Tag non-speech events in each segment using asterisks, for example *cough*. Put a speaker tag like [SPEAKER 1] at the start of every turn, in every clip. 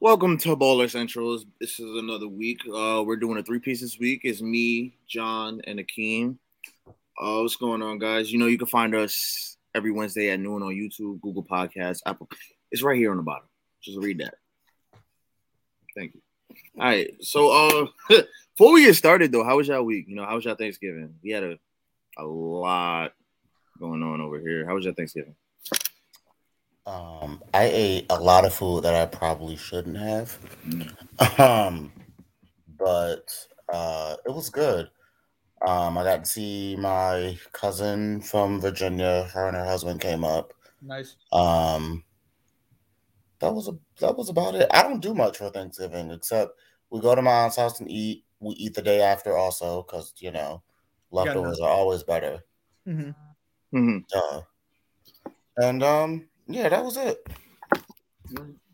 [SPEAKER 1] Welcome to Baller Central. This is another week. Uh, we're doing a three piece this week. It's me, John, and Akeem. Uh, what's going on, guys? You know, you can find us every Wednesday at noon on YouTube, Google Podcasts, Apple. It's right here on the bottom. Just read that. Thank you. All right. So, uh, *laughs* before we get started, though, how was y'all week? You know, how was y'all Thanksgiving? We had a, a lot going on over here. How was your Thanksgiving?
[SPEAKER 2] Um, I ate a lot of food that I probably shouldn't have. Um, but uh, it was good. Um, I got to see my cousin from Virginia. Her and her husband came up.
[SPEAKER 3] Nice.
[SPEAKER 2] Um, that was a that was about it. I don't do much for Thanksgiving except we go to my aunt's house and eat. We eat the day after also because you know leftovers are always better.
[SPEAKER 3] Mm-hmm.
[SPEAKER 1] hmm
[SPEAKER 2] Duh. And um, yeah, that was it.
[SPEAKER 1] John,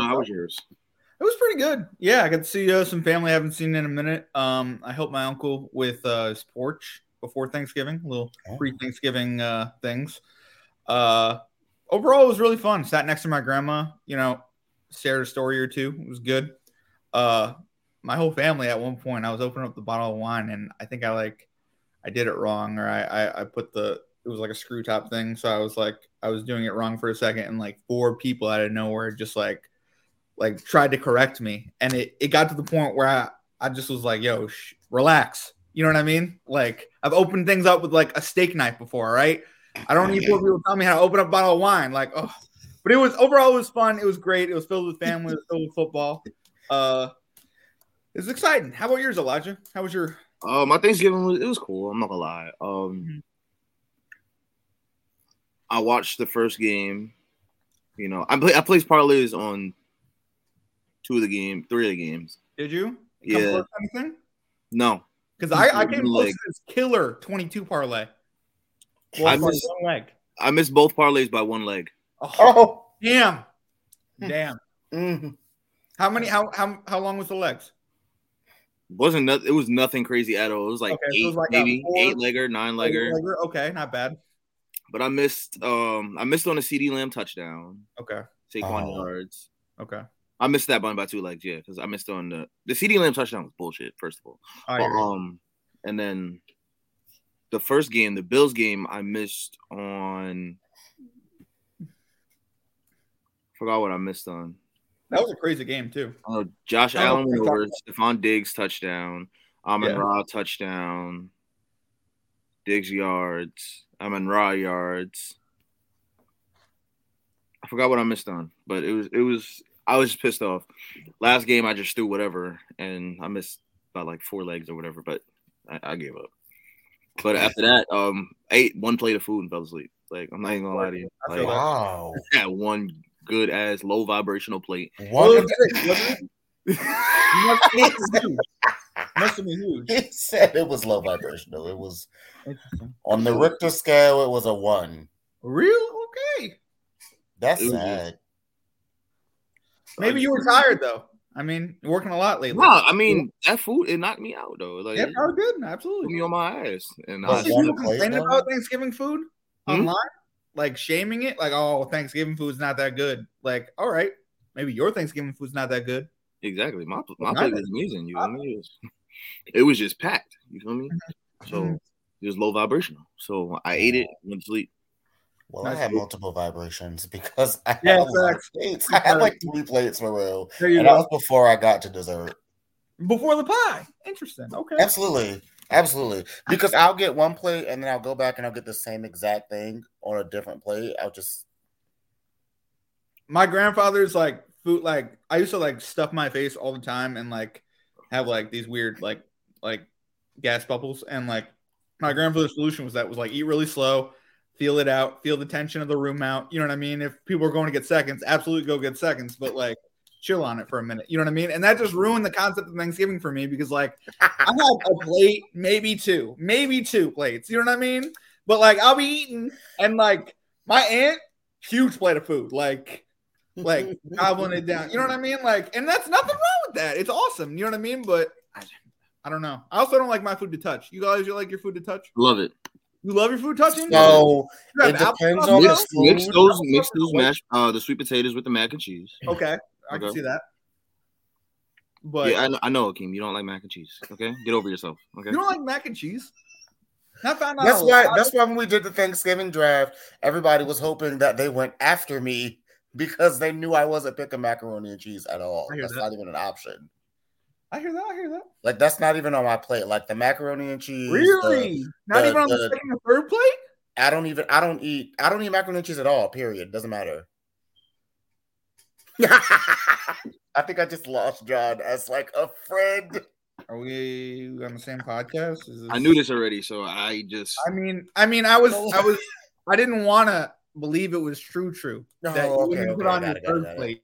[SPEAKER 1] how was yours?
[SPEAKER 3] It was pretty good. Yeah, I got to see uh, some family I haven't seen in a minute. Um, I helped my uncle with uh, his porch before Thanksgiving, little
[SPEAKER 2] Oh.
[SPEAKER 3] pre-Thanksgiving uh, things. Uh, overall, it was really fun. Sat next to my grandma, you know, shared a story or two. It was good. Uh, my whole family at one point, I was opening up the bottle of wine, and I think I like, I did it wrong, or I I, I put the it was like a screw top thing, so I was like I was doing it wrong for a second, and like four people out of nowhere just like like tried to correct me and it, it got to the point where I, I just was like yo sh- relax you know what i mean like i've opened things up with like a steak knife before right i don't need four people telling me how to open up a bottle of wine like oh but it was overall it was fun it was great it was filled with family it was filled with football uh it was exciting how about yours elijah how was your
[SPEAKER 1] Uh, my Thanksgiving was it was cool. I'm not gonna lie. Um,
[SPEAKER 3] Mhm.
[SPEAKER 1] I watched the first game. You know, I play I placed parlays on two of the game, three of the games.
[SPEAKER 3] did you
[SPEAKER 1] Yeah. No,
[SPEAKER 3] because i i came
[SPEAKER 1] You
[SPEAKER 3] close
[SPEAKER 1] like-
[SPEAKER 3] to this killer 22 parlay
[SPEAKER 1] I
[SPEAKER 3] One
[SPEAKER 1] missed-
[SPEAKER 3] leg.
[SPEAKER 1] I missed both parlays by one leg.
[SPEAKER 3] Oh,
[SPEAKER 2] Oh,
[SPEAKER 3] damn damn
[SPEAKER 2] mm,
[SPEAKER 3] How many? How how how long was the legs?
[SPEAKER 1] wasn't no, It was nothing crazy at all. It was like
[SPEAKER 3] Okay, so it
[SPEAKER 1] eight,
[SPEAKER 3] was like a
[SPEAKER 1] maybe
[SPEAKER 3] four-
[SPEAKER 1] eight legger, nine legger.
[SPEAKER 3] Legger? Okay, not bad.
[SPEAKER 1] But I missed. Um, I missed on a CD Lamb touchdown,
[SPEAKER 3] Okay,
[SPEAKER 1] Saquon
[SPEAKER 2] Oh.
[SPEAKER 1] yards.
[SPEAKER 3] okay.
[SPEAKER 1] I missed that one by two legs, yeah, because I missed on the the CD Lamb touchdown was bullshit. First of all.
[SPEAKER 3] I
[SPEAKER 1] But, um, and then the first game, the Bills game, I missed on. Forgot what I missed on.
[SPEAKER 3] that was a crazy game too.
[SPEAKER 1] Oh, Josh
[SPEAKER 3] Oh,
[SPEAKER 1] Allen
[SPEAKER 3] we
[SPEAKER 1] went
[SPEAKER 3] talked
[SPEAKER 1] over. Stephon Diggs touchdown. Amon
[SPEAKER 3] Yeah.
[SPEAKER 1] Ra touchdown. Diggs yards. Amon Ra yards. I forgot what I missed on, but it was it was I was pissed off. Last game I just threw whatever and I missed by like four legs or whatever, but I, I gave up. But after that, um, ate one plate of food and fell asleep. Like I'm not even gonna lie to you.
[SPEAKER 3] I feel
[SPEAKER 1] Like,
[SPEAKER 3] that.
[SPEAKER 2] wow.
[SPEAKER 1] I had one good ass low vibrational
[SPEAKER 3] *laughs*
[SPEAKER 1] plate.
[SPEAKER 3] *laughs* Well, it
[SPEAKER 2] What
[SPEAKER 3] was big, wasn't it? Must have been huge. *laughs* Must have been huge.
[SPEAKER 2] *laughs* he said it was low vibrational. It was on the Richter scale. It was a one.
[SPEAKER 3] Real okay.
[SPEAKER 2] That's
[SPEAKER 1] Ooh.
[SPEAKER 2] sad.
[SPEAKER 3] Maybe you were tired though. I mean, you're working a lot lately.
[SPEAKER 1] No, I mean that food it knocked me out though. Like
[SPEAKER 3] yeah,
[SPEAKER 1] it
[SPEAKER 3] probably good.
[SPEAKER 1] put
[SPEAKER 3] Absolutely.
[SPEAKER 1] me on my ass, and
[SPEAKER 2] Was
[SPEAKER 1] I,
[SPEAKER 3] I
[SPEAKER 2] it
[SPEAKER 3] see
[SPEAKER 2] one
[SPEAKER 3] people
[SPEAKER 2] plate,
[SPEAKER 3] complaining
[SPEAKER 2] though?
[SPEAKER 3] about Thanksgiving food
[SPEAKER 1] Hmm?
[SPEAKER 3] online, like shaming it, like oh, Thanksgiving food's not that good. Like, all right, maybe your Thanksgiving food's not that good.
[SPEAKER 1] exactly my my
[SPEAKER 3] Well,
[SPEAKER 1] plate
[SPEAKER 3] neither.
[SPEAKER 1] was amazing. You feel me? It was, it was just packed. You feel me? So
[SPEAKER 3] Mhm.
[SPEAKER 1] it was low vibrational. So I ate it, went to sleep.
[SPEAKER 2] Well, I
[SPEAKER 3] Nice.
[SPEAKER 2] had multiple vibrations because I had, a
[SPEAKER 3] Yeah,
[SPEAKER 2] lot of
[SPEAKER 3] facts.
[SPEAKER 2] plates. I had like three plates in a row,
[SPEAKER 3] There you
[SPEAKER 2] and
[SPEAKER 3] go.
[SPEAKER 2] that was before I got to dessert.
[SPEAKER 3] Before the pie. Interesting. Okay.
[SPEAKER 2] Absolutely, absolutely. Because I'll get one plate, and then I'll go back and I'll get the same exact thing on a different plate. I'll just
[SPEAKER 3] My grandfather's like food like I used to like stuff my face all the time and like have like these weird like like gas bubbles and like my grandfather's solution was that was like eat really slow, feel it out, feel the tension of the room out. You know what I mean? If people are going to get seconds, absolutely go get seconds, but like chill on it for a minute. You know what I mean? And that just ruined the concept of Thanksgiving for me because like I had a plate, maybe two, maybe two plates. You know what I mean? But like I'll be eating and like my aunt, huge plate of food, like *laughs* like gobbling it down. You know what I mean? Like, and that's nothing wrong with that. It's awesome. You know what I mean? But I, I don't know. I also don't like my food to touch. You guys, you like your food to touch?
[SPEAKER 1] Love it.
[SPEAKER 3] You love your food touching?
[SPEAKER 2] So
[SPEAKER 3] You have
[SPEAKER 2] it
[SPEAKER 3] apple
[SPEAKER 2] depends
[SPEAKER 3] buffalo?
[SPEAKER 2] on
[SPEAKER 1] Mix,
[SPEAKER 2] the
[SPEAKER 1] mix
[SPEAKER 2] food.
[SPEAKER 1] those mix those mashed uh, the sweet potatoes with the mac and cheese.
[SPEAKER 3] Okay, I can
[SPEAKER 1] Okay.
[SPEAKER 3] see that. But
[SPEAKER 1] yeah, I know, I know, Akeem. You don't like mac and cheese. Okay, get over yourself. Okay.
[SPEAKER 3] you don't like mac and cheese. I found out
[SPEAKER 2] That's
[SPEAKER 3] a
[SPEAKER 2] why.
[SPEAKER 3] lot
[SPEAKER 2] That's why when we did the Thanksgiving draft, everybody was hoping that they went after me *laughs* because they knew I wasn't picking macaroni and cheese at all.
[SPEAKER 3] I hear
[SPEAKER 2] That's
[SPEAKER 3] that.
[SPEAKER 2] not even an option.
[SPEAKER 3] I hear that. I hear that.
[SPEAKER 2] Like that's not even on my plate. Like the macaroni and cheese. the-
[SPEAKER 3] Really? Not
[SPEAKER 2] the-
[SPEAKER 3] even on the,
[SPEAKER 2] the-
[SPEAKER 3] second or third plate?
[SPEAKER 2] I don't even. I don't eat. I don't eat macaroni and cheese at all. Period. Doesn't matter. *laughs* I think I just lost John as like a friend.
[SPEAKER 3] Are we on the same podcast? Is
[SPEAKER 1] I knew this already, so I just
[SPEAKER 3] I mean, I mean, I was, I
[SPEAKER 2] *laughs*
[SPEAKER 3] was, I didn't want to believe it was true, true
[SPEAKER 2] No,
[SPEAKER 3] that you
[SPEAKER 2] okay,
[SPEAKER 3] wouldn't put
[SPEAKER 2] okay,
[SPEAKER 3] on
[SPEAKER 2] got it,
[SPEAKER 3] your
[SPEAKER 2] got it,
[SPEAKER 3] third
[SPEAKER 2] got it.
[SPEAKER 3] plate.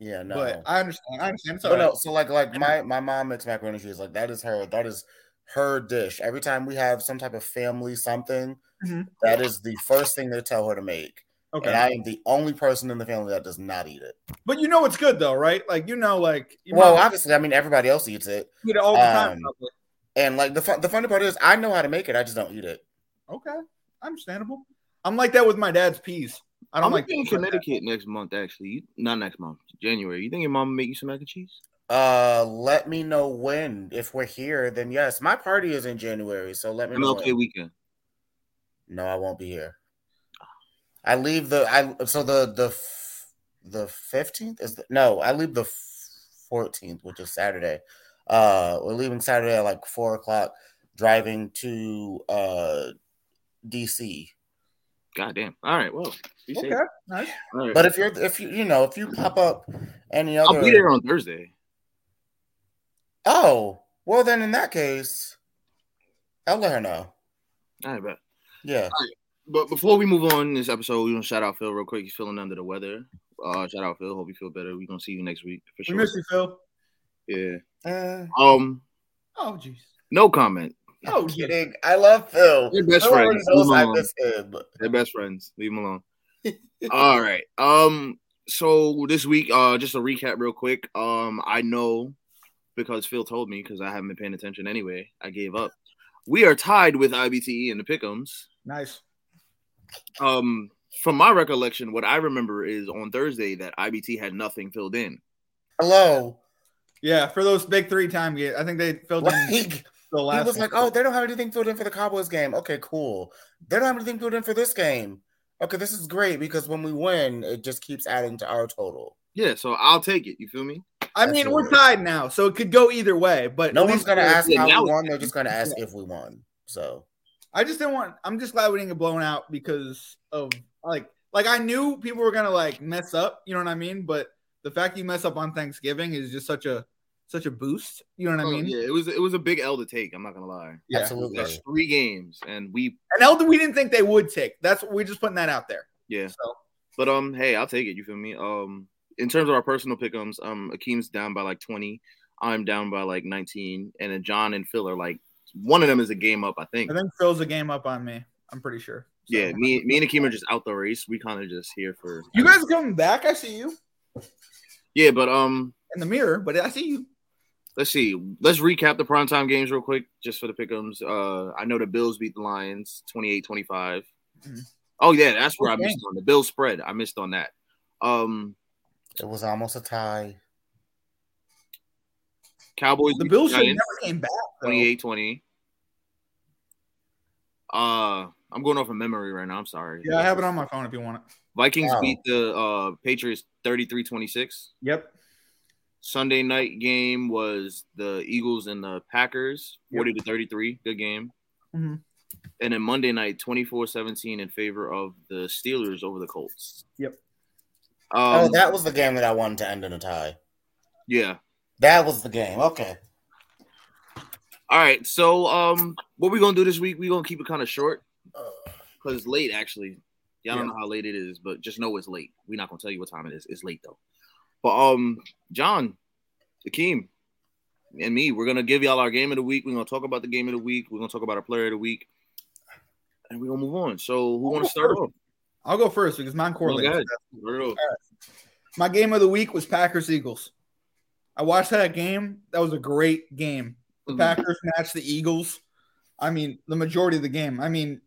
[SPEAKER 2] Yeah, no.
[SPEAKER 3] But I understand. I understand. It's
[SPEAKER 2] But
[SPEAKER 3] all right.
[SPEAKER 2] no, so like like my my mom makes macaroni and cheese. Like that is her that is her dish. Every time we have some type of family something,
[SPEAKER 3] Mhm.
[SPEAKER 2] that is the first thing they tell her to make.
[SPEAKER 3] Okay.
[SPEAKER 2] And I am the only person in the family that does not eat it.
[SPEAKER 3] but you know it's good though, right? Like you know, like you
[SPEAKER 2] well,
[SPEAKER 3] know,
[SPEAKER 2] obviously, I mean everybody else eats it.
[SPEAKER 3] you eat it all the time.
[SPEAKER 2] um,
[SPEAKER 3] probably.
[SPEAKER 2] And like the fun, the funny part is I know how to make it. I just don't eat it.
[SPEAKER 3] Okay, understandable. I'm like that with my dad's peas. I
[SPEAKER 1] I
[SPEAKER 3] don't
[SPEAKER 1] am
[SPEAKER 3] like
[SPEAKER 1] in
[SPEAKER 3] peas like that.
[SPEAKER 1] Connecticut next month. Actually, You- not next month, January. You think your mom make you some mac and cheese?
[SPEAKER 2] Uh, let me know when. If we're here, then yes. My party is in January, so let me know.
[SPEAKER 1] MLK
[SPEAKER 2] when.
[SPEAKER 1] weekend.
[SPEAKER 2] No, I won't be here. I leave the I so the the f- the fifteenth is the, no, I leave the fourteenth, which is Saturday. Uh, we're leaving Saturday at like four o'clock, driving to uh DC.
[SPEAKER 1] Goddamn. All right. Well, be safe.
[SPEAKER 3] Okay, nice.
[SPEAKER 1] All right.
[SPEAKER 2] But if you're if you you know if you pop up any other
[SPEAKER 1] I'll be there on Thursday.
[SPEAKER 2] oh well then in that case, I'll let her know.
[SPEAKER 1] All right, bet.
[SPEAKER 2] Yeah,
[SPEAKER 1] But before we move on this episode, we want to shout out Phil real quick. He's feeling under the weather. Uh, shout out Phil. Hope you feel better. We're gonna see you next week for
[SPEAKER 3] We
[SPEAKER 1] sure.
[SPEAKER 3] miss you, Phil.
[SPEAKER 1] Yeah.
[SPEAKER 2] uh,
[SPEAKER 1] Um.
[SPEAKER 3] Oh, jeez.
[SPEAKER 1] No comment.
[SPEAKER 3] Oh,
[SPEAKER 2] I'm
[SPEAKER 3] yeah.
[SPEAKER 2] kidding. I love Phil.
[SPEAKER 1] They're best
[SPEAKER 2] Phil already
[SPEAKER 1] friends. Leave
[SPEAKER 2] knows
[SPEAKER 1] them
[SPEAKER 2] I
[SPEAKER 1] alone.
[SPEAKER 2] miss him.
[SPEAKER 1] They're best friends. Leave them
[SPEAKER 3] *laughs*
[SPEAKER 1] alone. All right. Um. So this week, uh, just a recap real quick. Um, I know because Phil told me because I haven't been paying attention anyway. I gave up. We are tied with IBTE E and the Pickums.
[SPEAKER 3] Nice.
[SPEAKER 1] Um, from my recollection, what I remember is on Thursday that IBT had nothing filled in.
[SPEAKER 2] Hello.
[SPEAKER 3] Yeah, for those big three time games, I think they filled in
[SPEAKER 2] Like,
[SPEAKER 3] the
[SPEAKER 2] he
[SPEAKER 3] last.
[SPEAKER 2] was
[SPEAKER 3] one.
[SPEAKER 2] like, "Oh, they don't have anything filled in for the Cowboys game. Okay, cool. They don't have anything filled in for this game. Okay, this is great because when we win, it just keeps adding to our total.
[SPEAKER 1] Yeah, so I'll take it. You feel me?
[SPEAKER 3] I mean, we're
[SPEAKER 2] Absolutely.
[SPEAKER 3] tied now, so it could go either way. But
[SPEAKER 2] No
[SPEAKER 3] at
[SPEAKER 2] one's
[SPEAKER 3] least
[SPEAKER 2] gonna
[SPEAKER 3] we're-
[SPEAKER 2] ask
[SPEAKER 1] yeah,
[SPEAKER 2] how
[SPEAKER 1] now-
[SPEAKER 2] we won. They're just gonna ask if we won. So
[SPEAKER 3] I just didn't want. I'm just glad we didn't get blown out because of like, like I knew people were gonna like mess up. You know what I mean? But the fact you mess up on Thanksgiving is just such a such a boost. You know what I mean?
[SPEAKER 1] Oh, yeah, it was it was a big L to take. I'm not gonna lie.
[SPEAKER 3] Yeah.
[SPEAKER 2] absolutely,
[SPEAKER 1] That's three games, and we.
[SPEAKER 3] And Elder, we didn't think they would take. That's we're just putting that out there.
[SPEAKER 1] Yeah.
[SPEAKER 3] So
[SPEAKER 1] But um, hey, I'll take it. You feel me? Um, in terms of our personal pickums, um, Akeem's down by like twenty. I'm down by like nineteen, and then John and Phil are like one of them is a game up. I think.
[SPEAKER 3] I think Phil's a game up on me. I'm pretty sure. So-
[SPEAKER 1] yeah, me, me and Akeem are just out the race. We kind of just here for
[SPEAKER 3] You guys are coming back. I see you
[SPEAKER 1] Yeah, but um,
[SPEAKER 3] in the mirror, but I see you.
[SPEAKER 1] let's see. Let's recap the primetime games real quick, just for the pickums. Uh, I know the Bills beat the Lions 28-25.
[SPEAKER 3] Mhm.
[SPEAKER 1] Oh yeah, that's where
[SPEAKER 3] Okay.
[SPEAKER 1] I missed on the Bills spread. I missed on that. Um,
[SPEAKER 2] it was almost a tie.
[SPEAKER 1] Cowboys
[SPEAKER 3] The
[SPEAKER 1] beat
[SPEAKER 3] Bills should
[SPEAKER 1] Giants
[SPEAKER 3] never came back. though.
[SPEAKER 1] 28-20. Uh, I'm going off of memory right now. I'm sorry.
[SPEAKER 3] Yeah, I have it on my phone if you want it.
[SPEAKER 1] Vikings
[SPEAKER 2] Wow.
[SPEAKER 1] beat the uh Patriots 33-26.
[SPEAKER 3] Yep.
[SPEAKER 1] Sunday night game was the Eagles and the Packers, 40 to 33. Good game.
[SPEAKER 3] Mhm.
[SPEAKER 1] And then Monday night, 24 17 in favor of the Steelers over the Colts.
[SPEAKER 3] Yep.
[SPEAKER 1] Um,
[SPEAKER 2] oh, that was the game that I wanted to end in a tie.
[SPEAKER 1] yeah.
[SPEAKER 2] That was the game. Okay.
[SPEAKER 1] All right. So, um, what we going to do this week, we going to keep it kind of short
[SPEAKER 2] Uh,
[SPEAKER 1] because late, actually. Y'all don't
[SPEAKER 3] Yeah.
[SPEAKER 1] know how late it is, but just know it's late. We're not going to tell you what time it is. It's late, though. But, um, John, Akeem, and me, we're going to give y'all our game of the week. We're going to talk about the game of the week. We're going to talk about our player of the week. And we're going to move on. So, who want to start off?
[SPEAKER 3] I'll go first because mine correlates.
[SPEAKER 1] ahead. Start it off.
[SPEAKER 3] My game of the week was Packers Eagles. I watched that game. That was a great game. The
[SPEAKER 1] Mm-hmm.
[SPEAKER 3] Packers matched the Eagles. I mean, the majority of the game. I mean,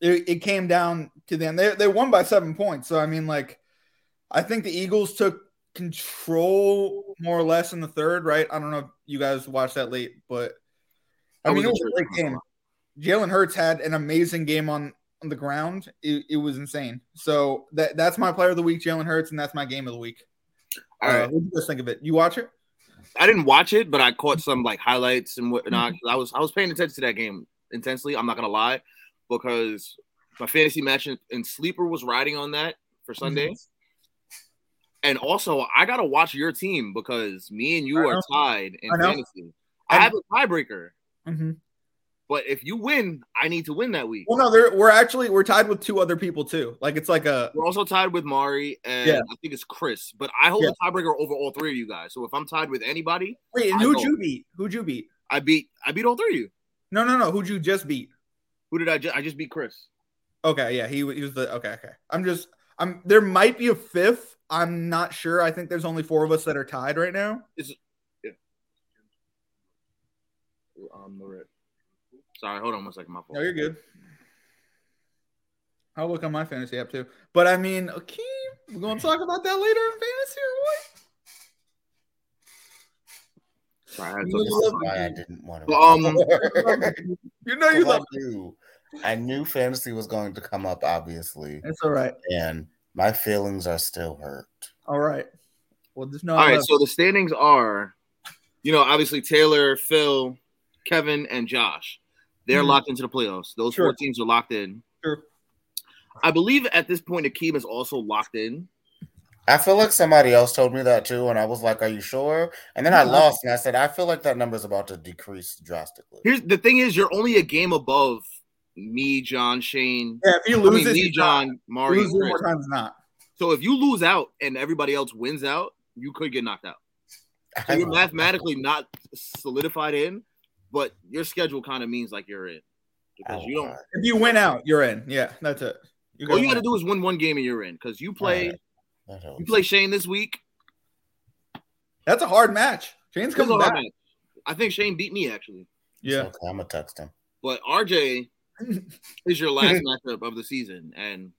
[SPEAKER 3] it, it came down to them. They, they won by seven points. So, I mean, like, I think the Eagles took control more or less in the third, right? I don't know if you guys watched that late, but I,
[SPEAKER 1] I
[SPEAKER 3] mean, it
[SPEAKER 1] wasn't
[SPEAKER 3] was a
[SPEAKER 1] sure.
[SPEAKER 3] great game. Jalen Hurts had an amazing game on, on the ground. It, it was insane. So that that's my player of the week, Jalen Hurts, and that's my game of the week.
[SPEAKER 1] All
[SPEAKER 3] Uh,
[SPEAKER 1] right.
[SPEAKER 3] What do you guys think of it? You watch it?
[SPEAKER 1] I didn't watch it, but I caught some like highlights
[SPEAKER 3] Mm-hmm.
[SPEAKER 1] and whatnot. 'cause I was I was paying attention to that game intensely. I'm not gonna lie, because my fantasy match in, in sleeper was riding on that for Sunday. And also, I gotta watch your team because me and you
[SPEAKER 3] Mm-hmm. I
[SPEAKER 1] are
[SPEAKER 3] know.
[SPEAKER 1] tied in
[SPEAKER 3] I know.
[SPEAKER 1] fantasy. I
[SPEAKER 3] I-
[SPEAKER 1] have a tiebreaker,
[SPEAKER 3] Mm-hmm.
[SPEAKER 1] but if you win, I need to win that week.
[SPEAKER 3] Well, no, they're, we're actually we're tied with two other people too. Like it's like a
[SPEAKER 1] We're also tied with Mari and
[SPEAKER 3] Yeah.
[SPEAKER 1] I think it's Chris, but I hold
[SPEAKER 3] Yeah.
[SPEAKER 1] the tiebreaker over all three of you guys. So if I'm tied with anybody,
[SPEAKER 3] wait.
[SPEAKER 1] I
[SPEAKER 3] Who'd
[SPEAKER 1] know.
[SPEAKER 3] you beat? Who'd you beat?
[SPEAKER 1] I beat I beat all three of you.
[SPEAKER 3] No, no, no. Who'd you just beat?
[SPEAKER 1] Who did I just I just beat Chris?
[SPEAKER 3] Okay, yeah, he, wa- he was the okay, okay. I'm just I'm there might be a fifth. I'm not sure. I think there's only four of us that are tied right now.
[SPEAKER 1] Um, the red. Sorry, hold on one second. My fault.
[SPEAKER 3] No, you're good. I'll look on my fantasy app too. But I mean, okay, we're gonna talk about that later in fantasy
[SPEAKER 1] Sorry,
[SPEAKER 3] or what?
[SPEAKER 1] I had
[SPEAKER 3] You
[SPEAKER 1] something-
[SPEAKER 2] This
[SPEAKER 3] love
[SPEAKER 2] is why I didn't want to.
[SPEAKER 1] Um,
[SPEAKER 3] *laughs* You know you
[SPEAKER 2] I
[SPEAKER 3] love
[SPEAKER 2] knew, *laughs* I knew fantasy was going to come up, obviously,
[SPEAKER 3] it's all right.
[SPEAKER 2] and my feelings are still hurt.
[SPEAKER 3] All right. Well just know
[SPEAKER 1] all
[SPEAKER 3] I
[SPEAKER 1] right,
[SPEAKER 3] love
[SPEAKER 1] so the standings are, you know, obviously Taylor, Phil, Kevin, and Josh. They're
[SPEAKER 3] Mhm.
[SPEAKER 1] locked into the playoffs. Those
[SPEAKER 3] Sure.
[SPEAKER 1] four teams are locked in.
[SPEAKER 3] Sure.
[SPEAKER 1] I believe at this point, Akeem is also locked in.
[SPEAKER 2] I feel like somebody else told me that too, and I was like, "Are you sure?" And then I
[SPEAKER 3] No.
[SPEAKER 2] lost, and I said, "I feel like that number is about to decrease drastically." *laughs*
[SPEAKER 1] Here's the thing: is you're only a game above me, John, Shane.
[SPEAKER 3] yeah, if you
[SPEAKER 1] I
[SPEAKER 3] lose
[SPEAKER 1] mean,
[SPEAKER 3] this,
[SPEAKER 1] me,
[SPEAKER 3] you John,
[SPEAKER 1] John, Mario,
[SPEAKER 3] lose
[SPEAKER 1] and
[SPEAKER 3] one
[SPEAKER 1] Chris.
[SPEAKER 3] more times not.
[SPEAKER 1] So if you lose out and everybody else wins out, you could get knocked out. So you're mathematically not solidified in, but your schedule kind of means like you're in
[SPEAKER 2] Oh,
[SPEAKER 1] because you don't.
[SPEAKER 3] If you win out, you're in. Yeah, that's it. You
[SPEAKER 1] All
[SPEAKER 3] gotta
[SPEAKER 1] you got to do
[SPEAKER 3] win.
[SPEAKER 1] is win one game and you're in because you play
[SPEAKER 2] Alright. That helps.
[SPEAKER 1] you play Shane this week.
[SPEAKER 3] that's a hard match.
[SPEAKER 1] This is
[SPEAKER 3] Shane's
[SPEAKER 1] a
[SPEAKER 3] coming
[SPEAKER 1] hard
[SPEAKER 3] back.
[SPEAKER 1] match. I think Shane beat me actually,
[SPEAKER 3] Yeah.
[SPEAKER 2] Okay, I'm gonna text him.
[SPEAKER 1] but
[SPEAKER 3] *laughs*
[SPEAKER 1] RJ is your last matchup of the season, and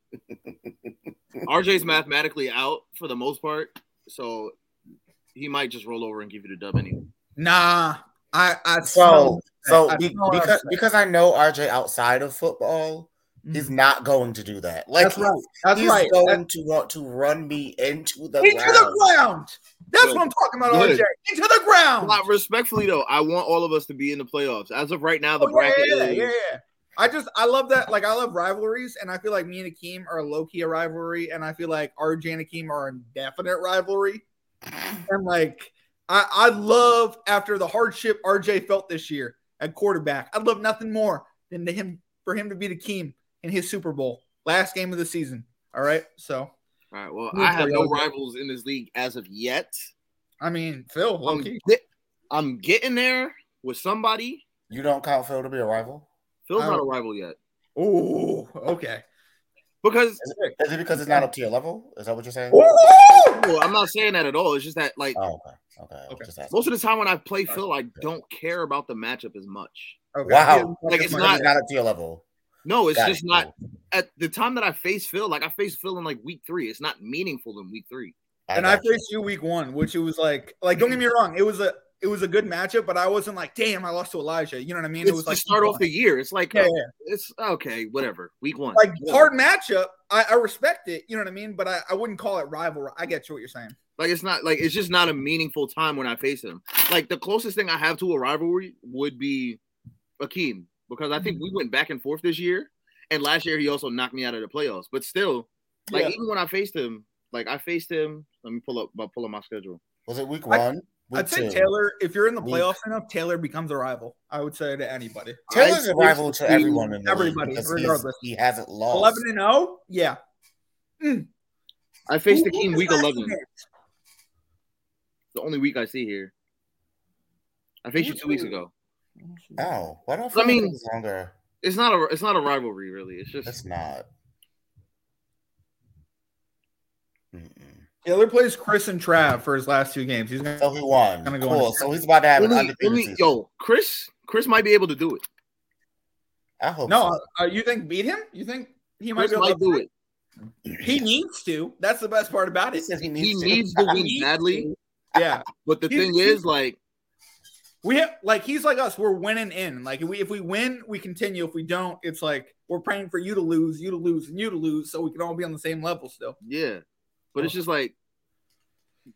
[SPEAKER 1] RJ's mathematically out for the most part, so he might just roll over and give you the dub anyway.
[SPEAKER 3] Nah, I I
[SPEAKER 2] So,
[SPEAKER 3] smell
[SPEAKER 2] so
[SPEAKER 3] I
[SPEAKER 2] be-
[SPEAKER 3] smell
[SPEAKER 2] because
[SPEAKER 3] upset.
[SPEAKER 2] because I know RJ outside of football,
[SPEAKER 3] Mhm.
[SPEAKER 2] he's not going to do that. Like
[SPEAKER 3] that's right. That's
[SPEAKER 2] he's
[SPEAKER 3] right.
[SPEAKER 2] going
[SPEAKER 3] That's-
[SPEAKER 2] to want to run me into the
[SPEAKER 3] into the
[SPEAKER 2] ground.
[SPEAKER 3] ground. That's
[SPEAKER 1] Good.
[SPEAKER 3] what I'm talking about,
[SPEAKER 1] Good.
[SPEAKER 3] RJ. Into the ground.
[SPEAKER 1] Well, respectfully though, I want all of us to be in the playoffs. As of right now, the
[SPEAKER 3] Oh, yeah,
[SPEAKER 1] bracket
[SPEAKER 3] yeah, yeah,
[SPEAKER 1] is
[SPEAKER 3] yeah, yeah. I just I love that. Like I love rivalries, and I feel like me and Akeem are a low key rivalry, and I feel like RJ and Akeem are a definite rivalry. And like I, I love after the hardship RJ felt this year at quarterback, I'd love nothing more than to him for him to beat Akeem in his Super Bowl last game of the season. All right, so
[SPEAKER 1] All right. Well,
[SPEAKER 3] Who
[SPEAKER 1] I
[SPEAKER 3] is
[SPEAKER 1] have
[SPEAKER 3] the
[SPEAKER 1] no
[SPEAKER 3] other guy?
[SPEAKER 1] rivals in this league as of yet.
[SPEAKER 3] I mean Phil, low
[SPEAKER 1] I'm,
[SPEAKER 3] key.
[SPEAKER 1] get- I'm getting there with somebody.
[SPEAKER 2] You don't count Phil to be a rival.
[SPEAKER 1] Phil's
[SPEAKER 3] I
[SPEAKER 1] not a
[SPEAKER 3] don't-
[SPEAKER 1] rival yet
[SPEAKER 3] Oh, okay.
[SPEAKER 1] because
[SPEAKER 2] Is it, is it because it's not up to your level? Is that what you're saying?
[SPEAKER 3] Ooh!
[SPEAKER 1] well, I'm not saying that at all. It's just that like
[SPEAKER 2] Oh, okay, okay. I was
[SPEAKER 3] Okay.
[SPEAKER 2] just asking.
[SPEAKER 1] most of the time when I play Phil, I don't care about the matchup as much.
[SPEAKER 3] Okay.
[SPEAKER 2] Wow.
[SPEAKER 1] Like, it's
[SPEAKER 2] Because
[SPEAKER 1] not-
[SPEAKER 2] it's not up to your level.
[SPEAKER 1] No, it's
[SPEAKER 2] Got
[SPEAKER 1] just
[SPEAKER 2] it.
[SPEAKER 1] not at the time that I face Phil. Like I face Phil in like week three. It's not meaningful in week three.
[SPEAKER 3] and I
[SPEAKER 2] got you.
[SPEAKER 3] faced you week one, which it was like, like don't get me wrong, it was a it was a good matchup, but I wasn't like, damn, I lost to Elijah. You know what I mean?
[SPEAKER 1] It's
[SPEAKER 3] it was
[SPEAKER 1] to
[SPEAKER 3] like
[SPEAKER 1] start off the year. It's like
[SPEAKER 3] yeah,
[SPEAKER 1] uh,
[SPEAKER 3] yeah,
[SPEAKER 1] it's okay, whatever. Week one,
[SPEAKER 3] like
[SPEAKER 1] Whatever.
[SPEAKER 3] hard matchup. I, I respect it. You know what I mean? But I, I wouldn't call it rivalry. I get you what you're saying.
[SPEAKER 1] Like it's not like it's just not a meaningful time when I face him. Like the closest thing I have to a rivalry would be Akeem because I think we went back and forth this year, and last year he also knocked me out of the playoffs. But still, like
[SPEAKER 3] Yeah.
[SPEAKER 1] even when I faced him, like I faced him. Let me pull up, my pull up my schedule.
[SPEAKER 2] Was it week
[SPEAKER 3] I-
[SPEAKER 2] one? Week
[SPEAKER 3] I'd say
[SPEAKER 2] two?
[SPEAKER 3] Taylor, if you're in the
[SPEAKER 2] Week.
[SPEAKER 3] playoffs enough, Taylor becomes a rival. I would say to anybody.
[SPEAKER 2] Taylor's
[SPEAKER 1] I
[SPEAKER 2] a rival to
[SPEAKER 1] faced
[SPEAKER 2] everyone in the
[SPEAKER 3] everybody,
[SPEAKER 2] everybody, league because
[SPEAKER 3] regardless.
[SPEAKER 2] he's- he hasn't lost.
[SPEAKER 3] Eleven and zero, yeah.
[SPEAKER 1] I faced
[SPEAKER 3] Who- who
[SPEAKER 1] Akeem
[SPEAKER 3] was
[SPEAKER 1] week
[SPEAKER 3] last
[SPEAKER 1] eleven,
[SPEAKER 3] year?
[SPEAKER 1] the only week I see here. I faced you
[SPEAKER 3] Who's
[SPEAKER 1] two weeks
[SPEAKER 3] who?
[SPEAKER 1] ago.
[SPEAKER 2] Oh, what else?
[SPEAKER 1] I mean-
[SPEAKER 2] longer.
[SPEAKER 1] It's not a it's not a rivalry really. It's
[SPEAKER 2] It's
[SPEAKER 1] just
[SPEAKER 2] not. Mm-mm.
[SPEAKER 3] Taylor plays Chris and Trav for his last two games. He's gonna
[SPEAKER 2] So he won.
[SPEAKER 3] Gonna go
[SPEAKER 2] Cool.
[SPEAKER 3] on.
[SPEAKER 2] So he's about to have an
[SPEAKER 1] Only-
[SPEAKER 2] undefeated
[SPEAKER 1] only-
[SPEAKER 2] season.
[SPEAKER 1] yo Chris Chris might be able to do it.
[SPEAKER 2] I hope.
[SPEAKER 3] no.
[SPEAKER 2] so.
[SPEAKER 3] Uh, you uh, think beat him? You think he might
[SPEAKER 1] Chris
[SPEAKER 3] be able
[SPEAKER 1] might
[SPEAKER 3] to
[SPEAKER 1] do it.
[SPEAKER 3] He needs to. That's the best part about
[SPEAKER 2] He
[SPEAKER 3] it.
[SPEAKER 2] says *laughs* he needs
[SPEAKER 1] He
[SPEAKER 2] to. *laughs*
[SPEAKER 1] needs the
[SPEAKER 3] He
[SPEAKER 1] win
[SPEAKER 3] needs
[SPEAKER 1] badly,
[SPEAKER 3] to. Yeah.
[SPEAKER 1] but the
[SPEAKER 3] He-
[SPEAKER 1] thing
[SPEAKER 3] he-
[SPEAKER 1] is, like,
[SPEAKER 3] We have like he's like us. We're winning in. Like we if we win, we continue. If we don't, it's like we're praying for you to lose, you to lose, and you to lose, so we can all be on the same level still.
[SPEAKER 1] yeah, but it's
[SPEAKER 3] Oh.
[SPEAKER 1] just like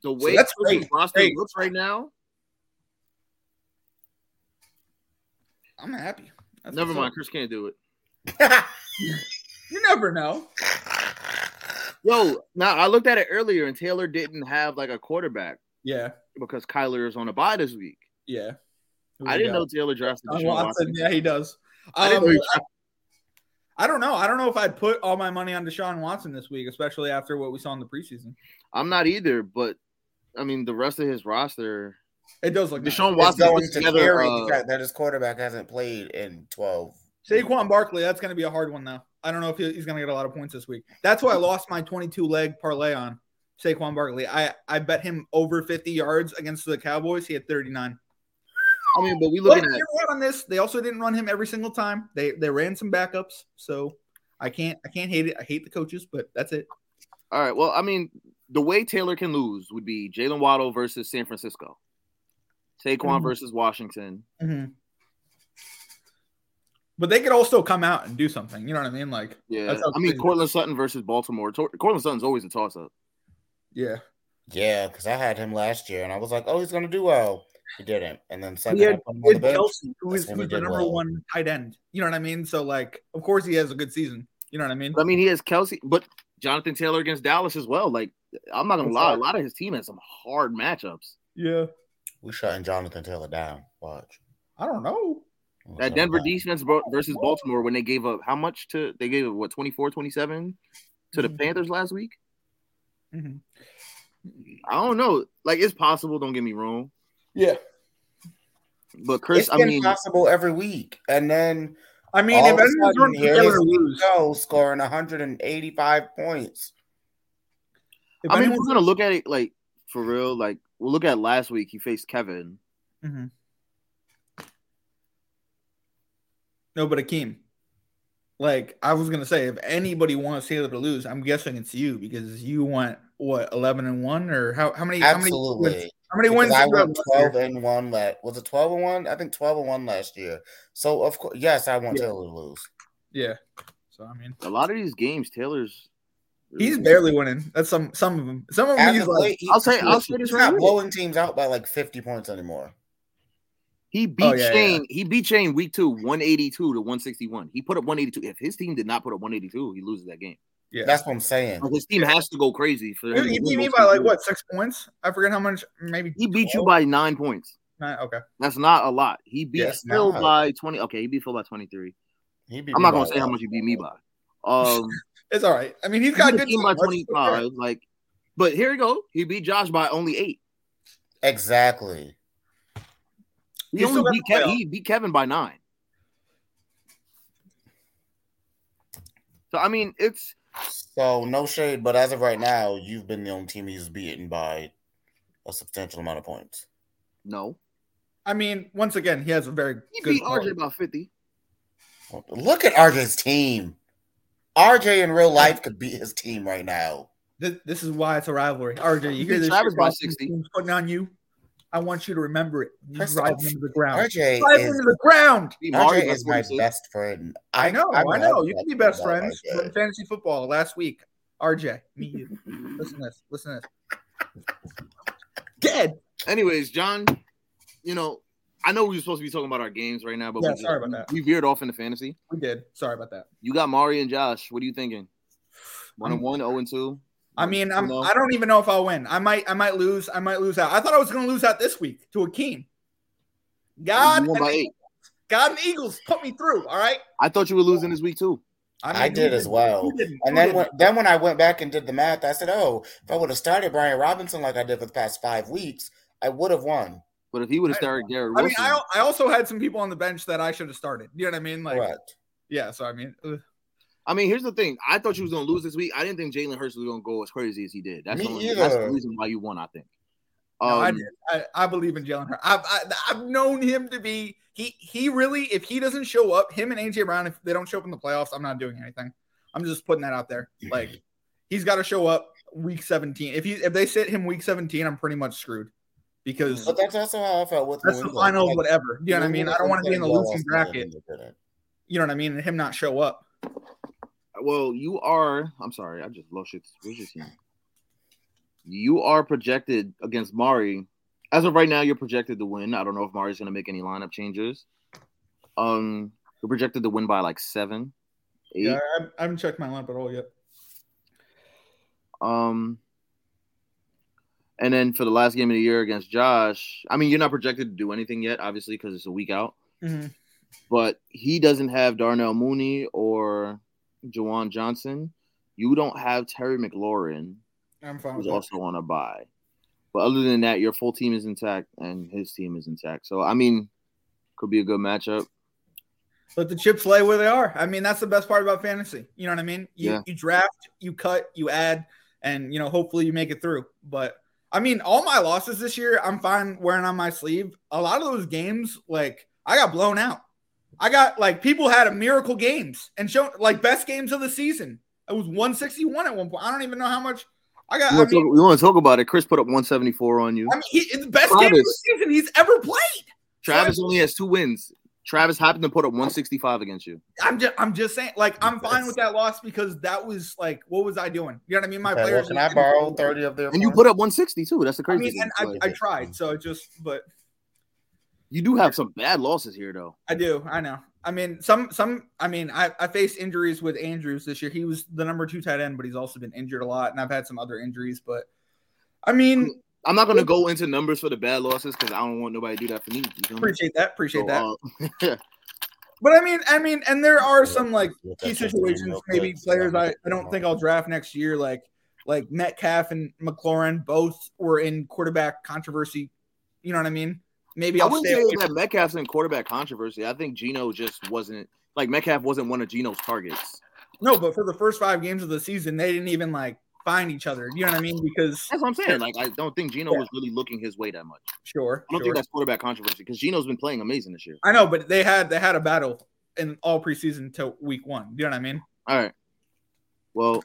[SPEAKER 1] the way
[SPEAKER 3] that's
[SPEAKER 1] Kobe's
[SPEAKER 3] great,
[SPEAKER 1] roster
[SPEAKER 3] great.
[SPEAKER 1] looks right now.
[SPEAKER 3] I'm happy. That's
[SPEAKER 1] never
[SPEAKER 3] what's
[SPEAKER 1] mind,
[SPEAKER 3] up.
[SPEAKER 1] Chris can't do it.
[SPEAKER 3] You never know.
[SPEAKER 1] Yo, now I looked at it earlier, and Taylor didn't have like a quarterback
[SPEAKER 3] Yeah.
[SPEAKER 1] because Kyler is on a bye this week.
[SPEAKER 3] Yeah. Oh
[SPEAKER 1] I didn't know Taylor drafted
[SPEAKER 3] Deshaun
[SPEAKER 1] Deshaun
[SPEAKER 3] Watson,
[SPEAKER 1] Watson.
[SPEAKER 3] Oh, Yeah, he does.
[SPEAKER 1] I didn't
[SPEAKER 3] Um,
[SPEAKER 1] know he
[SPEAKER 3] I don't know. I don't know if I'd put all my money on Deshaun Watson this week, especially after what we saw in the preseason.
[SPEAKER 1] I'm not either, but I mean the rest of his roster.
[SPEAKER 3] It does look nice.
[SPEAKER 1] Deshaun
[SPEAKER 2] It's
[SPEAKER 1] Watson
[SPEAKER 2] going
[SPEAKER 1] put
[SPEAKER 2] to
[SPEAKER 1] together.
[SPEAKER 2] carry
[SPEAKER 1] uh,
[SPEAKER 2] the fact that his quarterback hasn't played in 12.
[SPEAKER 3] Saquon Barkley, that's going to be a hard one, though. I don't know if he- he's going to get a lot of points this week. That's why I lost my 22 leg parlay on Saquon Barkley. I, I bet him over 50 yards against the Cowboys. He had 39.
[SPEAKER 1] I mean, but we
[SPEAKER 3] But
[SPEAKER 1] looking
[SPEAKER 3] they
[SPEAKER 1] at
[SPEAKER 3] were on this. They also didn't run him every single time. They they ran some backups, so I can't I can't hate it. I hate the coaches, but that's it.
[SPEAKER 1] all right. Well, I mean, the way Taylor can lose would be Jalen Waddle versus San Francisco, Saquon
[SPEAKER 3] Mhm.
[SPEAKER 1] versus Washington.
[SPEAKER 2] Mm-hmm.
[SPEAKER 3] Mhm. But they could also come out and do something. You know what I mean? Like,
[SPEAKER 1] Yeah,
[SPEAKER 3] That sounds
[SPEAKER 1] I mean
[SPEAKER 3] crazy.
[SPEAKER 1] Cortland Sutton versus Baltimore. Tor- Cortland Sutton's always a toss up.
[SPEAKER 3] yeah,
[SPEAKER 2] Yeah, because I had him last year and I was like, oh, he's going to do well. He didn't. And then second,
[SPEAKER 3] he had
[SPEAKER 2] I put him on the
[SPEAKER 3] good
[SPEAKER 2] bench.
[SPEAKER 3] Kelsey, who
[SPEAKER 2] That's
[SPEAKER 3] is
[SPEAKER 2] when we
[SPEAKER 3] who's the
[SPEAKER 2] did
[SPEAKER 3] number
[SPEAKER 2] well.
[SPEAKER 3] one tight end. You know what I mean? So, like, of course he has a good season. You know what I mean?
[SPEAKER 1] I mean, he has Kelsey, but Jonathan Taylor against Dallas as well. Like, I'm not gonna
[SPEAKER 3] That's
[SPEAKER 1] lie, a
[SPEAKER 3] hard.
[SPEAKER 1] lot of his team has some hard matchups.
[SPEAKER 3] Yeah.
[SPEAKER 2] We shutting Jonathan Taylor down. Watch.
[SPEAKER 3] I don't know.
[SPEAKER 2] We're
[SPEAKER 1] That
[SPEAKER 2] shutting
[SPEAKER 1] Denver
[SPEAKER 2] him down.
[SPEAKER 1] defense bro- versus Baltimore when they gave up how much to they gave up what 24 27 to the
[SPEAKER 3] Mhm.
[SPEAKER 1] Panthers last week?
[SPEAKER 3] Mhm.
[SPEAKER 1] I don't know. Like it's possible, don't get me wrong.
[SPEAKER 3] Yeah.
[SPEAKER 1] But Chris,
[SPEAKER 2] it's
[SPEAKER 1] I
[SPEAKER 2] been
[SPEAKER 1] mean
[SPEAKER 2] possible every week. And then
[SPEAKER 3] I mean,
[SPEAKER 2] All
[SPEAKER 3] if
[SPEAKER 2] of a
[SPEAKER 3] everyone's
[SPEAKER 2] sudden,
[SPEAKER 3] running
[SPEAKER 2] here
[SPEAKER 3] together
[SPEAKER 2] is-
[SPEAKER 3] to lose,
[SPEAKER 2] go scoring 185 points.
[SPEAKER 3] if
[SPEAKER 1] I mean
[SPEAKER 3] anyone's-
[SPEAKER 1] we're gonna look at it like for real, like we'll look at last week he faced Kevin.
[SPEAKER 3] Mhm. no, but Akeem. Like I was gonna say, if anybody wants Taylor to lose, I'm guessing it's you because you want what eleven and one or how how many how many
[SPEAKER 2] Absolutely.
[SPEAKER 3] wins, how many
[SPEAKER 2] Because
[SPEAKER 3] wins
[SPEAKER 2] I
[SPEAKER 3] did you have
[SPEAKER 2] went
[SPEAKER 3] last year?
[SPEAKER 2] 12 and 1 last was it 12 and 1? I think 12 and 1 last year. So of course yes, I want
[SPEAKER 3] Yeah.
[SPEAKER 2] Taylor to lose.
[SPEAKER 3] Yeah. So I mean,
[SPEAKER 1] A lot of these games, Taylor's
[SPEAKER 3] he's barely winning. That's some some of them. Some of them
[SPEAKER 2] As
[SPEAKER 3] he's
[SPEAKER 2] of
[SPEAKER 3] like
[SPEAKER 2] late, he-
[SPEAKER 1] I'll say I'll say this
[SPEAKER 2] he's
[SPEAKER 1] right
[SPEAKER 2] not
[SPEAKER 1] now.
[SPEAKER 2] blowing teams out by like 50 points anymore.
[SPEAKER 1] He beat
[SPEAKER 3] Oh, yeah,
[SPEAKER 1] Shane. He beat Shane week two, 182 to 161. He put up 182. If his team did not put up 182, he loses that game.
[SPEAKER 3] yeah.
[SPEAKER 2] That's what I'm saying.
[SPEAKER 1] Like, his team has to go crazy for him
[SPEAKER 3] Dude,
[SPEAKER 1] to
[SPEAKER 3] he
[SPEAKER 1] win
[SPEAKER 3] beat me
[SPEAKER 1] most
[SPEAKER 3] by
[SPEAKER 1] of
[SPEAKER 3] like
[SPEAKER 1] the games.
[SPEAKER 3] what six points? I forget how much. Maybe
[SPEAKER 1] He beat you
[SPEAKER 3] 12?
[SPEAKER 1] by nine points.
[SPEAKER 3] nine. Okay.
[SPEAKER 1] That's not a lot. He beat
[SPEAKER 2] Yeah, it's
[SPEAKER 1] Phil
[SPEAKER 2] not.
[SPEAKER 1] by 20. Okay, he beat Phil by 23.
[SPEAKER 2] He beat
[SPEAKER 1] I'm
[SPEAKER 2] me
[SPEAKER 1] not
[SPEAKER 2] by
[SPEAKER 1] gonna say
[SPEAKER 2] a
[SPEAKER 1] how
[SPEAKER 2] lot.
[SPEAKER 1] much he beat me by.
[SPEAKER 3] *laughs*
[SPEAKER 1] Um
[SPEAKER 3] It's all right. I mean, he's
[SPEAKER 1] he
[SPEAKER 3] got a
[SPEAKER 1] beat
[SPEAKER 3] good
[SPEAKER 1] him
[SPEAKER 3] team.
[SPEAKER 1] by
[SPEAKER 3] Let's-
[SPEAKER 1] 25. Like, but here we go. He beat Josh by only eight.
[SPEAKER 2] Exactly.
[SPEAKER 1] He
[SPEAKER 3] He's
[SPEAKER 1] only
[SPEAKER 3] still got
[SPEAKER 1] beat
[SPEAKER 3] the
[SPEAKER 1] Kevin,
[SPEAKER 3] playoff.
[SPEAKER 1] he beat Kevin by nine. So I mean it's
[SPEAKER 2] So no shade, but as of right now, you've been the only team he's beaten by a substantial amount of points.
[SPEAKER 1] no.
[SPEAKER 3] I mean, once again, he has a very
[SPEAKER 1] He
[SPEAKER 3] good.
[SPEAKER 1] beat
[SPEAKER 3] quality.
[SPEAKER 1] RJ by 50.
[SPEAKER 2] Look at RJ's team. RJ in real life could beat his team right now.
[SPEAKER 3] This, this is why it's a rivalry. RJ, you hear this?
[SPEAKER 1] Travis
[SPEAKER 3] shit
[SPEAKER 1] by
[SPEAKER 3] Boston
[SPEAKER 1] 60.
[SPEAKER 3] team's Putting on you. I want you to remember it. You
[SPEAKER 2] That's-
[SPEAKER 3] drive him to the ground.
[SPEAKER 2] RJ
[SPEAKER 3] Drive him
[SPEAKER 2] is,
[SPEAKER 3] to the ground.
[SPEAKER 1] Beat Mario
[SPEAKER 2] RJ
[SPEAKER 1] by
[SPEAKER 2] is my
[SPEAKER 1] 46.
[SPEAKER 2] best friend.
[SPEAKER 3] I know. I,
[SPEAKER 2] I'm
[SPEAKER 3] know.
[SPEAKER 2] not
[SPEAKER 3] You can be
[SPEAKER 2] talking
[SPEAKER 3] best
[SPEAKER 2] about
[SPEAKER 3] friends.
[SPEAKER 2] RJ.
[SPEAKER 3] But in fantasy football last week, RJ, me, you. Listen to this. Listen to this. Dead.
[SPEAKER 1] Anyways, John, you know, I know we were supposed to be talking about our games right now, but
[SPEAKER 3] Yeah,
[SPEAKER 1] we,
[SPEAKER 3] sorry about that.
[SPEAKER 1] we veered off into fantasy.
[SPEAKER 3] We did. Sorry about that.
[SPEAKER 1] You got Mari and Josh. What are you thinking? One and one, zero and two.
[SPEAKER 3] I mean, I'm.
[SPEAKER 1] No.
[SPEAKER 3] I don't even know if I'll win. I might. I might lose. I might lose out. I thought I was going to lose out this week to Akeem. God,
[SPEAKER 1] oh? You won
[SPEAKER 3] and-
[SPEAKER 1] by eight.
[SPEAKER 3] God, and Eagles put me through. All right.
[SPEAKER 1] I thought you were losing this week too.
[SPEAKER 3] mean,
[SPEAKER 2] I
[SPEAKER 3] who
[SPEAKER 2] did as well.
[SPEAKER 3] who didn't-
[SPEAKER 2] And
[SPEAKER 3] who
[SPEAKER 2] then
[SPEAKER 3] didn't?
[SPEAKER 2] when, then when I went back and did the math, I said, "Oh, if I would have started Brian Robinson like I did for the past five weeks, I would have won."
[SPEAKER 1] But if he would have
[SPEAKER 3] I-
[SPEAKER 1] started Garrett
[SPEAKER 3] I mean,
[SPEAKER 1] Wilson,
[SPEAKER 3] I, I also had some people on the bench that I should have started. You know what I mean? Like,
[SPEAKER 2] Correct.
[SPEAKER 3] yeah. So I mean, ugh.
[SPEAKER 1] I mean, here's the thing. I thought you was gonna lose this week. I didn't think Jalen Hurts was gonna go as crazy as he did. That's,
[SPEAKER 2] Me
[SPEAKER 1] the, only, that's the
[SPEAKER 2] either.
[SPEAKER 1] reason why you won, I think. Um,
[SPEAKER 3] no, I, did. I I believe in Jalen Hurts. I've I, I've known him to be he he really if he doesn't show up, him and AJ Brown if they don't show up in the playoffs, I'm not doing anything. I'm just putting that out there. Like He's got to show up week 17. If he if they sit him week 17, I'm pretty much screwed because
[SPEAKER 2] But that's also how I felt with
[SPEAKER 3] that's
[SPEAKER 2] New
[SPEAKER 3] the
[SPEAKER 2] England.
[SPEAKER 3] final
[SPEAKER 2] Like,
[SPEAKER 3] whatever. You know what I
[SPEAKER 2] New
[SPEAKER 3] mean? I
[SPEAKER 2] England
[SPEAKER 3] don't want to be in the
[SPEAKER 2] didn't well
[SPEAKER 3] losing
[SPEAKER 2] last night
[SPEAKER 3] bracket.
[SPEAKER 2] and they didn't.
[SPEAKER 3] You know what I mean? And him not show up.
[SPEAKER 1] Well, you are. I'm sorry, I just lost your, where's your team. You are projected against Mari. As of right now, you're projected to win. I don't know if Mari's going to make any lineup changes. Um, you're projected to win by like seven, eight.
[SPEAKER 3] Yeah, I, I haven't checked my lineup at all yet.
[SPEAKER 1] Um, and then for the last game of the year against Josh, I mean, you're not projected to do anything yet, obviously, because it's a week out. But he doesn't have Darnell Mooney or Jawan Johnson. You don't have Terry McLaurin.
[SPEAKER 3] I'm fine.
[SPEAKER 1] was
[SPEAKER 3] With that.
[SPEAKER 1] also on a buy, But other than that, your full team is intact and his team is intact. So I mean, could be a good matchup.
[SPEAKER 3] Let the chips lay where they are. I mean, that's the best part about fantasy. You know what I mean? You,
[SPEAKER 1] Yeah.
[SPEAKER 3] you draft, you cut, you add, and you know, hopefully you make it through. But I mean, all my losses this year, I'm fine wearing on my sleeve. A lot of those games, like I got blown out. I got like people had a miracle games and show like best games of the season. It was 161 at one point. I don't even know how much I got.
[SPEAKER 1] We
[SPEAKER 3] I
[SPEAKER 1] want, to
[SPEAKER 3] mean,
[SPEAKER 1] talk, we want to talk about it. Chris put up 174 on you.
[SPEAKER 3] I mean, he, it's the best game of the
[SPEAKER 1] Travis.
[SPEAKER 3] season he's ever played.
[SPEAKER 1] Travis only has two wins. Travis happened to put up 165 against you.
[SPEAKER 3] I'm just I'm just saying, like, I'm fine
[SPEAKER 2] That's-
[SPEAKER 3] with that loss because that was like, what was I doing? You know what I mean? My
[SPEAKER 2] Okay, well,
[SPEAKER 3] players.
[SPEAKER 2] can I borrow thirty of their?
[SPEAKER 1] And you
[SPEAKER 2] points?
[SPEAKER 1] put up 160 too. That's the
[SPEAKER 3] I
[SPEAKER 1] crazy
[SPEAKER 3] mean,
[SPEAKER 1] thing.
[SPEAKER 3] and I, I
[SPEAKER 1] Like,
[SPEAKER 3] tried, so it just, but
[SPEAKER 1] you do have some bad losses here though.
[SPEAKER 3] I do, I know. I mean, some, some, I mean, I, I faced injuries with Andrews this year. He was the number two tight end, but he's also been injured a lot, and I've had some other injuries. But I mean,
[SPEAKER 1] I'm not gonna go into numbers for the bad losses because I don't want nobody to do that for me. You feel me?
[SPEAKER 3] appreciate that,
[SPEAKER 1] So,
[SPEAKER 3] appreciate that.
[SPEAKER 1] uh,
[SPEAKER 3] But I mean, I mean, and there are some like
[SPEAKER 2] Yeah,
[SPEAKER 3] key
[SPEAKER 2] that's just
[SPEAKER 3] situations,
[SPEAKER 2] real
[SPEAKER 3] maybe
[SPEAKER 2] quick.
[SPEAKER 3] players I, I don't think I'll draft next year, like like Metcalf and McLaurin, both were in quarterback controversy. You know what I mean? Maybe
[SPEAKER 1] I
[SPEAKER 3] I'll
[SPEAKER 1] wouldn't
[SPEAKER 3] stay.
[SPEAKER 1] say
[SPEAKER 3] away-
[SPEAKER 1] that Metcalf's in quarterback controversy. I think Gino just wasn't like Metcalf wasn't one of Gino's targets.
[SPEAKER 3] No, but for the first five games of the season, they didn't even like find each other. You know what I mean? Because
[SPEAKER 1] That's what I'm saying. Like, I don't think Gino
[SPEAKER 3] Yeah.
[SPEAKER 1] was really looking his way that much.
[SPEAKER 3] sure,
[SPEAKER 1] I don't
[SPEAKER 3] sure.
[SPEAKER 1] think that's quarterback controversy because Gino's been playing amazing this year.
[SPEAKER 3] I know, but they had they had a battle in all preseason to week one. You know what I mean?
[SPEAKER 1] All right. Well,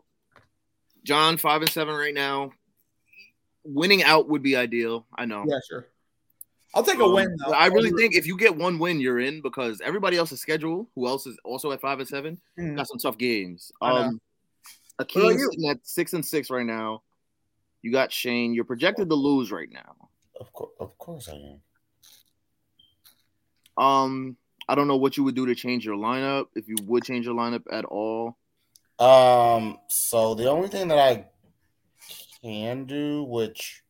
[SPEAKER 1] John five and seven right now. Winning out would be ideal. I know.
[SPEAKER 3] Yeah, sure. I'll take a
[SPEAKER 1] Oh. Um,
[SPEAKER 3] win. Though.
[SPEAKER 1] I really think if you get one win, you're in because everybody else's schedule, who else is also at five and seven,
[SPEAKER 3] Mhm.
[SPEAKER 1] got some tough games.
[SPEAKER 3] I know.
[SPEAKER 1] Um,
[SPEAKER 3] about
[SPEAKER 1] Akeem's
[SPEAKER 3] you?
[SPEAKER 1] sitting at six and six right now. You got Shane. You're projected to lose right now.
[SPEAKER 2] Of course, of course I am.
[SPEAKER 1] Um, I don't know what you would do to change your lineup if you would change your lineup at all.
[SPEAKER 2] Um, so the only thing that I can do, which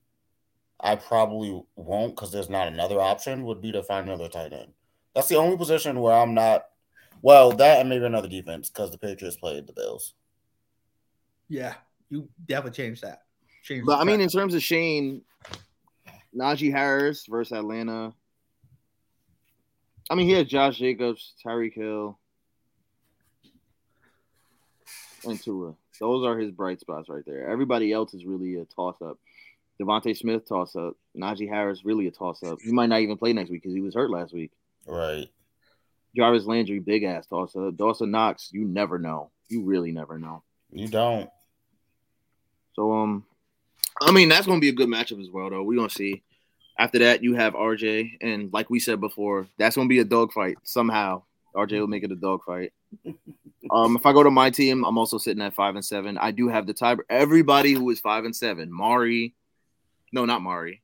[SPEAKER 2] I probably won't because there's not another option, would be to find another tight end. That's the only position where I'm not well, that and maybe another defense because the Patriots played the Bills.
[SPEAKER 3] yeah, you definitely change that. Change.
[SPEAKER 1] But I
[SPEAKER 3] that.
[SPEAKER 1] mean, in terms of Shane, Najee Harris versus Atlanta. I mean, he has Josh Jacobs, Tyreek Hill, and Tua. Those are his bright spots right there. Everybody else is really a toss up. Devontae Smith toss up. Najee Harris really a toss up. He might not even play next week because he was hurt last week.
[SPEAKER 2] Right.
[SPEAKER 1] Jarvis Landry, big ass toss up. Dawson Knox, you never know. You really never know.
[SPEAKER 2] You don't.
[SPEAKER 1] So um, I mean that's gonna be a good matchup as well though. We're gonna see. After that, you have RJ, and like we said before, that's gonna be a dogfight somehow. RJ will make it a dogfight. Um, if I go to my team, I'm also sitting at five and seven. I do have the tie. Everybody who is five and seven, Mari, no, not Mari,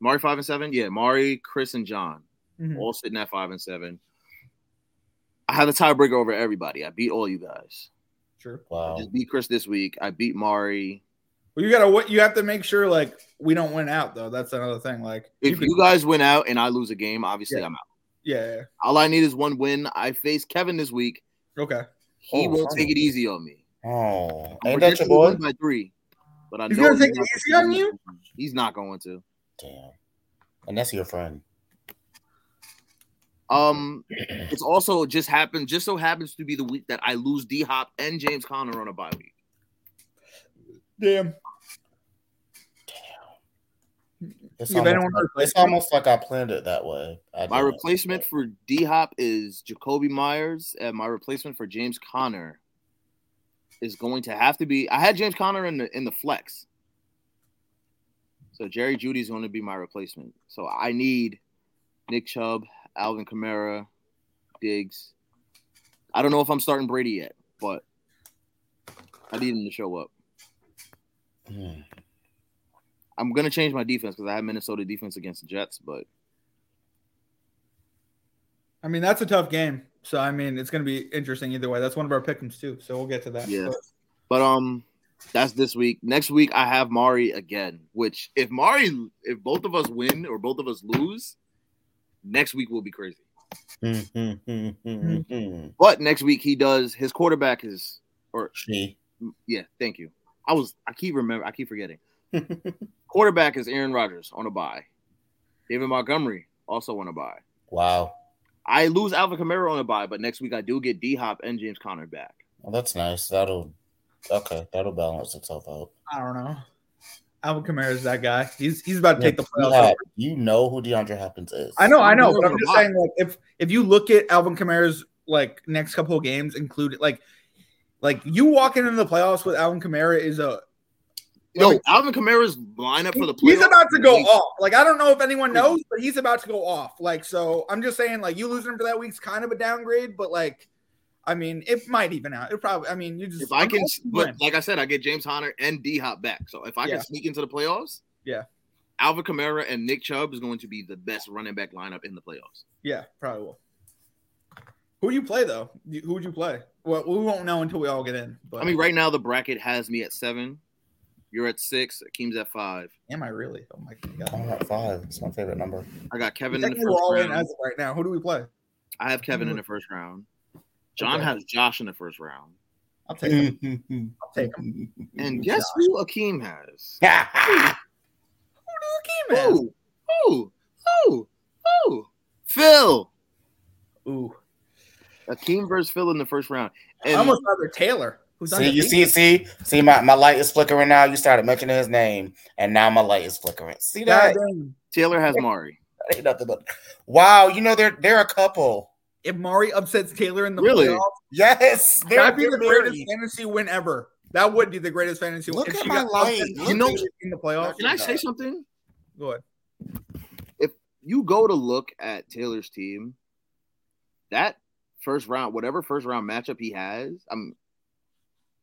[SPEAKER 1] Mari five and seven, yeah, Mari, Chris, and John
[SPEAKER 3] Mhm.
[SPEAKER 1] all sitting at five and seven. I have the tiebreaker over everybody. I beat all you guys.
[SPEAKER 3] sure.
[SPEAKER 1] I
[SPEAKER 2] Wow.
[SPEAKER 1] just beat Chris this week. I beat Mari.
[SPEAKER 3] Well, you gotta what you have to make sure like we don't win out though. That's another thing. Like you
[SPEAKER 1] If
[SPEAKER 3] could-
[SPEAKER 1] you guys win out and I lose a game, obviously
[SPEAKER 3] Yeah.
[SPEAKER 1] I'm out.
[SPEAKER 3] yeah, yeah,
[SPEAKER 1] All I need is one win. I face Kevin this week.
[SPEAKER 3] yeah. okay.
[SPEAKER 1] He
[SPEAKER 2] Oh,
[SPEAKER 1] won't
[SPEAKER 2] fun.
[SPEAKER 1] take it easy on me.
[SPEAKER 2] Oh.
[SPEAKER 1] I'm
[SPEAKER 2] Ain't that your
[SPEAKER 1] projected to
[SPEAKER 2] boy?
[SPEAKER 1] win By three, but I
[SPEAKER 3] He's
[SPEAKER 1] know
[SPEAKER 3] gonna
[SPEAKER 1] he's
[SPEAKER 3] take it
[SPEAKER 1] not-
[SPEAKER 3] easy on you?
[SPEAKER 1] He's not going to.
[SPEAKER 2] Damn. And that's your friend.
[SPEAKER 1] Um, it's also just happened. Just so happens to be the week that I lose D Hop and James Conner on a bye week.
[SPEAKER 3] Damn.
[SPEAKER 2] It's,
[SPEAKER 3] Yeah, but I don't
[SPEAKER 2] almost
[SPEAKER 3] wanna
[SPEAKER 2] like,
[SPEAKER 3] replace
[SPEAKER 2] it's almost like I planned it that way. I
[SPEAKER 1] My
[SPEAKER 2] didn't.
[SPEAKER 1] replacement for D Hop is Jacoby Myers, and my replacement for James Conner is going to have to be. I had James Conner in the in the flex, so Jerry Judy is going to be my replacement. So I need Nick Chubb, Alvin Kamara, Diggs. I don't know if I'm starting Brady yet, but I need him to show up.
[SPEAKER 2] Hmm.
[SPEAKER 1] I'm gonna change my defense because I had Minnesota defense against the Jets, but
[SPEAKER 3] I mean, that's a tough game. So I mean, it's going to be interesting either way. That's one of our pickems too. So we'll get to that.
[SPEAKER 1] Yeah.
[SPEAKER 3] But
[SPEAKER 1] But um, that's this week. Next week I have Mari again. Which if Mari, if both of us win or both of us lose, next week will be crazy.
[SPEAKER 2] Hmm, hmm, hmm, hmm, hmm, hmm.
[SPEAKER 1] But next week he does. His quarterback is
[SPEAKER 2] *laughs* She.
[SPEAKER 1] yeah. Thank you. I was I keep remember I keep
[SPEAKER 3] *laughs*
[SPEAKER 1] forgetting. quarterback is Aaron Rodgers on a bye. David Montgomery also on a bye.
[SPEAKER 2] Wow.
[SPEAKER 1] I lose Alvin Kamara on a bye, but next week I do get D Hop and James Conner back.
[SPEAKER 2] Well, that's nice. That'll okay. That'll balance itself out.
[SPEAKER 3] I don't know. Alvin Kamara is that guy. He's he's about to take the playoffs.
[SPEAKER 2] Yeah,
[SPEAKER 3] over.
[SPEAKER 2] you know who DeAndre Hopkins is.
[SPEAKER 3] I know, I know, but
[SPEAKER 1] Over
[SPEAKER 3] I'm just
[SPEAKER 1] Mike.
[SPEAKER 3] saying, like, if if you look at Alvin Kamara's like next couple of games, included like like you walking into the playoffs with Alvin Kamara is a
[SPEAKER 1] Yo,
[SPEAKER 3] Let me-
[SPEAKER 1] Alvin Kamara's lineup for the playoffs.
[SPEAKER 3] he's about to go
[SPEAKER 1] is-
[SPEAKER 3] off. Like I don't know if anyone knows, but he's about to go off. Like so, I'm just saying, like you losing him for that week's kind of a downgrade, but like, I mean, it might even out. It probably. I mean, you just
[SPEAKER 1] If I
[SPEAKER 3] I'm
[SPEAKER 1] can,
[SPEAKER 3] hoping you win.
[SPEAKER 1] but like I said, I get James Conner and D Hop back. So if I
[SPEAKER 3] Yeah.
[SPEAKER 1] can sneak into the playoffs,
[SPEAKER 3] Yeah.
[SPEAKER 1] Alvin Kamara and Nick Chubb is going to be the best running back lineup in the playoffs.
[SPEAKER 3] Yeah, probably will. Who do you play though? You- Who would you play? Well, we won't know until we all get in. But
[SPEAKER 1] I mean, right now the bracket has me at seven. You're at six. Akeem's at five.
[SPEAKER 3] am I really? Oh my god!
[SPEAKER 2] I'm at five. It's my favorite
[SPEAKER 3] *laughs*
[SPEAKER 2] number.
[SPEAKER 1] I got Kevin in the
[SPEAKER 3] Technically, we're all
[SPEAKER 1] first
[SPEAKER 3] in as
[SPEAKER 1] round.
[SPEAKER 3] of right now. Who do we play?
[SPEAKER 1] I have Kevin in the first round. John
[SPEAKER 3] Mm-hmm. Okay.
[SPEAKER 1] has Josh in the first round.
[SPEAKER 3] I'll take
[SPEAKER 1] Mm.
[SPEAKER 3] him.
[SPEAKER 2] I'll
[SPEAKER 3] take Mm-hmm.
[SPEAKER 1] And guess who Akeem has?
[SPEAKER 3] Who do the
[SPEAKER 1] Who? Who? Who? Who? Phil.
[SPEAKER 3] Ooh,
[SPEAKER 1] Akeem versus Phil in the first round.
[SPEAKER 3] I
[SPEAKER 1] And
[SPEAKER 3] almost rather Taylor. Who's
[SPEAKER 2] See, you
[SPEAKER 3] undefeated.
[SPEAKER 2] see, see, see, my, my light is flickering now. You started mentioning his name, and now my light is flickering. See
[SPEAKER 3] God
[SPEAKER 2] that?
[SPEAKER 3] dang.
[SPEAKER 1] Taylor has Mari.
[SPEAKER 2] That ain't nothing but wow. You know they're they're a couple.
[SPEAKER 3] If Mari upsets Taylor in the
[SPEAKER 1] Really?
[SPEAKER 3] playoffs,
[SPEAKER 2] Yes, they're,
[SPEAKER 3] that'd be
[SPEAKER 2] they're
[SPEAKER 3] the greatest
[SPEAKER 2] married.
[SPEAKER 3] fantasy win ever. That would be the greatest fantasy
[SPEAKER 2] Look
[SPEAKER 3] win.
[SPEAKER 2] at my light.
[SPEAKER 3] upset
[SPEAKER 1] You know-
[SPEAKER 3] in the playoffs,
[SPEAKER 1] Can I say something?
[SPEAKER 3] go ahead.
[SPEAKER 1] you go to look at Taylor's team, that first round, whatever first round matchup he has, I'm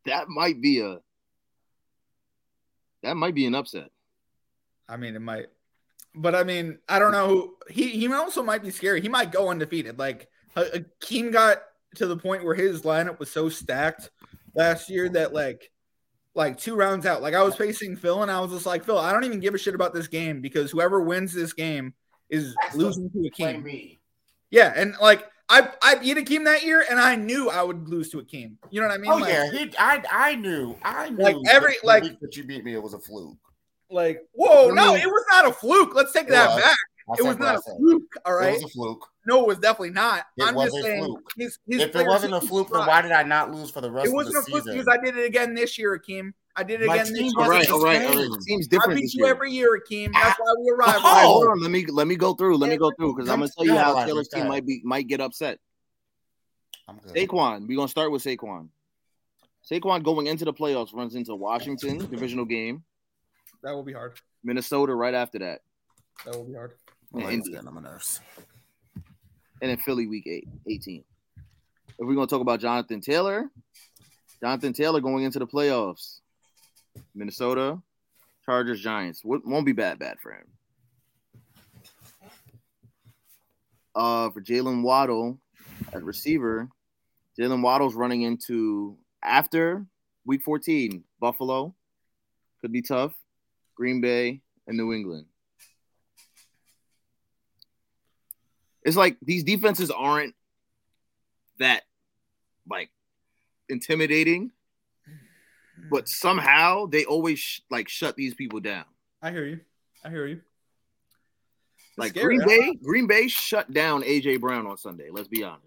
[SPEAKER 1] that might be a that might be an upset.
[SPEAKER 3] I mean, it might, but I mean, I don't know who he. He also might be scary. He might go undefeated. Like Ha- Hakeem got to the point where his lineup was so stacked last year that like, like two rounds out, like I was facing Phil, and I was just like, Phil, I don't even give a shit about this game because whoever wins this game is
[SPEAKER 2] That's
[SPEAKER 3] losing to
[SPEAKER 2] Play
[SPEAKER 3] Hakeem.
[SPEAKER 2] me.
[SPEAKER 3] Yeah, and like I I beat Hakeem that year, and I knew I would lose to Hakeem. You know what I mean?
[SPEAKER 2] Oh
[SPEAKER 3] like,
[SPEAKER 2] yeah, he, I I knew I knew
[SPEAKER 3] Like, every-
[SPEAKER 2] that the
[SPEAKER 3] like-
[SPEAKER 2] week that you beat me, it was a fluke.
[SPEAKER 3] Like, whoa,
[SPEAKER 1] I
[SPEAKER 3] no,
[SPEAKER 1] mean-
[SPEAKER 3] it was not a fluke. Let's take
[SPEAKER 2] It
[SPEAKER 3] that
[SPEAKER 2] was.
[SPEAKER 3] back.
[SPEAKER 2] I
[SPEAKER 3] It
[SPEAKER 2] said
[SPEAKER 3] was
[SPEAKER 2] what I
[SPEAKER 3] not a
[SPEAKER 2] said.
[SPEAKER 3] fluke. All
[SPEAKER 2] It
[SPEAKER 3] right.
[SPEAKER 2] was a fluke.
[SPEAKER 3] No, it was definitely not.
[SPEAKER 2] It
[SPEAKER 3] I'm
[SPEAKER 2] was
[SPEAKER 3] just
[SPEAKER 2] a
[SPEAKER 3] saying,
[SPEAKER 2] fluke.
[SPEAKER 3] his, his
[SPEAKER 2] if it
[SPEAKER 3] players
[SPEAKER 2] wasn't a
[SPEAKER 3] should
[SPEAKER 2] fluke, then
[SPEAKER 3] try.
[SPEAKER 2] why did I not lose for the rest
[SPEAKER 3] It wasn't a
[SPEAKER 2] of the
[SPEAKER 3] fluke
[SPEAKER 2] season?
[SPEAKER 3] because I did it again this year, Akeem. I did it
[SPEAKER 2] My
[SPEAKER 3] again
[SPEAKER 2] team
[SPEAKER 3] this
[SPEAKER 1] All
[SPEAKER 2] wasn't
[SPEAKER 3] year.
[SPEAKER 1] right,
[SPEAKER 2] the
[SPEAKER 1] all right, all
[SPEAKER 2] same.
[SPEAKER 1] right. Seems
[SPEAKER 3] I
[SPEAKER 1] different
[SPEAKER 3] beat
[SPEAKER 1] this
[SPEAKER 3] you
[SPEAKER 1] year.
[SPEAKER 3] every year, Akeem. That's why we arrived.
[SPEAKER 1] All right,
[SPEAKER 2] Oh.
[SPEAKER 1] hold on. Let me let me go through. Let me go through because I'm gonna tell you how Taylor's team might be might get upset.
[SPEAKER 2] I'm good.
[SPEAKER 1] Saquon, we're gonna start with Saquon. Saquon going into the playoffs runs into Washington divisional game,
[SPEAKER 3] That will be hard.
[SPEAKER 1] Minnesota right after that,
[SPEAKER 3] That will be hard.
[SPEAKER 2] My
[SPEAKER 1] Yeah,
[SPEAKER 2] light's
[SPEAKER 1] Indy.
[SPEAKER 2] getting on my nerves.
[SPEAKER 1] and then Philly week eight, 18. If we're going to talk about Jonathan Taylor, Jonathan Taylor going into the playoffs, Minnesota, Chargers, Giants. Won't won't be bad, bad for him. Uh, for Jalen Waddle at receiver, Jalen Waddle's running into after week 14, Buffalo. Could be tough. Green Bay and New England. It's like these defenses aren't that like intimidating, but somehow they always sh- like shut these people down.
[SPEAKER 3] I hear you. I hear you. It's
[SPEAKER 1] Like
[SPEAKER 3] scary.
[SPEAKER 1] Green Bay, Green Bay shut down AJ Brown on Sunday. Let's be honest.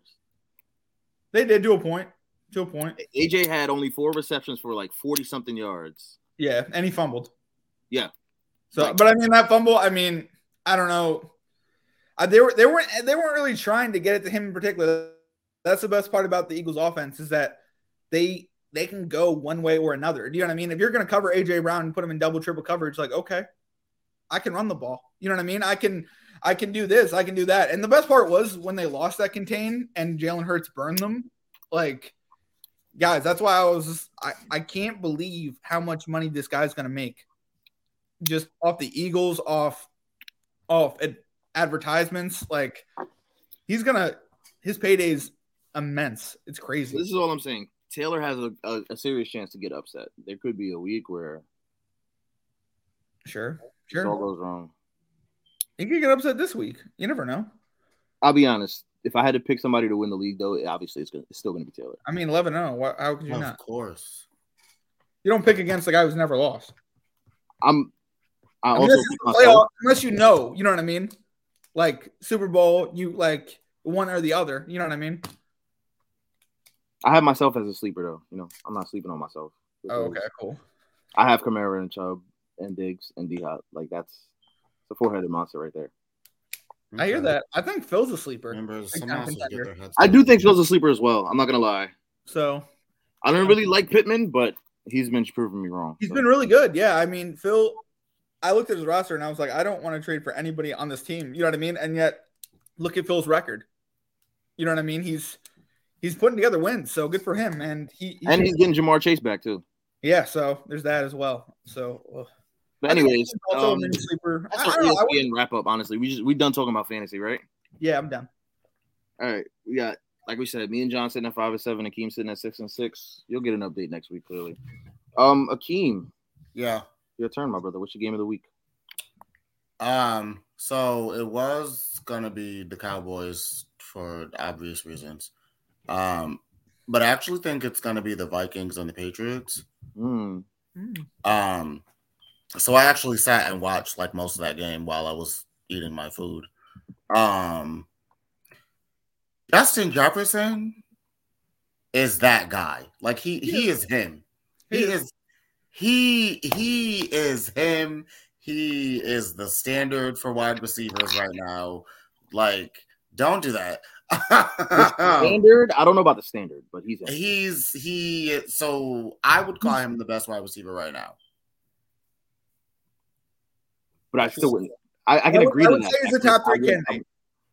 [SPEAKER 3] They did do a point. To a point.
[SPEAKER 1] AJ had only four receptions for like forty something yards.
[SPEAKER 3] Yeah. And he fumbled.
[SPEAKER 1] Yeah.
[SPEAKER 3] So
[SPEAKER 1] Right.
[SPEAKER 3] but I mean that fumble, I mean, I don't know. Uh, they were they weren't they weren't really trying to get it to him in particular. That's the best part about the Eagles offense is that they they can go one way or another. Do you know what I mean? If you're going to cover AJ Brown and put him in double triple coverage, like okay, I can run the ball. You know what I mean? I can I can do this, I can do that. And the best part was when they lost that contain and Jalen Hurts burned them. Like guys, that's why I was I I can't believe how much money this guy's going to make just off the Eagles, off off ad- advertisements. Like he's gonna his payday's immense. It's crazy.
[SPEAKER 1] This is all I'm saying. Taylor has a, a, a serious chance to get upset. There could be a week where
[SPEAKER 3] Sure,
[SPEAKER 1] it all
[SPEAKER 3] sure.
[SPEAKER 1] goes wrong.
[SPEAKER 3] He could get upset this week. You never know.
[SPEAKER 1] I'll be honest. If I had to pick somebody to win the league, though, it- obviously it's, gonna, it's still going to be Taylor.
[SPEAKER 3] I mean, 11 0. Why- How could you
[SPEAKER 2] Of
[SPEAKER 3] not?
[SPEAKER 2] course.
[SPEAKER 3] You don't pick against the guy who's never lost.
[SPEAKER 1] I'm. I,
[SPEAKER 3] I mean,
[SPEAKER 1] also
[SPEAKER 3] this is
[SPEAKER 1] pick
[SPEAKER 3] the
[SPEAKER 1] myself.
[SPEAKER 3] playoff, unless you know, you know what I mean? Like Super Bowl, you like one or the other. You know what I mean?
[SPEAKER 1] I have myself as a sleeper, though. You know, I'm not sleeping on myself.
[SPEAKER 3] Oh, okay, cool.
[SPEAKER 1] I have Kamara and Chubb and Diggs and D Hop. Like that's it's a four headed monster right there.
[SPEAKER 3] I hear
[SPEAKER 2] Okay.
[SPEAKER 3] that. I think Phil's a sleeper.
[SPEAKER 2] Remember,
[SPEAKER 3] Big
[SPEAKER 2] some
[SPEAKER 3] time
[SPEAKER 2] monsters get
[SPEAKER 3] contender.
[SPEAKER 2] their heads.
[SPEAKER 1] I do
[SPEAKER 2] turned.
[SPEAKER 1] think Phil's a sleeper as well. I'm not gonna lie.
[SPEAKER 3] So
[SPEAKER 1] I don't really like Pittman, but he's been proving me wrong.
[SPEAKER 3] he's
[SPEAKER 1] So,
[SPEAKER 3] been really good. Yeah. I mean, Phil, I looked at his roster and I was like, I don't want to trade for anybody on this team. You know what I mean? And yet, look at Phil's record. You know what I mean? He's he's putting together wins. So good for him. And he, he
[SPEAKER 1] and he's getting Jamar Chase back too.
[SPEAKER 3] yeah. So there's that as well. So, ugh.
[SPEAKER 1] But
[SPEAKER 3] I think
[SPEAKER 1] anyways,
[SPEAKER 3] he's also
[SPEAKER 1] um, E
[SPEAKER 3] a mini sleeper. I-
[SPEAKER 1] that's
[SPEAKER 3] I
[SPEAKER 1] our
[SPEAKER 3] don't know, I-
[SPEAKER 1] ESPN wrap up. Honestly, we just we done talking about fantasy, right?
[SPEAKER 3] yeah, I'm done.
[SPEAKER 1] All right, we got like we said, me and John sitting at five and seven, Akeem sitting at six and six. You'll get an update next week, clearly. Um, Akeem,
[SPEAKER 2] Yeah.
[SPEAKER 1] your turn, my brother. What's your game of the week?
[SPEAKER 2] Um, so it was gonna be the Cowboys for obvious reasons. Um, but I actually think it's gonna be the Vikings and the Patriots.
[SPEAKER 1] Mm,
[SPEAKER 2] Um, so I actually sat and watched like most of that game while I was eating my food. Um, Justin Jefferson is that guy. Like he he is him. He is he he is him. He is the standard for wide receivers right now. Like, don't do that. *laughs*
[SPEAKER 3] *laughs* Oh.
[SPEAKER 1] standard? I don't know about the standard, but he's in.
[SPEAKER 2] He's he. So I would call him the best wide receiver right now.
[SPEAKER 1] but I still wouldn't. I, I can
[SPEAKER 3] I would-
[SPEAKER 1] agree
[SPEAKER 3] I
[SPEAKER 1] to
[SPEAKER 3] would
[SPEAKER 1] that.
[SPEAKER 3] say he's a top
[SPEAKER 1] I
[SPEAKER 3] three
[SPEAKER 1] wouldn't-
[SPEAKER 3] candidate.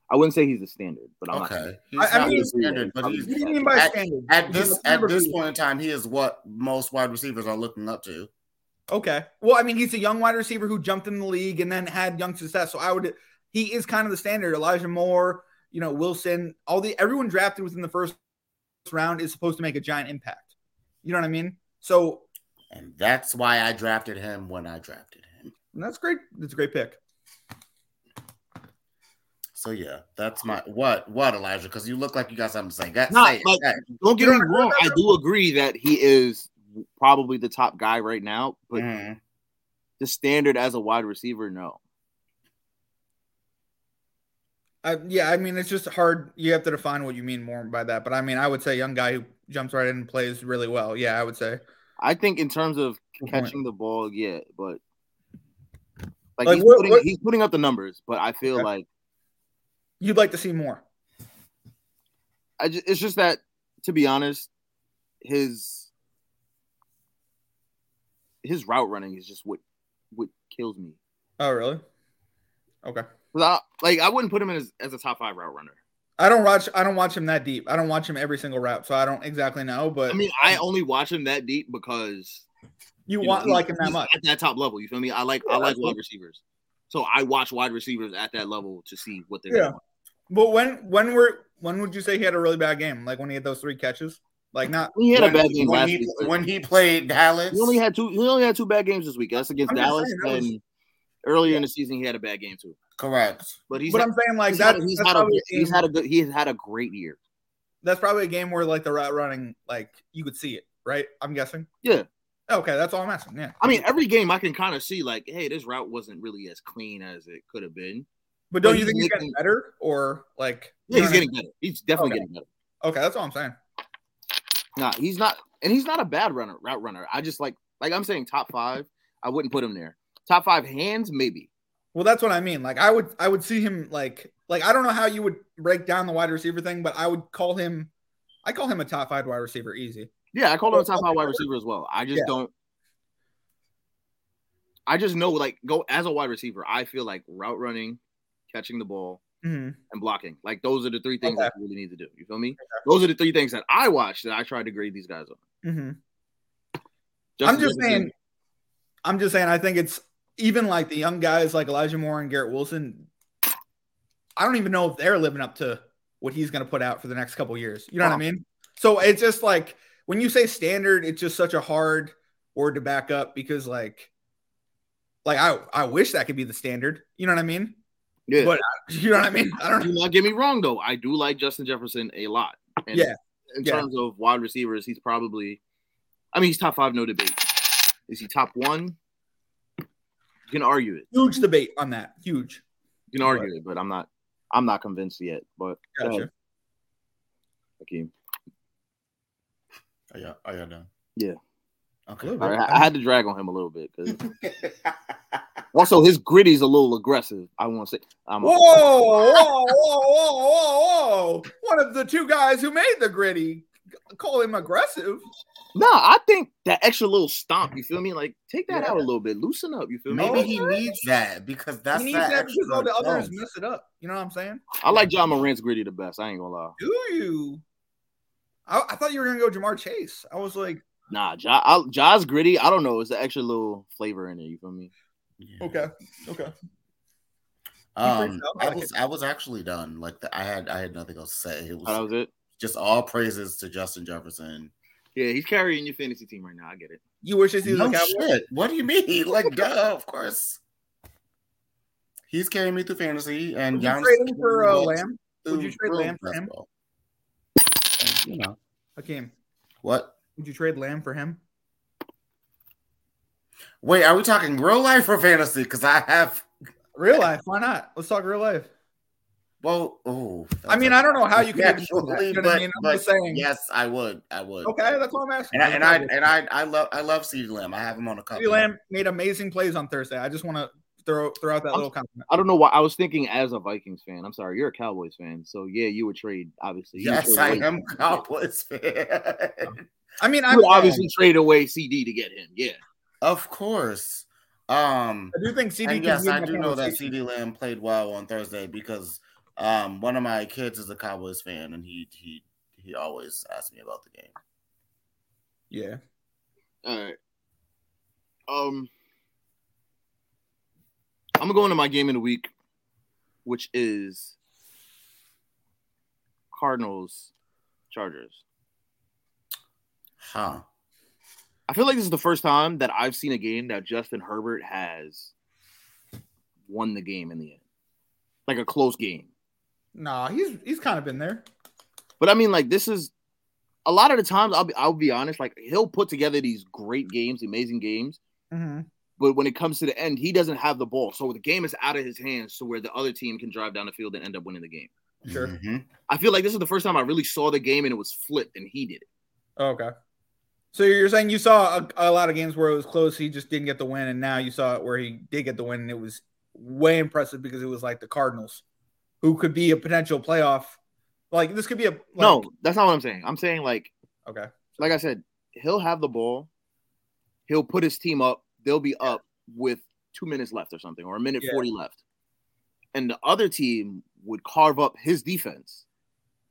[SPEAKER 1] I wouldn't say he's the standard, but I'm not.
[SPEAKER 2] Okay, he's
[SPEAKER 3] I- I
[SPEAKER 2] not
[SPEAKER 3] mean-
[SPEAKER 2] the standard, but
[SPEAKER 3] What
[SPEAKER 2] he's
[SPEAKER 3] do you mean by standard?
[SPEAKER 2] at
[SPEAKER 3] Because
[SPEAKER 2] this
[SPEAKER 3] it's
[SPEAKER 2] at
[SPEAKER 3] number
[SPEAKER 2] this
[SPEAKER 3] two.
[SPEAKER 2] point in time, he is what most wide receivers are looking up to.
[SPEAKER 3] Okay. Well, I mean, he's a young wide receiver who jumped in the league and then had young success. So I would, he is kind of the standard. Elijah Moore, you know, Wilson, all the everyone drafted within the first round is supposed to make a giant impact. You know what I mean? So
[SPEAKER 2] And that's why I drafted him when I drafted him.
[SPEAKER 3] and that's great. That's a great pick.
[SPEAKER 2] So yeah, that's my what what Elijah, because you look like you got something to say. That,
[SPEAKER 1] Not
[SPEAKER 2] say it,
[SPEAKER 1] like-
[SPEAKER 2] say it.
[SPEAKER 1] Don't get me wrong. I do agree that he is probably the top guy right now, but
[SPEAKER 3] Mm.
[SPEAKER 2] Mhm.
[SPEAKER 1] the standard as a wide receiver, no.
[SPEAKER 3] I, yeah, I mean, it's just hard. You have to define what you mean more by that. But I mean, I would say young guy who jumps right in and plays really well. Yeah, I would say.
[SPEAKER 1] I think in terms of
[SPEAKER 3] Good point.
[SPEAKER 1] catching the ball, yeah, but like,
[SPEAKER 3] Like,
[SPEAKER 1] he's,
[SPEAKER 3] what-
[SPEAKER 1] putting,
[SPEAKER 3] what-
[SPEAKER 1] he's putting up the numbers, but I feel
[SPEAKER 3] Okay.
[SPEAKER 1] like
[SPEAKER 3] You'd like to see more.
[SPEAKER 1] I just, it's just that to be honest, his his route running is just what what kills me.
[SPEAKER 3] Oh, really? Okay.
[SPEAKER 1] 'Cause I, like I wouldn't put him in as, as a top five route runner.
[SPEAKER 3] I don't watch. I don't watch him that deep. I don't watch him every single route, so I don't exactly know. But
[SPEAKER 1] I mean, I only watch him that deep because
[SPEAKER 3] you,
[SPEAKER 1] you know,
[SPEAKER 3] want
[SPEAKER 1] he's-
[SPEAKER 3] like him that
[SPEAKER 1] he's
[SPEAKER 3] much.
[SPEAKER 1] at that top level. You feel me? I like I
[SPEAKER 3] Yeah,
[SPEAKER 1] like wide
[SPEAKER 3] absolutely.
[SPEAKER 1] receivers, so I watch wide receivers at that level to see what they're.
[SPEAKER 3] Yeah.
[SPEAKER 1] doing.
[SPEAKER 3] But when when were when would you say he had a really bad game? Like when he had those three catches? Like not
[SPEAKER 1] He had
[SPEAKER 2] when,
[SPEAKER 1] a bad game
[SPEAKER 2] when
[SPEAKER 1] last
[SPEAKER 2] he,
[SPEAKER 1] week. but
[SPEAKER 2] when he played Dallas.
[SPEAKER 1] he only had two. He only had two bad games this week. That's against
[SPEAKER 3] I'm just
[SPEAKER 1] Dallas,
[SPEAKER 3] saying, that was-
[SPEAKER 1] and earlier in the season he had a bad game too.
[SPEAKER 2] correct.
[SPEAKER 1] But he's
[SPEAKER 3] but I'm saying like
[SPEAKER 1] he's
[SPEAKER 3] that,
[SPEAKER 1] had, he's,
[SPEAKER 3] that's,
[SPEAKER 1] had a,
[SPEAKER 3] probably a
[SPEAKER 1] he's
[SPEAKER 3] game,
[SPEAKER 1] had a good. He's had a great year.
[SPEAKER 3] that's probably a game where like the route running, like you could see it, right? I'm guessing.
[SPEAKER 1] Yeah.
[SPEAKER 3] Okay, that's all I'm asking. Yeah.
[SPEAKER 1] I mean, every game I can kind of see like, hey, this route wasn't really as clean as it could have been.
[SPEAKER 3] But don't
[SPEAKER 1] but he's
[SPEAKER 3] you think he's
[SPEAKER 1] making-
[SPEAKER 3] getting better or like
[SPEAKER 1] Yeah,
[SPEAKER 3] you
[SPEAKER 1] he's
[SPEAKER 3] know what I mean?
[SPEAKER 1] getting better. He's definitely
[SPEAKER 3] Okay.
[SPEAKER 1] getting better.
[SPEAKER 3] Okay, that's all I'm saying.
[SPEAKER 1] Nah, he's not, and he's not a bad runner, route runner. I just like, like I'm saying, top five. I wouldn't put him there. Top five hands, maybe.
[SPEAKER 3] Well, that's what I mean. Like I would I would see him like like I don't know how you would break down the wide receiver thing, but I would call him I call him a top five wide receiver easy.
[SPEAKER 1] Yeah, I call him a top five wide receiver as well. I just
[SPEAKER 3] Yeah.
[SPEAKER 1] don't. I just know, like, go as a wide receiver. I feel like route running, catching the ball,
[SPEAKER 3] Mhm.
[SPEAKER 1] and blocking. Like those are the three things
[SPEAKER 3] Okay.
[SPEAKER 1] that you really need to do. You feel me? Those are the three things that I watch that I try to grade these guys on.
[SPEAKER 3] Mhm. I'm
[SPEAKER 1] Justin Jefferson-
[SPEAKER 3] just saying. I'm just saying. I think it's even like the young guys like Elijah Moore and Garrett Wilson. I don't even know if they're living up to what he's going to put out for the next couple years. You know what I mean? So it's just like when you say standard, it's just such a hard word to back up because like, like I I wish that could be the standard. You know what I mean? *laughs*
[SPEAKER 1] yeah.
[SPEAKER 3] but- You know what I mean? I don't know.
[SPEAKER 1] do not get me wrong though. I do like Justin Jefferson a lot. And
[SPEAKER 3] Yeah.
[SPEAKER 1] In
[SPEAKER 3] Yeah.
[SPEAKER 1] terms of wide receivers, he's probably. I mean, he's top five, no debate. Is he top one? You can argue it.
[SPEAKER 3] Huge debate on that. Huge.
[SPEAKER 1] You can argue it, but I'm not. I'm not convinced yet. But go
[SPEAKER 3] Gotcha.
[SPEAKER 1] ahead, Hakeem.
[SPEAKER 2] Are y'all, are y'all Oh, done?
[SPEAKER 1] Yeah.
[SPEAKER 2] Okay.
[SPEAKER 3] All
[SPEAKER 1] All right, I, I had to drag on him a little bit because
[SPEAKER 2] *laughs*
[SPEAKER 1] also his gritty's a little aggressive. I want to say. I'm
[SPEAKER 3] Whoa, whoa, whoa, whoa, whoa, whoa. One of the two guys who made the gritty call him aggressive.
[SPEAKER 1] No, I think that extra little stomp. You feel me? Like take that
[SPEAKER 3] Yeah.
[SPEAKER 1] out a little bit. Loosen up. You feel me?
[SPEAKER 2] Maybe he needs that because that's
[SPEAKER 3] he needs
[SPEAKER 2] that,
[SPEAKER 3] that because all the
[SPEAKER 2] extra
[SPEAKER 3] others
[SPEAKER 2] zone.
[SPEAKER 3] mess it up. You know what I'm saying?
[SPEAKER 1] I like John Morant's gritty the best. I ain't gonna lie.
[SPEAKER 3] Do you? I, I thought you were gonna go Jamar Chase. I was like,
[SPEAKER 1] Nah, Ja, I, Ja's gritty. I don't know. It's the extra little flavor in it. You feel me?
[SPEAKER 2] Yeah.
[SPEAKER 3] okay, okay.
[SPEAKER 2] Um,
[SPEAKER 3] He freaked
[SPEAKER 2] I
[SPEAKER 3] out.
[SPEAKER 2] was I was actually done. Like the, I had I had nothing else to say. It was
[SPEAKER 1] Oh, that was it.
[SPEAKER 2] just all praises to Justin Jefferson.
[SPEAKER 1] Yeah, he's carrying your fantasy team right now. I get it.
[SPEAKER 3] You wish this he was
[SPEAKER 2] No
[SPEAKER 3] a cowboy.
[SPEAKER 2] shit. What do you
[SPEAKER 3] *laughs*
[SPEAKER 2] mean? Like, duh, of course. He's carrying me through fantasy, and
[SPEAKER 3] Would you
[SPEAKER 2] Giannis
[SPEAKER 3] trade him for uh,
[SPEAKER 2] carrying me
[SPEAKER 3] Lamb? Would
[SPEAKER 2] through
[SPEAKER 3] you trade
[SPEAKER 2] real
[SPEAKER 3] Lamb for him?
[SPEAKER 2] basketball. You know
[SPEAKER 3] Hakeem,
[SPEAKER 2] what?
[SPEAKER 3] would you trade Lamb for him?
[SPEAKER 2] Wait, are we talking real life or fantasy? Because I have.
[SPEAKER 3] Real life? Why not? Let's talk real life.
[SPEAKER 2] Well, oh,
[SPEAKER 3] I mean, I don't know how you can.
[SPEAKER 2] Yeah,
[SPEAKER 3] even do that,
[SPEAKER 2] absolutely,
[SPEAKER 3] you know what I
[SPEAKER 2] but-
[SPEAKER 3] mean? I'm
[SPEAKER 2] but
[SPEAKER 3] just saying.
[SPEAKER 2] Yes, I would. I would.
[SPEAKER 3] Okay, that's what I'm asking.
[SPEAKER 2] And I and I and I, I love I love CeeDee Lamb. I have him on a couple.
[SPEAKER 3] CeeDee Lamb made amazing plays on Thursday. I just want to throw throw out that little compliment.
[SPEAKER 1] I don't know why. I was thinking as a Vikings fan. I'm sorry, you're a Cowboys fan, so yeah, you would trade obviously. You would
[SPEAKER 2] Yes,
[SPEAKER 1] trade
[SPEAKER 2] I
[SPEAKER 1] away-
[SPEAKER 2] am Cowboys *laughs* fan.
[SPEAKER 3] I mean, I,
[SPEAKER 1] You would obviously trade away CD to get him. Yeah,
[SPEAKER 2] of course. Um,
[SPEAKER 3] I do think CD.
[SPEAKER 2] and
[SPEAKER 3] can
[SPEAKER 2] yes,
[SPEAKER 3] lead
[SPEAKER 2] I
[SPEAKER 3] the
[SPEAKER 2] do know that
[SPEAKER 3] conversation.
[SPEAKER 2] CeeDee Lamb played well on Thursday because um, one of my kids is a Cowboys fan, and he he he always asks me about the game.
[SPEAKER 3] Yeah,
[SPEAKER 1] All right. Um, I'm gonna go into my game of the week, which is Cardinals Chargers.
[SPEAKER 2] Huh?
[SPEAKER 1] I feel like this is the first time that I've seen a game that Justin Herbert has won the game in the end, like a close game.
[SPEAKER 3] nah, he's he's kind of been there.
[SPEAKER 1] But I mean, like this is a lot of the times. I'll be, I'll be honest. Like he'll put together these great games, amazing games. But when it comes to the end, he doesn't have the ball. So the game is out of his hands to where the other team can drive down the field and end up winning the game.
[SPEAKER 3] Sure.
[SPEAKER 2] Mhm.
[SPEAKER 1] I feel like this is the first time I really saw the game and it was flipped and he did it.
[SPEAKER 3] Oh, okay. So you're saying you saw a, a lot of games where it was close, he just didn't get the win, and now you saw it where he did get the win, and it was way impressive because it was like the Cardinals, who could be a potential playoff. Like this could be a like,
[SPEAKER 1] no, that's not what I'm saying. I'm saying like
[SPEAKER 3] Okay.
[SPEAKER 1] like I said, he'll have the ball. He'll put his team up. They'll be up with two minutes left or something, or a minute
[SPEAKER 3] Yeah.
[SPEAKER 1] 40 left. And the other team would carve up his defense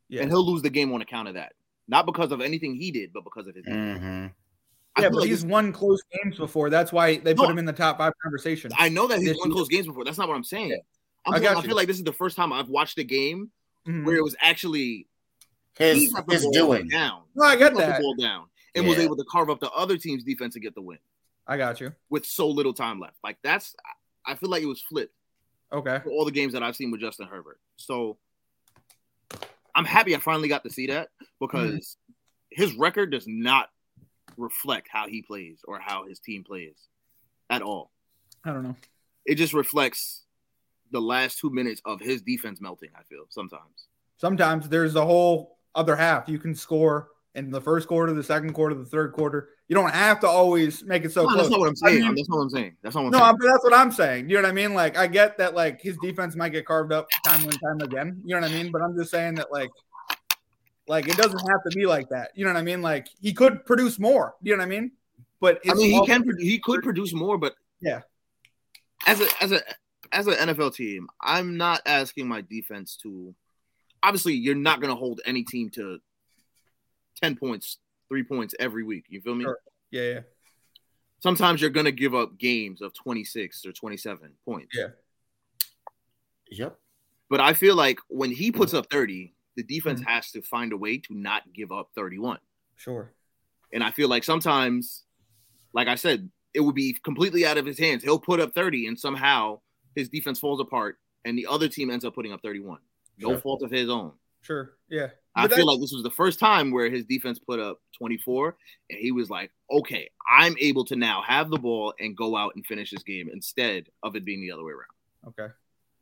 [SPEAKER 3] Yeah.
[SPEAKER 1] and he'll lose the game on account of that. Not because of anything he did, but because of his.
[SPEAKER 2] Mhm.
[SPEAKER 1] I
[SPEAKER 3] yeah,
[SPEAKER 1] feel
[SPEAKER 3] but
[SPEAKER 1] like
[SPEAKER 3] he's
[SPEAKER 1] this-
[SPEAKER 3] won close games before. That's why they put
[SPEAKER 1] No.
[SPEAKER 3] him in the top five conversation.
[SPEAKER 1] I know that he's
[SPEAKER 3] this
[SPEAKER 1] won
[SPEAKER 3] year.
[SPEAKER 1] close games before. That's not what I'm saying.
[SPEAKER 3] Yeah.
[SPEAKER 1] I'm
[SPEAKER 3] I
[SPEAKER 1] saying
[SPEAKER 3] got
[SPEAKER 1] I
[SPEAKER 3] you.
[SPEAKER 1] feel like this is the first time I've watched a game
[SPEAKER 3] Mhm.
[SPEAKER 1] where it was actually he
[SPEAKER 2] His
[SPEAKER 1] got the
[SPEAKER 2] his
[SPEAKER 1] ball
[SPEAKER 2] doing.
[SPEAKER 1] down,
[SPEAKER 3] No, I get
[SPEAKER 1] got the
[SPEAKER 3] that.
[SPEAKER 1] ball down, and was
[SPEAKER 2] Yeah.
[SPEAKER 1] able to carve up the other team's defense to get the win
[SPEAKER 3] I got you.
[SPEAKER 1] with so little time left. Like that's, I I feel like it was flipped.
[SPEAKER 3] Okay.
[SPEAKER 1] for all the games that I've seen with Justin Herbert. So I'm happy I finally got to see that because
[SPEAKER 3] Mm-hmm.
[SPEAKER 1] his record does not reflect how he plays or how his team plays at all.
[SPEAKER 3] I don't know.
[SPEAKER 1] It just reflects the last two minutes of his defense melting, I feel sometimes.
[SPEAKER 3] Sometimes there's a whole other half. You can score in the first quarter, the second quarter, the third quarter. You don't have to always make it so
[SPEAKER 1] No,
[SPEAKER 3] close.
[SPEAKER 1] Oh, that's not what I'm
[SPEAKER 3] I
[SPEAKER 1] saying.
[SPEAKER 3] mean-
[SPEAKER 1] that's not what I'm saying. That's not what I'm
[SPEAKER 3] no,
[SPEAKER 1] saying.
[SPEAKER 3] but that's what I'm saying. You know what I mean? Like, I get that, like, his defense might get carved up time and time again. You know what I mean? But I'm just saying that, like, Like it doesn't have to be like that. You know what I mean? Like he could produce more. You know what I mean? But
[SPEAKER 1] I
[SPEAKER 3] it's
[SPEAKER 1] mean, he
[SPEAKER 3] all-
[SPEAKER 1] can produ- he could produce more, but
[SPEAKER 3] Yeah.
[SPEAKER 1] as a as a as an NFL team, I'm not asking my defense to. Obviously, you're not going to hold any team to ten points, three points every week. You feel me?
[SPEAKER 3] Sure. Yeah, yeah.
[SPEAKER 1] Sometimes you're going to give up games of 26 or 27 points.
[SPEAKER 3] Yeah.
[SPEAKER 2] Yep.
[SPEAKER 1] But I feel like when he puts up 30, the defense has to find a way to not give up 31.
[SPEAKER 3] Sure.
[SPEAKER 1] And I feel like sometimes, like I said, it would be completely out of his hands. He'll put up 30 and somehow his defense falls apart and the other team ends up putting up 31. No
[SPEAKER 2] Sure.
[SPEAKER 1] fault of his own.
[SPEAKER 3] Sure. Yeah.
[SPEAKER 1] I
[SPEAKER 3] But
[SPEAKER 1] feel
[SPEAKER 3] that-
[SPEAKER 1] like this was the first time where his defense put up 24 and he was like, okay, I'm able to now have the ball and go out and finish this game instead of it being the other way around.
[SPEAKER 3] Okay.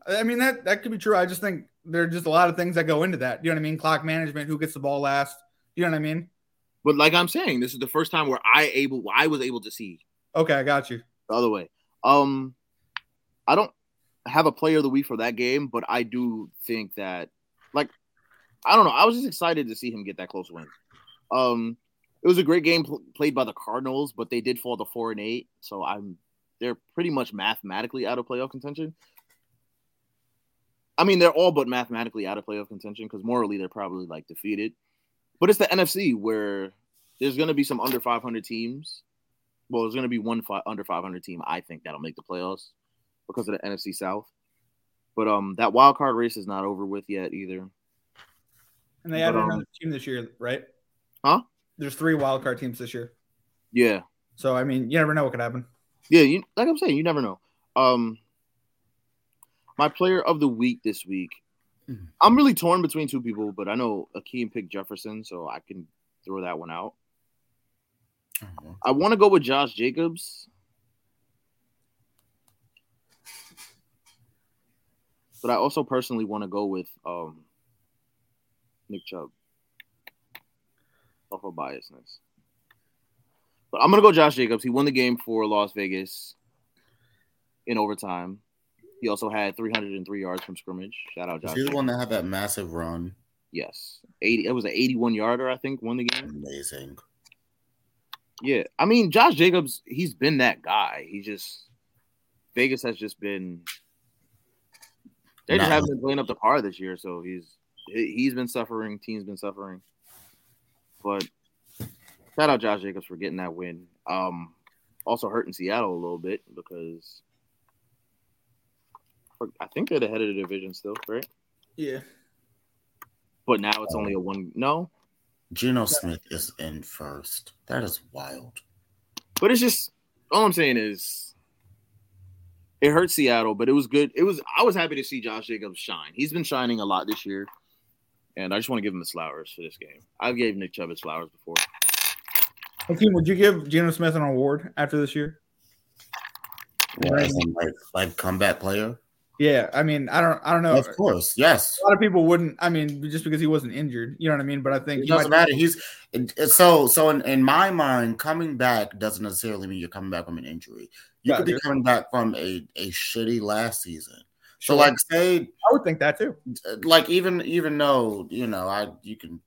[SPEAKER 3] I I mean that that could be true. I just think there are just a lot of things that go into that. You know what I mean? Clock management, who gets the ball last. You know what I mean?
[SPEAKER 1] But like I'm saying, this is the first time where I able I was able to see
[SPEAKER 3] Okay, I got you.
[SPEAKER 1] the other way. Um, I don't have a player of the week for that game, but I do think that, like, I don't know. I was just excited to see him get that close win. Um, it was a great game pl- played by the Cardinals, but they did fall to four and eight, so I'm they're pretty much mathematically out of playoff contention. I mean, they're all but mathematically out of playoff contention because morally they're probably like defeated. But it's the NFC where there's going to be some under 500 teams well, there's going to be one fi- under 500 team I think that'll make the playoffs because of the NFC South. But um, that wild card race is not over with yet either.
[SPEAKER 3] And they added
[SPEAKER 1] But, um,
[SPEAKER 3] another team this year, right?
[SPEAKER 1] Huh?
[SPEAKER 3] There's three wild card teams this year.
[SPEAKER 1] Yeah,
[SPEAKER 3] So I mean, you never know what could happen.
[SPEAKER 1] yeah. You, like I'm saying, you never know. Um, my player of the week this week,
[SPEAKER 2] Mhm.
[SPEAKER 1] I'm really torn between two people, but I know Akeem picked Jefferson, so I can throw that one out.
[SPEAKER 2] Mhm.
[SPEAKER 1] I want to go with Josh Jacobs. But I also personally want to go with um, Nick Chubb off of biasness. But I'm going to go Josh Jacobs. He won the game for Las Vegas in overtime. He also had 303 yards from scrimmage. Shout out,
[SPEAKER 2] Is
[SPEAKER 1] Josh.
[SPEAKER 2] he the
[SPEAKER 1] Jacobs.
[SPEAKER 2] one that had that massive run?
[SPEAKER 1] Yes. 80, it was an 81 yarder, I think, won the game.
[SPEAKER 2] Amazing.
[SPEAKER 1] Yeah, I mean Josh Jacobs, he's been that guy. He just Vegas has just been they just
[SPEAKER 2] Nah.
[SPEAKER 1] haven't been playing up to par this year, so he's he- he's been suffering, team's been suffering. But shout out Josh Jacobs for getting that win. Um also hurting Seattle a little bit because I think they're the head of the division still, right?
[SPEAKER 3] Yeah.
[SPEAKER 1] But now it's only a one no,
[SPEAKER 2] Geno Smith is in first. That is wild.
[SPEAKER 1] But it's just all I'm saying is it hurt Seattle, but it was good. It was I was happy to see Josh Jacobs shine. He's been shining a lot this year. And I just want to give him his flowers for this game. I gave Nick Chubb his flowers before.
[SPEAKER 3] Hakeem, would you give Geno Smith an award after this year?
[SPEAKER 2] Yeah, as in, like, like comeback player?
[SPEAKER 3] Yeah. I mean, I don't I don't know.
[SPEAKER 2] Of course, yes.
[SPEAKER 3] A lot of people wouldn't. Oh, I mean, just because he wasn't injured, you know what I mean. But I think
[SPEAKER 2] It
[SPEAKER 3] you
[SPEAKER 2] doesn't
[SPEAKER 3] might-
[SPEAKER 2] matter. He's it- it- so so. In, in my mind, coming back doesn't necessarily mean you're coming back from an injury. You could be
[SPEAKER 3] Gotcha.
[SPEAKER 2] coming back from a a shitty last season. So
[SPEAKER 3] Sure.
[SPEAKER 2] like say
[SPEAKER 3] I would think that too.
[SPEAKER 2] like even even though you know I you can.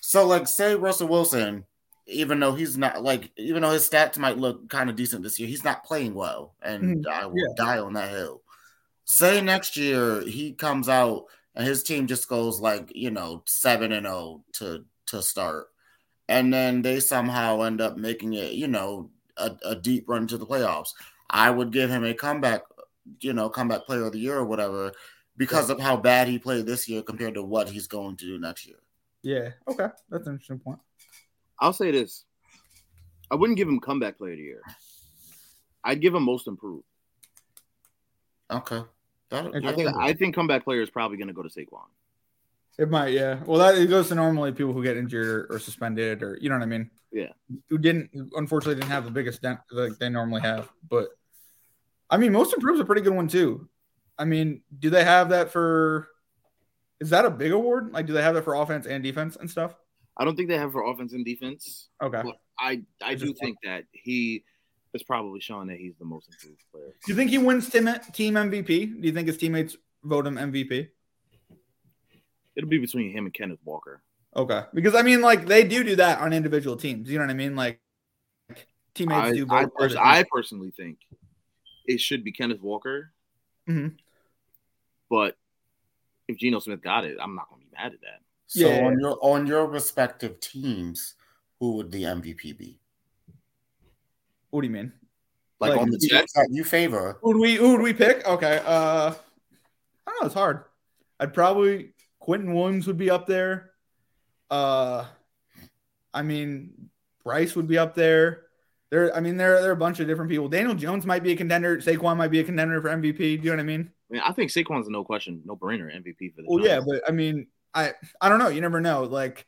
[SPEAKER 2] So like say Russell Wilson, even though he's not like even though his stats might look kind of decent this year, he's not playing well, and I will die on that hill. Say next year he comes out and his team just goes like you know seven and zero to to start, and then they somehow end up making it you know a, a deep run to the playoffs. I would give him a comeback, you know, comeback player of the year or whatever, because of how bad he played this year compared to what he's going to do next year.
[SPEAKER 3] Yeah. Okay. That's an interesting point.
[SPEAKER 1] I'll say this. I wouldn't give him comeback player of the year. I'd give him most improved.
[SPEAKER 2] Okay. That-
[SPEAKER 3] Okay.
[SPEAKER 1] I think I think comeback player is probably gonna go to Saquon.
[SPEAKER 3] It might, yeah. Well, that it goes to normally people who get injured or, or suspended, or you know what I mean.
[SPEAKER 1] Yeah.
[SPEAKER 3] Who didn't, who unfortunately, didn't have the biggest dent like they normally have. But I mean, most improved's a pretty good one too. I mean, do they have that for? Is that a big award? Like, do they have that for offense and defense and stuff?
[SPEAKER 1] I don't think they have for offense and defense.
[SPEAKER 3] Okay.
[SPEAKER 1] Well, I I do
[SPEAKER 3] Interesting.
[SPEAKER 1] think that he is probably showing that he's the most improved player.
[SPEAKER 3] Do you think he wins team team MVP? Do you think his teammates vote him MVP?
[SPEAKER 1] It'll be between him and Kenneth Walker.
[SPEAKER 3] Okay, because I mean, like they do do that on individual teams. You know what I mean? Like
[SPEAKER 1] I,
[SPEAKER 3] teammates do.
[SPEAKER 1] I,
[SPEAKER 3] vote for
[SPEAKER 1] pers-
[SPEAKER 3] the-
[SPEAKER 1] I personally think it should be Kenneth Walker,
[SPEAKER 3] Mhm.
[SPEAKER 1] but if Geno Smith got it, I'm not going to be mad at that.
[SPEAKER 2] So
[SPEAKER 3] Yeah.
[SPEAKER 2] on your on your respective teams, who would the MVP be?
[SPEAKER 3] What do you mean?
[SPEAKER 2] Like,
[SPEAKER 3] Like,
[SPEAKER 2] on the
[SPEAKER 1] Jets?
[SPEAKER 2] teams that you favor,
[SPEAKER 3] Who would we? Who would we pick? Okay. Uh, I don't know. It's hard. I'd probably Quentin Williams would be up there. Uh, I mean Bryce would be up there. There, I mean there, there are a bunch of different people. Daniel Jones might be a contender. Saquon might be a contender for MVP. Do you know what I mean?
[SPEAKER 1] I mean, I think Saquon's a no question, no brainer MVP for the.
[SPEAKER 3] Well, Oh, yeah,
[SPEAKER 1] Giants.
[SPEAKER 3] but I mean, I I don't know. You never know. Like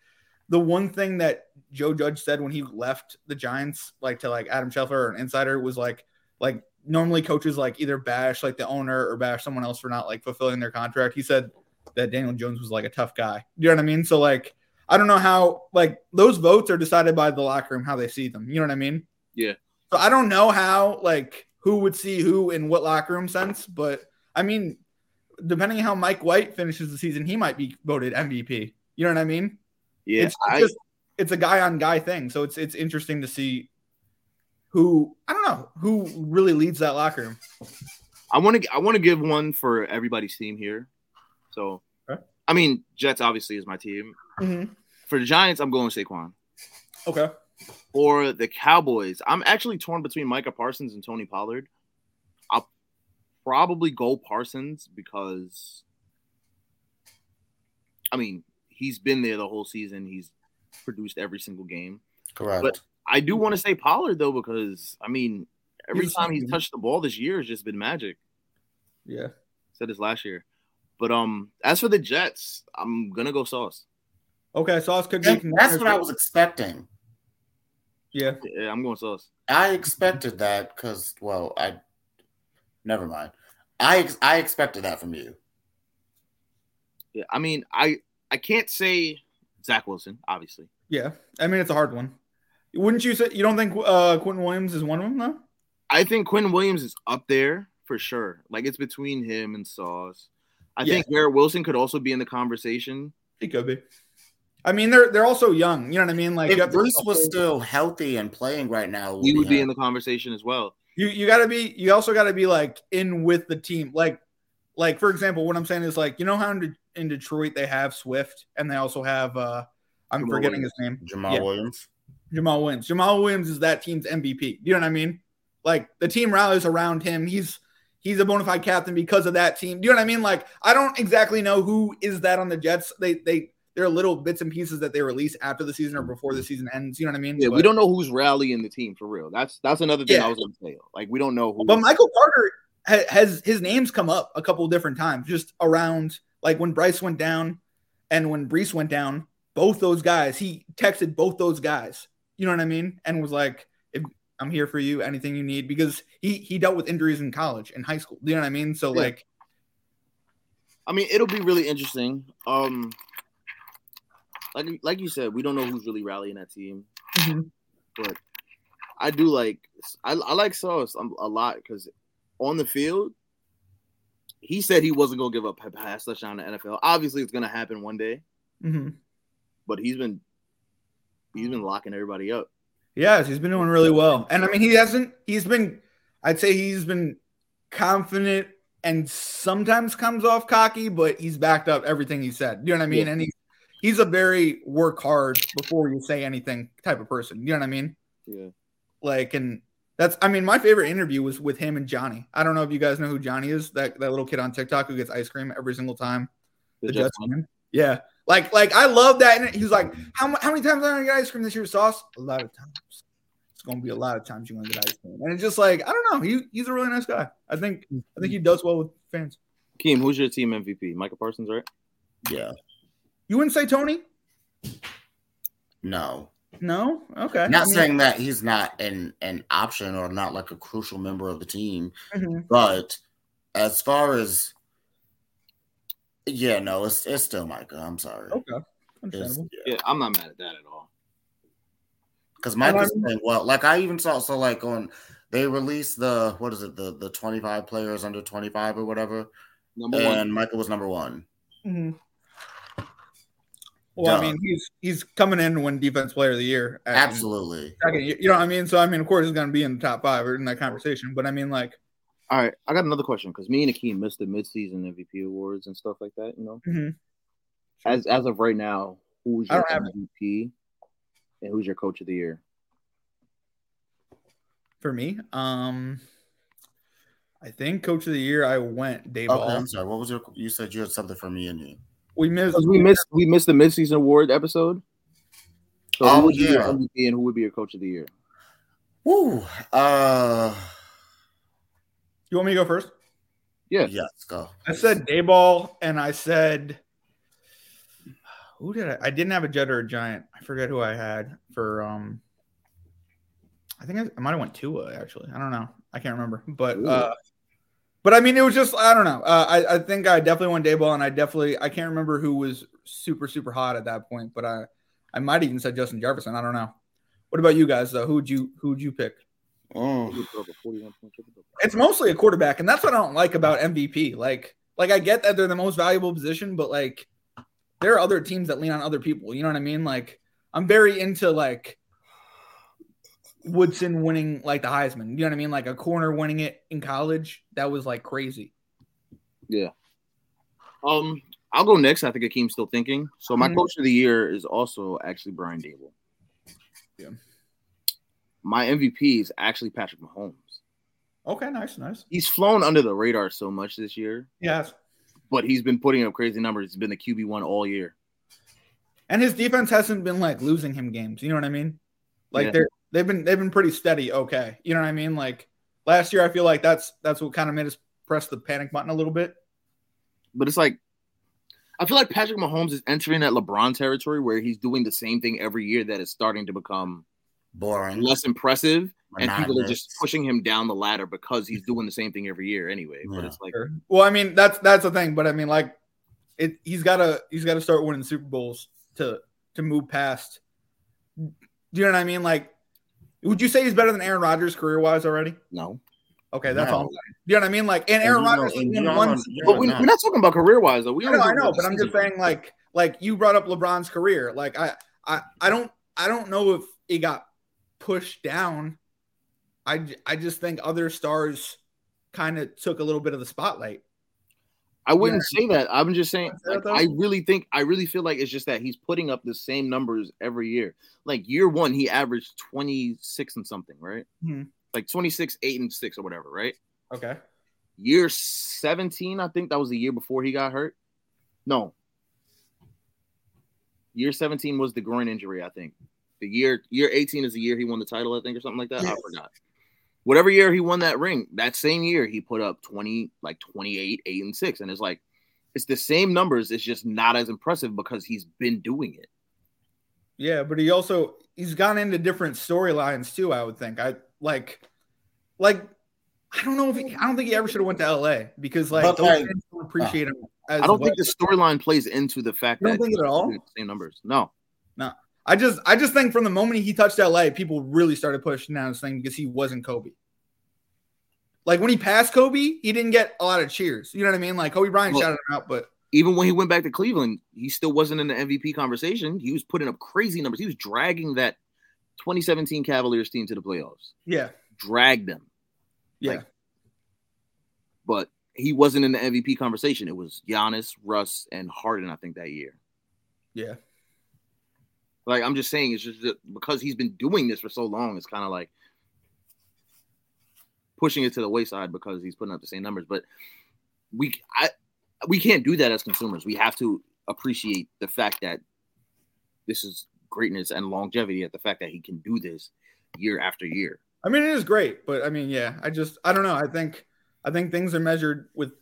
[SPEAKER 3] the one thing that Joe Judge said when he left the Giants, like to like Adam Schefter or an insider, was like like normally coaches like either bash like the owner or bash someone else for not like fulfilling their contract. He said that Daniel Jones was like a tough guy. You know what I mean? So like I don't know how like those votes are decided by the locker room how they see them. You know what I mean?
[SPEAKER 1] Yeah.
[SPEAKER 3] So I don't know how like who would see who in what locker room sense, but I mean, depending on how Mike White finishes the season, he might be voted MVP. You know what I mean?
[SPEAKER 1] yeah,
[SPEAKER 3] it's
[SPEAKER 1] I,
[SPEAKER 3] just it's a guy on guy thing, so it's it's interesting to see who I don't know who really leads that locker room.
[SPEAKER 1] I want to I want to give one for everybody's team here. So,
[SPEAKER 3] Okay.
[SPEAKER 1] I mean, Jets obviously is my team. For the Giants, I'm going Saquon.
[SPEAKER 3] Okay,
[SPEAKER 1] For the Cowboys, I'm actually torn between Micah Parsons and Tony Pollard. I'll probably go Parsons because, I mean, he's been there the whole season. He's produced every single game.
[SPEAKER 2] correct?
[SPEAKER 1] But- I do want to say Pollard though because I mean, every
[SPEAKER 3] He's-
[SPEAKER 1] time he's touched the ball this year has just been magic.
[SPEAKER 3] yeah,
[SPEAKER 1] said this last year. But um, as for the Jets, I'm gonna go Sauce.
[SPEAKER 3] okay. Sauce could be.
[SPEAKER 2] And that's what I was expecting.
[SPEAKER 3] Yeah,
[SPEAKER 1] Yeah, I'm going Sauce.
[SPEAKER 2] I expected that because, well, I never mind. I ex- I expected that from you.
[SPEAKER 1] Yeah, I mean, I I can't say Zach Wilson, obviously.
[SPEAKER 3] yeah. I mean, it's a hard one. Wouldn't you say you don't think uh, Quentin Williams is one of them though?
[SPEAKER 1] I think Quinn Williams is up there for sure. Like it's between him and Sauce. I
[SPEAKER 3] Yeah.
[SPEAKER 1] think Garrett Wilson could also be in the conversation.
[SPEAKER 3] He could be. I mean, they're they're also young. You know what I mean? Like you
[SPEAKER 2] If
[SPEAKER 3] have to-
[SPEAKER 2] Bruce was still healthy and playing right now,
[SPEAKER 1] He would be in
[SPEAKER 2] the
[SPEAKER 1] the conversation as well.
[SPEAKER 3] you you gotta be you also gotta be like in with the team like like for example what i'm saying is like you know how in, De- in detroit they have swift and they also have uh i'm
[SPEAKER 1] Jamal
[SPEAKER 3] forgetting his name
[SPEAKER 2] Jamal
[SPEAKER 3] Yeah.
[SPEAKER 2] Williams.
[SPEAKER 3] jamal williams jamal williams is that team's mvp you know what i mean like the team rallies around him he's he's a bona fide captain because of that team do you know what i mean like i don't exactly know who is that on the jets they they they're little bits and pieces that they release after the season or before the season ends you know what i mean
[SPEAKER 1] Yeah, we
[SPEAKER 3] But-
[SPEAKER 1] don't know who's rallying the team for real. That's that's another thing
[SPEAKER 3] Yeah.
[SPEAKER 1] I was gonna say. Like we don't know who.
[SPEAKER 3] But Michael Carter ha- has his name's come up a couple different times, just around like when Bryce went down and when Brees went down. Both those guys, he texted both those guys. You know what I mean? And was like, if, "I'm here for you. Anything you need." Because he he dealt with injuries in college and high school. You know what I mean? So
[SPEAKER 1] Yeah.
[SPEAKER 3] like,
[SPEAKER 1] I mean, it'll be really interesting. Um, like like you said, we don't know who's really rallying that team.
[SPEAKER 3] Mhm.
[SPEAKER 1] but I do like I, I like Sauce um, a lot because on the field, he said he wasn't gonna give up a pass touchdown to NFL. Obviously, it's gonna happen one day,
[SPEAKER 3] mhm.
[SPEAKER 1] but he's been he's been locking everybody up.
[SPEAKER 3] yes, he's been doing really well. And I mean, he hasn't. He's been. I'd say he's been confident and sometimes comes off cocky, but he's backed up everything he said. You know what I mean?
[SPEAKER 1] Yeah.
[SPEAKER 3] And he, he's a very work hard before you say anything type of person. You know what I mean?
[SPEAKER 1] Yeah,
[SPEAKER 3] Like, and that's, I mean, my favorite interview was with him and Johnny. I don't know if you guys know who Johnny is, that, that little kid on TikTok who gets ice cream every single time
[SPEAKER 1] the
[SPEAKER 3] the
[SPEAKER 1] Jets
[SPEAKER 3] Jets
[SPEAKER 1] won.
[SPEAKER 3] win. Yeah. Like, like I love that. And he was like, how, mu- how many times am I going to get ice cream this year, Sauce? A lot of times. It's going to be a lot of times you're going to get ice cream. And it's just like, I don't know. He, he's a really nice guy. I think, I think he does well with fans.
[SPEAKER 1] Keem, who's your team MVP? Michael Parsons, right?
[SPEAKER 2] Yeah,
[SPEAKER 3] You wouldn't say Tony?
[SPEAKER 2] no,
[SPEAKER 3] No? Okay.
[SPEAKER 2] not
[SPEAKER 3] I mean,
[SPEAKER 2] saying that he's not an an option or not like a crucial member of the team,
[SPEAKER 3] mhm.
[SPEAKER 2] but as far as yeah, no, it's it's still Micah. I'm sorry,
[SPEAKER 3] Okay.
[SPEAKER 2] It's-
[SPEAKER 3] Oh, Understandable.
[SPEAKER 1] Yeah, I'm not mad at that at all.
[SPEAKER 2] Because Michael's
[SPEAKER 3] I'm-
[SPEAKER 2] playing well. Like I even saw so like on they released the what is it the the twenty five players under twenty five or whatever,
[SPEAKER 1] Number one,
[SPEAKER 2] and Michael was number one.
[SPEAKER 3] Mhm. Well, I
[SPEAKER 2] Duh.
[SPEAKER 3] mean, he's he's coming in to win Defense Player of the Year. at-
[SPEAKER 2] Absolutely.
[SPEAKER 3] Second, you you know what I mean? So I mean, of course, he's going to be in the top five or in that conversation. But I mean, like,
[SPEAKER 1] All right, I got another question because me and Akeem missed the midseason MVP awards and stuff like that. You know,
[SPEAKER 3] mhm.
[SPEAKER 1] as as of right now, who's
[SPEAKER 3] I
[SPEAKER 1] your
[SPEAKER 3] don't have
[SPEAKER 1] MVP and who's your coach of the year?
[SPEAKER 3] for me, um, I think Coach of the Year I went Dave.
[SPEAKER 2] Okay,
[SPEAKER 3] Ball.
[SPEAKER 2] I'm sorry. What was your? You said you had something for me and you.
[SPEAKER 3] We missed.
[SPEAKER 1] Because we missed we missed the midseason award episode. So
[SPEAKER 2] Oh,
[SPEAKER 1] who would be your
[SPEAKER 2] yeah.
[SPEAKER 1] MVP and who would be your coach of the year?
[SPEAKER 2] Woo. Uh.
[SPEAKER 3] You want me to go first?
[SPEAKER 1] Yeah.
[SPEAKER 2] Yes. Go.
[SPEAKER 3] I said Dayball, and I said, who did I? I didn't have a Jet or a Giant. I forget who I had for. um I think I, I might have went Tua actually. I don't know. I can't remember, but
[SPEAKER 1] Ooh.
[SPEAKER 3] uh but I mean, it was just I don't know. Uh, I I think I definitely went Dayball, and I definitely I can't remember who was super super hot at that point, but I I might even said Justin Jefferson. I don't know. What about you guys though? Who'd you who'd you pick?
[SPEAKER 2] Mm.
[SPEAKER 3] it's mostly a quarterback, and that's what I don't like about MVP. Like, like I get that they're the most valuable position, but like there are other teams that lean on other people. You know what I mean? Like, I'm very into like Woodson winning like the Heisman. You know what I mean? Like a corner winning it in college. That was like crazy.
[SPEAKER 1] Um, I'll go next. I think Akeem's still thinking. So my
[SPEAKER 3] Mhm.
[SPEAKER 1] coach of the year is also actually Brian Dable.
[SPEAKER 3] Yeah.
[SPEAKER 1] My MVP is actually Patrick Mahomes.
[SPEAKER 3] Okay, nice, nice.
[SPEAKER 1] He's flown under the radar so much this year,
[SPEAKER 3] Yes.
[SPEAKER 1] but he's been putting up crazy numbers. He's been the QB one all year.
[SPEAKER 3] And his defense hasn't been like losing him games. You know what I mean? Like
[SPEAKER 1] Yeah.
[SPEAKER 3] they're they've been they've been pretty steady. Okay, you know what I mean? Like last year, I feel like that's that's what kind of made us press the panic button a little bit.
[SPEAKER 1] But it's like I feel like Patrick Mahomes is entering that LeBron territory where he's doing the same thing every year that is starting to become
[SPEAKER 2] Boring.
[SPEAKER 1] less impressive and people are
[SPEAKER 2] monotonous.
[SPEAKER 1] just pushing him down the ladder because he's doing the same thing every year anyway. But
[SPEAKER 2] Yeah.
[SPEAKER 1] it's like
[SPEAKER 3] Sure. Well, I mean that's that's the thing, but I mean like it he's got to he's got to start winning Super Bowls to to move past. Do you know what I mean? Like, would you say he's better than Aaron Rodgers career wise already?
[SPEAKER 1] no.
[SPEAKER 3] Okay, that's
[SPEAKER 2] No.
[SPEAKER 3] all. I'm saying. Do you know what I mean? Like,
[SPEAKER 2] And
[SPEAKER 3] and Aaron
[SPEAKER 2] you know-
[SPEAKER 3] Rodgers
[SPEAKER 2] and
[SPEAKER 3] won
[SPEAKER 2] you know-
[SPEAKER 3] one.
[SPEAKER 2] you know-
[SPEAKER 1] But we,
[SPEAKER 2] no.
[SPEAKER 1] we're not talking about career wise though. We
[SPEAKER 3] I
[SPEAKER 1] only
[SPEAKER 3] know, I
[SPEAKER 1] talking
[SPEAKER 3] know,
[SPEAKER 1] about
[SPEAKER 3] but I'm just
[SPEAKER 1] season.
[SPEAKER 3] saying like like you brought up LeBron's career. Like I I I don't I don't know if it got pushed down. I j- I just think other stars kind of took a little bit of the spotlight.
[SPEAKER 1] I wouldn't say that. I'm just saying
[SPEAKER 3] Say that,
[SPEAKER 1] like,
[SPEAKER 3] though?
[SPEAKER 1] I really think I really feel like it's just that he's putting up the same numbers every year. Like year one, he averaged 26 and something, right?
[SPEAKER 3] Mhm.
[SPEAKER 1] Like 26, 8 and 6 or whatever, right?
[SPEAKER 3] Okay.
[SPEAKER 1] year 17 i think that was the year before he got hurt no year 17 was the groin injury i think the year year 18 is the year he won the title i think or something like that
[SPEAKER 3] Yes.
[SPEAKER 1] i forgot whatever year he won that ring that same year he put up 20 like 28 8 and 6 and it's like it's the same numbers it's just not as impressive because he's been doing it
[SPEAKER 3] Yeah, but he also he's gone into different storylines too. I would think I like, like I don't know if he, I don't think he ever should have went to L.A. because like
[SPEAKER 2] But,
[SPEAKER 3] those
[SPEAKER 2] like-
[SPEAKER 3] fans don't appreciate him. As
[SPEAKER 1] i don't
[SPEAKER 3] well.
[SPEAKER 1] think the storyline plays into the fact
[SPEAKER 3] You don't
[SPEAKER 1] that
[SPEAKER 3] think it at all?
[SPEAKER 1] same numbers no
[SPEAKER 3] I just I just think from the moment he touched L.A., people really started pushing down his thing because he wasn't Kobe. Like when he passed Kobe, he didn't get a lot of cheers. You know what I mean? Like Kobe Bryant
[SPEAKER 1] Well-
[SPEAKER 3] shouted him out, but
[SPEAKER 1] even when he went back to Cleveland, he still wasn't in the MVP conversation. He was putting up crazy numbers. He was dragging that 2017 Cavaliers team to the playoffs,
[SPEAKER 3] yeah,
[SPEAKER 1] dragged them,
[SPEAKER 3] yeah,
[SPEAKER 1] Like- but he wasn't in the MVP conversation. It was Giannis, Russ, and Harden, I think, that year.
[SPEAKER 3] yeah.
[SPEAKER 1] Like, I'm just saying, it's just that because he's been doing this for so long, it's kind of like pushing it to the wayside because he's putting up the same numbers. But we, I, we can't do that as consumers. We have to appreciate the fact that this is greatness and longevity at the fact that he can do this year after year.
[SPEAKER 3] I mean, it is great, but I mean, yeah, I just I don't know. I think I think things are measured with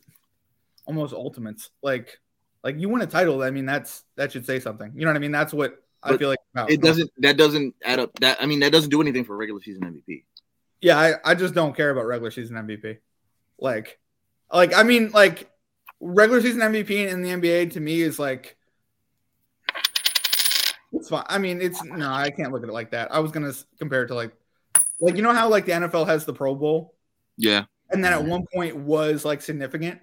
[SPEAKER 3] almost ultimates. Like like you win a title, I mean, that's that should say something. You know what I mean? That's what I
[SPEAKER 1] But
[SPEAKER 3] feel like. it's about.
[SPEAKER 1] It doesn't. That doesn't add up. That I mean, that doesn't do anything for regular season MVP.
[SPEAKER 3] Yeah, I, I just don't care about regular season MVP. Like, like I mean, like regular season MVP in the NBA to me is like it's fine. I mean, it's no, I can't look at it like that. I was gonna s- compare it to like like you know how like the NFL has the Pro Bowl
[SPEAKER 1] Yeah.
[SPEAKER 3] and then at one point was like significant.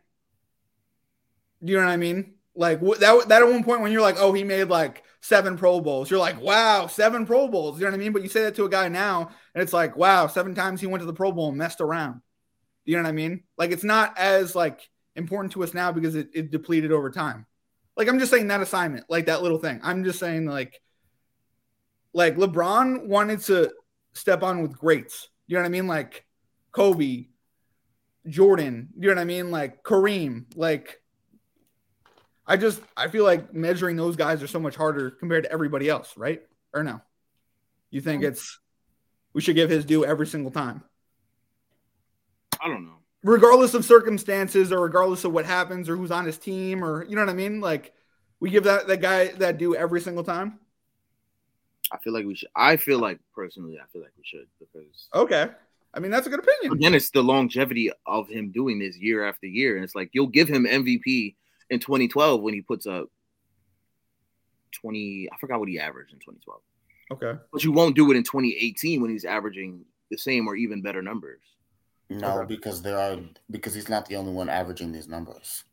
[SPEAKER 3] Do you know what I mean? Like wh- that that at one point when you're like, oh, he made like seven Pro Bowls. You're like, wow, seven Pro Bowls. You know what I mean? But you say that to a guy now, and it's like, wow, seven times he went to the Pro Bowl and messed around. You know what I mean? Like it's not as like important to us now because it, it depleted over time. Like I'm just saying that assignment, like that little thing. I'm just saying like like LeBron wanted to step on with greats. You know what I mean? Like Kobe, Jordan, you know what I mean? Like Kareem, like I just I feel like measuring those guys are so much harder compared to everybody else, right? Or no? You think it's we should give his due every single time.
[SPEAKER 1] I don't know.
[SPEAKER 3] Regardless of circumstances or regardless of what happens or who's on his team or you know what I mean? Like we give that, that guy that due every single time.
[SPEAKER 1] I feel like we should. I feel like personally, I feel like we should because
[SPEAKER 3] Okay. I mean that's a good opinion.
[SPEAKER 1] again, it's the longevity of him doing this year after year, and it's like you'll give him MVP in 2012 when he puts up 20. I forgot what he averaged in 2012,
[SPEAKER 3] Okay.
[SPEAKER 1] but you won't do it in 2018 when he's averaging the same or even better numbers.
[SPEAKER 2] No,
[SPEAKER 3] Okay.
[SPEAKER 2] because there are because he's not the only one averaging these numbers.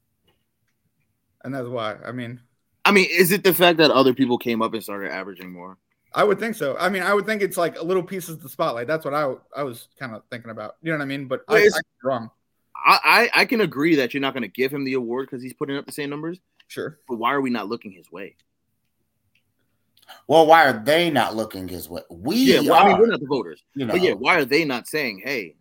[SPEAKER 3] And that's why. I mean,
[SPEAKER 1] I mean, is it the fact that other people came up and started averaging more?
[SPEAKER 3] I would think so. I mean, I would think it's like a little pieces of the spotlight. That's what I w- I was kind of thinking about. You know what I mean? But I, I
[SPEAKER 1] Wait, is-
[SPEAKER 3] could be wrong.
[SPEAKER 1] I, I, I can agree that you're not going to give him the award because he's putting up the same numbers,
[SPEAKER 3] Sure.
[SPEAKER 1] but why are we not looking his way?
[SPEAKER 2] Well, why are they not looking his way? We
[SPEAKER 1] Yeah, well,
[SPEAKER 2] are.
[SPEAKER 1] I mean, we're not the voters,
[SPEAKER 2] you know,
[SPEAKER 1] but yeah, why are they not saying, hey,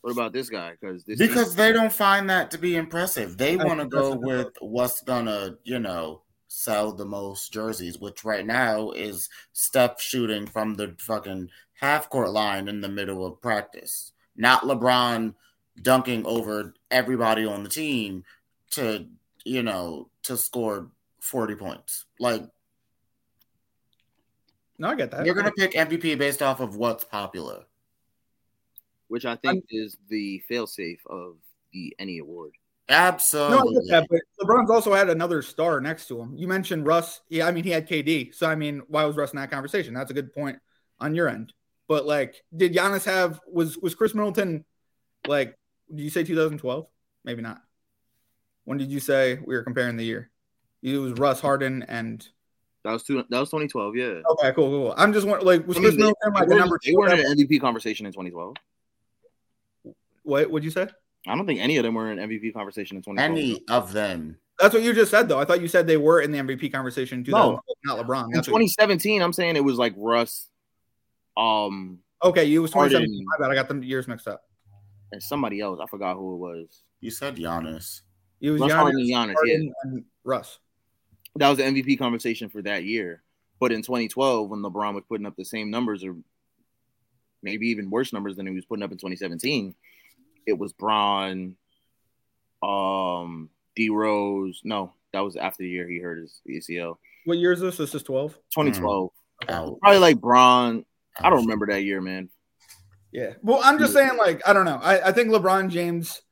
[SPEAKER 1] what about this guy? Because this
[SPEAKER 2] because they don't find that to be impressive. They
[SPEAKER 3] That's
[SPEAKER 2] want to go
[SPEAKER 3] impressive.
[SPEAKER 2] with what's gonna, you know, sell the most jerseys, which right now is Steph shooting from the fucking half court line in the middle of practice, not LeBron dunking over everybody on the team to, you know, to score forty points. Like
[SPEAKER 3] No, I get that.
[SPEAKER 2] you're gonna pick MVP based off of what's popular.
[SPEAKER 1] which I think is the failsafe of the any award.
[SPEAKER 3] No, I
[SPEAKER 2] Absolutely.
[SPEAKER 3] get that, but LeBron's also had another star next to him. You mentioned Russ. Yeah, I mean, he had KD. So, I mean, why was Russ in that conversation? That's a good point on your end. But, like, did Giannis have, was, was Chris Middleton, like, did you say 2012? Maybe not. When did you say we were comparing the year? It was Russ Harden and.
[SPEAKER 1] That was two. That was 2012. Yeah,
[SPEAKER 3] Okay, cool, cool. cool. I'm just wondering, like, was
[SPEAKER 1] I mean,
[SPEAKER 3] Chris
[SPEAKER 1] they,
[SPEAKER 3] Middleton like Oh the
[SPEAKER 1] weren't-
[SPEAKER 3] number
[SPEAKER 1] they
[SPEAKER 3] two?
[SPEAKER 1] weren't in an MVP conversation in 2012.
[SPEAKER 3] What would you say?
[SPEAKER 1] I don't think any of them were in an MVP conversation in 2012.
[SPEAKER 2] Any of them.
[SPEAKER 3] That's what you just said, though. I thought you said they were in the MVP conversation. in
[SPEAKER 1] No.
[SPEAKER 3] 2012, not LeBron.
[SPEAKER 1] in
[SPEAKER 3] That's what you-
[SPEAKER 1] 2017, I'm saying it was like Russ, um,
[SPEAKER 3] okay, you was 27.
[SPEAKER 1] Harden,
[SPEAKER 3] My bad. I got the years mixed up.
[SPEAKER 1] and somebody else. I forgot who it was.
[SPEAKER 2] You said Giannis.
[SPEAKER 3] It was
[SPEAKER 1] Russ
[SPEAKER 3] Giannis,
[SPEAKER 1] Harden, and Giannis. Yeah,
[SPEAKER 3] Harden, and Russ.
[SPEAKER 1] that was the MVP conversation for that year. But in 2012, when LeBron was putting up the same numbers or maybe even worse numbers than he was putting up in 2017, it was Braun, um, D Rose. No, that was after the year he hurt his ACL.
[SPEAKER 3] What year is this? This is 12.
[SPEAKER 1] 2012,
[SPEAKER 2] Out.
[SPEAKER 1] probably like Braun. I don't remember that year, man.
[SPEAKER 3] Yeah. Well, I'm just saying, like, I don't know. I, I think LeBron James,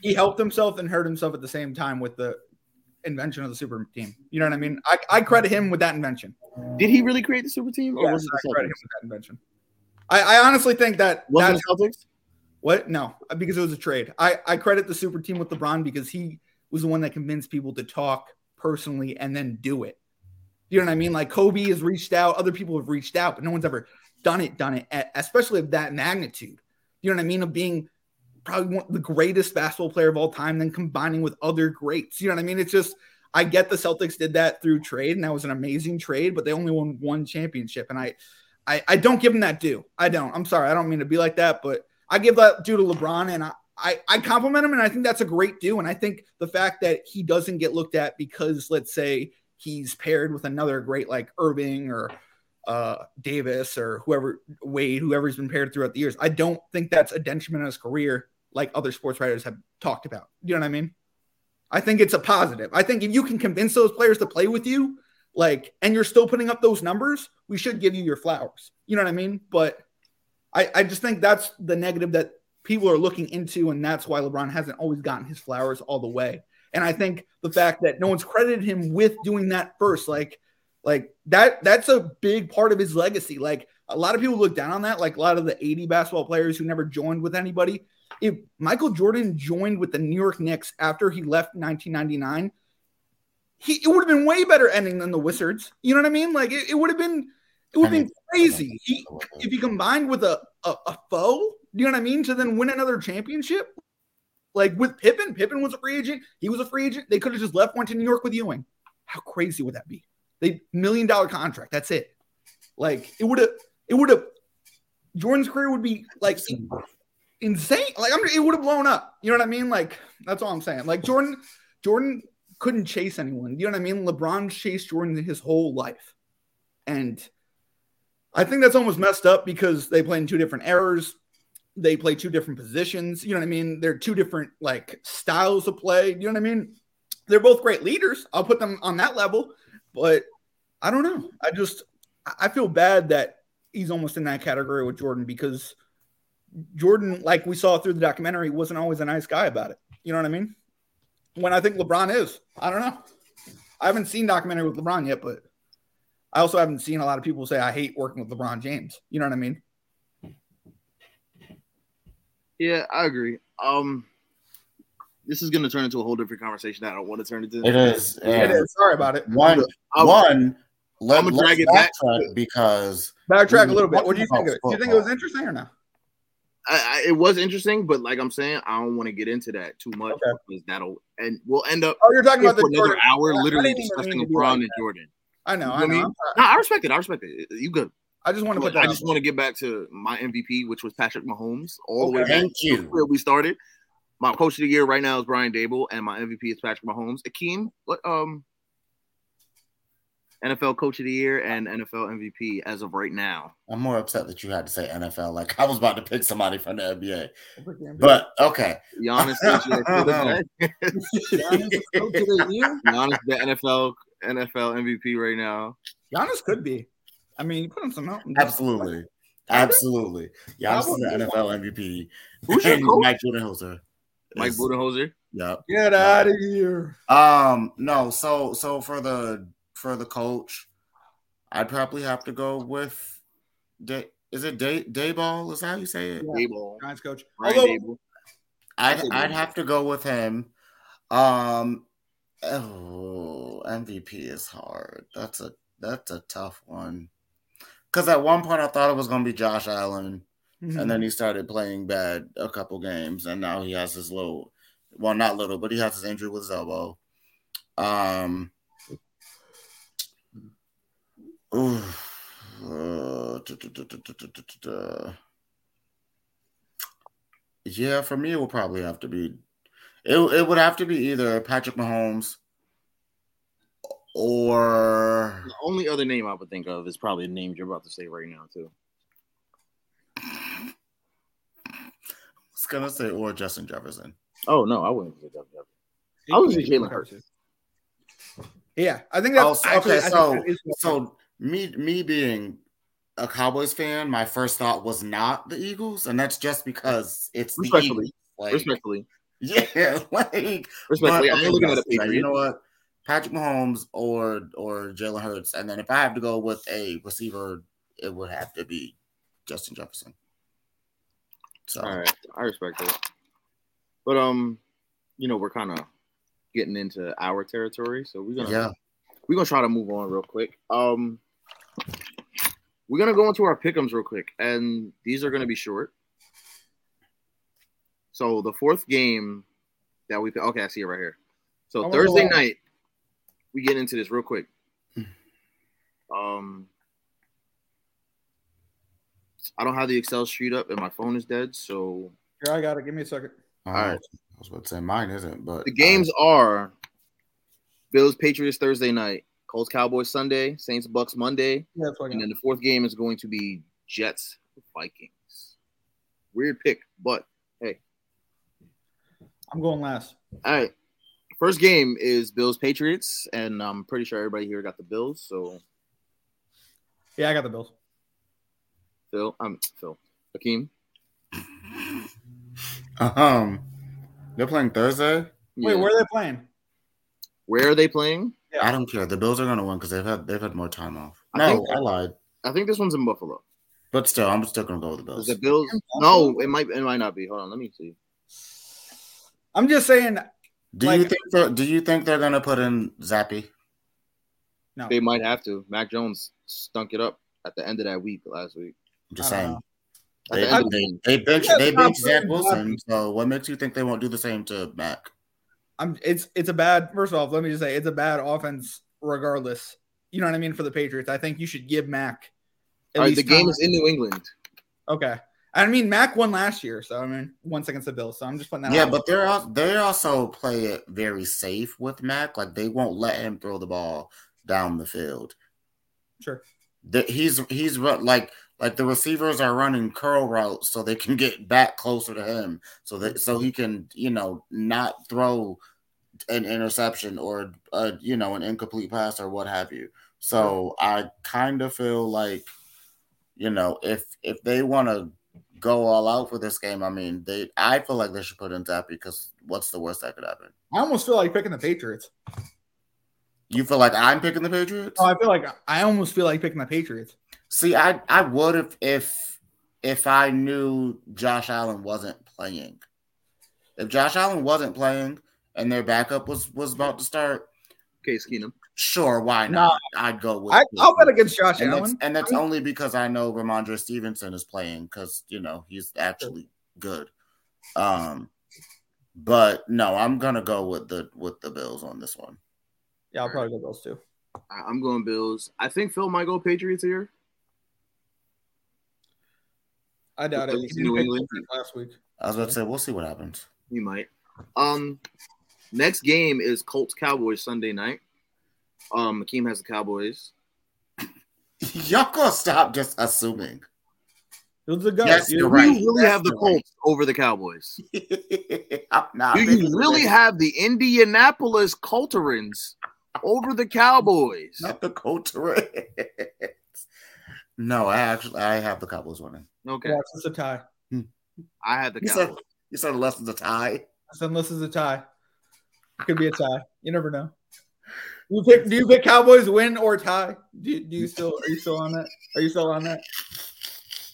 [SPEAKER 3] he helped himself and hurt himself at the same time with the invention of the super team. You know what I mean? I, I credit him with that invention.
[SPEAKER 1] Did he really create the super team? Or
[SPEAKER 3] Yes,
[SPEAKER 1] was it
[SPEAKER 3] I
[SPEAKER 1] the
[SPEAKER 3] credit him
[SPEAKER 1] Celtics?
[SPEAKER 3] with that invention. I, I honestly think that
[SPEAKER 1] Wasn't
[SPEAKER 3] that's
[SPEAKER 1] it the Celtics?
[SPEAKER 3] What? No, because it was a trade. I, I credit the super team with LeBron because he was the one that convinced people to talk personally and then do it. You know what I mean? Like Kobe has reached out, other people have reached out, but no one's ever done it, done it, at- especially of that magnitude. You know what I mean? Of being probably one, the greatest basketball player of all time, then combining with other greats. You know what I mean? It's just, I get the Celtics did that through trade, and that was an amazing trade, but they only won one championship. And I, I, I don't give them that due. I don't. I'm sorry. I don't mean to be like that, but I give that due to LeBron, and I, I, I compliment him, and I think that's a great do. And I think the fact that he doesn't get looked at because, let's say, he's paired with another great like Irving or uh, Davis or whoever Wade, whoever he's been paired throughout the years, I don't think that's a detriment on his career, like other sports writers have talked about. You know what I mean? I think it's a positive. I think if you can convince those players to play with you, like, and you're still putting up those numbers, we should give you your flowers. You know what I mean? But I, I just think that's the negative that people are looking into, and that's why LeBron hasn't always gotten his flowers all the way. And I think the fact that no one's credited him with doing that first, like, like that, that's a big part of his legacy. Like a lot of people look down on that, like a lot of the 80 basketball players who never joined with anybody. If Michael Jordan joined with the New York Knicks after he left 1999, he it would have been way better ending than the Wizards. You know what I mean? Like it, it would have been it would have been crazy. He, if he combined with a, a a foe, you know what I mean, to then win another championship. Like with Pippen, Pippen was a free agent. He was a free agent. They could have just left, went to New York with Ewing. How crazy would that be? They million dollar contract. That's it. Like it would have. It would have. Jordan's career would be like insane. Like I'm. It would have blown up. You know what I mean? Like that's all I'm saying. Like Jordan. Jordan couldn't chase anyone. You know what I mean? LeBron chased Jordan his whole life, and I think that's almost messed up because they play in two different eras. They play two different positions. You know what I mean? They're two different like styles of play. You know what I mean? They're both great leaders. I'll put them on that level, but I don't know. I just I feel bad that he's almost in that category with Jordan because Jordan, like we saw through the documentary, wasn't always a nice guy about it. You know what I mean? When I think LeBron is, I don't know. I haven't seen documentary with LeBron yet, but I also haven't seen a lot of people say I hate working with LeBron James. You know what I mean?
[SPEAKER 1] Yeah, I agree. Um, this is going to turn into a whole different conversation. That I don't want to turn into.
[SPEAKER 2] It is.
[SPEAKER 3] Yeah, it
[SPEAKER 2] and
[SPEAKER 3] is. Sorry about it.
[SPEAKER 2] One,
[SPEAKER 1] I'm-
[SPEAKER 2] one. Let,
[SPEAKER 1] I'ma
[SPEAKER 2] let's
[SPEAKER 1] drag it back.
[SPEAKER 2] backtrack because
[SPEAKER 3] Backtrack a
[SPEAKER 2] We
[SPEAKER 3] little
[SPEAKER 2] were
[SPEAKER 3] bit. What do you think
[SPEAKER 2] talking
[SPEAKER 3] of it? Do you think it
[SPEAKER 2] about
[SPEAKER 3] was interesting or no?
[SPEAKER 1] I, I, it was interesting, but like I'm saying, I don't want to get into that too much
[SPEAKER 3] Okay.
[SPEAKER 1] because that'll and we'll end up
[SPEAKER 3] Oh, you're talking
[SPEAKER 1] here
[SPEAKER 3] about
[SPEAKER 1] for
[SPEAKER 3] the
[SPEAKER 1] another
[SPEAKER 3] Jordan.
[SPEAKER 1] hour
[SPEAKER 3] I
[SPEAKER 1] literally
[SPEAKER 3] didn't even mean
[SPEAKER 1] discussing
[SPEAKER 3] to be
[SPEAKER 1] LeBron
[SPEAKER 3] like
[SPEAKER 1] and Jordan.
[SPEAKER 3] I know.
[SPEAKER 1] You know
[SPEAKER 3] I
[SPEAKER 1] what I
[SPEAKER 3] know.
[SPEAKER 1] mean?
[SPEAKER 3] I'm sorry.
[SPEAKER 1] No, I respect it. I respect it. You good?
[SPEAKER 3] I just want to put that.
[SPEAKER 1] I
[SPEAKER 3] out
[SPEAKER 1] just want to get back to my MVP, which was Patrick Mahomes, all the way
[SPEAKER 3] Okay.
[SPEAKER 1] back
[SPEAKER 2] thank you.
[SPEAKER 1] where we started. My coach of the year right now is Brian Dable, and my MVP is Patrick Mahomes. Akeem, what um NFL coach of the year and NFL MVP as of right now.
[SPEAKER 2] I'm more upset that you had to say NFL. Like I was about to pick somebody from the NBA,
[SPEAKER 3] there.
[SPEAKER 2] but okay.
[SPEAKER 1] Giannis is
[SPEAKER 3] *laughs*
[SPEAKER 1] your coach of the
[SPEAKER 3] Oh,
[SPEAKER 1] year. Giannis the NFL NFL MVP right now.
[SPEAKER 3] Giannis could be. I mean, you put him some mountain.
[SPEAKER 2] Absolutely. Absolutely. Yeah, I'm
[SPEAKER 3] That would
[SPEAKER 2] the
[SPEAKER 3] be
[SPEAKER 2] NFL MVP.
[SPEAKER 1] Who's your
[SPEAKER 2] *laughs* And
[SPEAKER 1] coach?
[SPEAKER 2] Mike Budenholzer.
[SPEAKER 1] Mike
[SPEAKER 2] Yes.
[SPEAKER 1] Budenholzer.
[SPEAKER 2] Yep.
[SPEAKER 3] Get out of here.
[SPEAKER 2] Um, no, so so for the for the coach, I'd probably have to go with Day, is it Day Dayball? Is that how you say it?
[SPEAKER 1] Dable.
[SPEAKER 3] Giants coach.
[SPEAKER 1] Brian
[SPEAKER 3] Although,
[SPEAKER 1] Dable.
[SPEAKER 2] I'd
[SPEAKER 1] I'd say
[SPEAKER 2] I'd
[SPEAKER 1] Dayball.
[SPEAKER 2] have to go with him. Um oh, MVP is hard. That's a that's a tough one. Cause at one point I thought it was gonna be Josh Allen.
[SPEAKER 3] mm-hmm.
[SPEAKER 2] and then he started playing bad a couple games, and now he has his little, well, not little, but he has his injury with his elbow. Um, oof, uh, duh, duh, duh, duh, duh, duh, duh, duh, duh. yeah, for me, it would probably have to be, it it would have to be either Patrick Mahomes or
[SPEAKER 1] The only other name I would think of is probably the name you're about to say right now, too.
[SPEAKER 2] I was gonna say or Justin Jefferson.
[SPEAKER 1] Oh no, I wouldn't say Jeff Jeff. I would say Jalen Hurts.
[SPEAKER 3] Yeah, I think that's
[SPEAKER 2] Oh, okay,
[SPEAKER 3] actually, I think
[SPEAKER 2] so-
[SPEAKER 3] that is-
[SPEAKER 2] so me me being a Cowboys fan, my first thought was not the Eagles, and that's just because it's the Eagles.
[SPEAKER 1] Respectfully.
[SPEAKER 2] Like,
[SPEAKER 1] Respectfully,
[SPEAKER 2] *laughs* yeah, like but,
[SPEAKER 1] respectfully, I
[SPEAKER 2] okay,
[SPEAKER 1] ain't looking at a
[SPEAKER 2] yes, yeah,
[SPEAKER 1] Patriot.
[SPEAKER 2] You know what? Patrick Mahomes or or Jalen Hurts, and then if I have to go with a receiver, it would have to be Justin Jefferson. So
[SPEAKER 1] All right, I respect it. But um, you know, we're kind of getting into our territory, so we're gonna
[SPEAKER 2] yeah,
[SPEAKER 1] we're gonna try to move on real quick. Um, we're gonna go into our pickums real quick, and these are gonna be short. So the fourth game that we okay, I see it right here.
[SPEAKER 3] I
[SPEAKER 1] So
[SPEAKER 3] wanna go
[SPEAKER 1] Thursday
[SPEAKER 3] out.
[SPEAKER 1] night, we get into this real quick. Um, I don't have the Excel sheet up, and my phone is dead, so
[SPEAKER 3] here I got it. Give me a second.
[SPEAKER 2] all
[SPEAKER 1] right.
[SPEAKER 2] right. I was about to say mine isn't, but
[SPEAKER 1] The games are Bills Patriots Thursday night, Colts Cowboys Sunday, Saints Bucks Monday,
[SPEAKER 3] Yeah, that's what I
[SPEAKER 1] and
[SPEAKER 3] got.
[SPEAKER 1] then the fourth game is going to be Jets Vikings. Weird pick, but
[SPEAKER 3] I'm going last.
[SPEAKER 1] all right. First game is Bills Patriots, and I'm pretty sure everybody here got the Bills. So
[SPEAKER 3] Yeah, I got the Bills.
[SPEAKER 1] Phil, I'm um, Phil, Akeem.
[SPEAKER 2] *laughs* um, they're playing Thursday.
[SPEAKER 3] Wait,
[SPEAKER 1] Yeah.
[SPEAKER 3] where are they playing?
[SPEAKER 1] Where are they playing?
[SPEAKER 2] I don't care. The Bills are gonna win because they've had they've had more time off.
[SPEAKER 1] I
[SPEAKER 2] No,
[SPEAKER 1] think-
[SPEAKER 2] I lied.
[SPEAKER 1] I think this one's in Buffalo.
[SPEAKER 2] But still, I'm still gonna go with the
[SPEAKER 1] Is
[SPEAKER 2] Bills.
[SPEAKER 1] the Bills? No, it might. It might not be. Hold on, let me see.
[SPEAKER 3] I'm just saying.
[SPEAKER 2] Do you
[SPEAKER 3] like-
[SPEAKER 2] think they're, do you think they're gonna put in Zappy?
[SPEAKER 3] No.
[SPEAKER 1] They might have to. Mac Jones stunk it up at the end of that week last week.
[SPEAKER 2] I'm just
[SPEAKER 3] I don't
[SPEAKER 2] saying.
[SPEAKER 3] know.
[SPEAKER 1] At
[SPEAKER 2] They,
[SPEAKER 1] the end of the
[SPEAKER 2] they,
[SPEAKER 1] game.
[SPEAKER 2] they bench
[SPEAKER 3] Yeah,
[SPEAKER 2] they
[SPEAKER 3] it's not
[SPEAKER 2] bench Zach
[SPEAKER 3] fair.
[SPEAKER 2] Wilson. So what makes you think they won't do the same to Mac?
[SPEAKER 3] I'm it's it's a bad first off, let me just say it's a bad offense regardless. You know what I mean for the Patriots. I think you should give Mac at
[SPEAKER 1] All right,
[SPEAKER 3] least
[SPEAKER 1] the game
[SPEAKER 3] time.
[SPEAKER 1] is in New England.
[SPEAKER 3] okay. I mean Mac won last year, so I mean once against the Bills. So I'm just putting that
[SPEAKER 2] Yeah,
[SPEAKER 3] out.
[SPEAKER 2] but they're also, they also play it very safe with Mac. Like they won't let him throw the ball down the field.
[SPEAKER 3] Sure.
[SPEAKER 2] That he's he's run, like like the receivers are running curl routes so they can get back closer to him so that so he can you know not throw an interception or uh, you know an incomplete pass or what have you. So I kind of feel like you know if if they want to go all out for this game, I mean they I feel like they should put in Zappy because what's the worst that could happen?
[SPEAKER 3] I almost feel like picking the Patriots.
[SPEAKER 2] You feel like I'm picking the Patriots?
[SPEAKER 3] Oh, I feel like I almost feel like picking the Patriots.
[SPEAKER 2] See, I I would if if if I knew Josh Allen wasn't playing. If Josh Allen wasn't playing and their backup was was about to start,
[SPEAKER 1] Case Keenum.
[SPEAKER 2] sure, why not? I'd go with.
[SPEAKER 3] I,
[SPEAKER 2] it.
[SPEAKER 3] I'll bet against Josh
[SPEAKER 2] and that's,
[SPEAKER 3] Allen.
[SPEAKER 2] and that's
[SPEAKER 3] I mean-
[SPEAKER 2] only because I know Ramondre Stevenson is playing because you know he's actually good. Um, but no, I'm gonna go with the with the Bills on this one.
[SPEAKER 3] Yeah, I'll probably go Bills too.
[SPEAKER 1] I- I'm going Bills. I think Phil might go Patriots here.
[SPEAKER 3] I doubt it.
[SPEAKER 1] Because
[SPEAKER 3] He
[SPEAKER 1] it's
[SPEAKER 3] didn't
[SPEAKER 1] New
[SPEAKER 3] pick
[SPEAKER 1] England.
[SPEAKER 3] Patriots last week.
[SPEAKER 2] I was about to say we'll see what happens. *laughs*
[SPEAKER 1] You might. Um, next game is Colts Cowboys Sunday night. Um, Akeem has the Cowboys.
[SPEAKER 2] Y'all gonna stop just assuming. *laughs*
[SPEAKER 3] It was a gut.
[SPEAKER 2] Yes,
[SPEAKER 3] You-
[SPEAKER 2] you're right.
[SPEAKER 1] You really
[SPEAKER 2] That's
[SPEAKER 1] have the
[SPEAKER 2] right.
[SPEAKER 1] Colts over the Cowboys.
[SPEAKER 2] I'm not.
[SPEAKER 1] Do you really have the Indianapolis Colterans over the Cowboys?
[SPEAKER 2] *laughs* not the culture? *laughs* no, I actually I have the Cowboys winning.
[SPEAKER 1] Okay,
[SPEAKER 3] Watch, it's a tie.
[SPEAKER 1] I have the
[SPEAKER 2] You said
[SPEAKER 1] Cowboys.
[SPEAKER 2] you said less than a tie.
[SPEAKER 3] It's Unless it's a tie, it could be a tie. You never know. You
[SPEAKER 2] *laughs*
[SPEAKER 3] pick? Do you pick Cowboys win or tie? Do, do you still? Are you still on that? Are you still on that?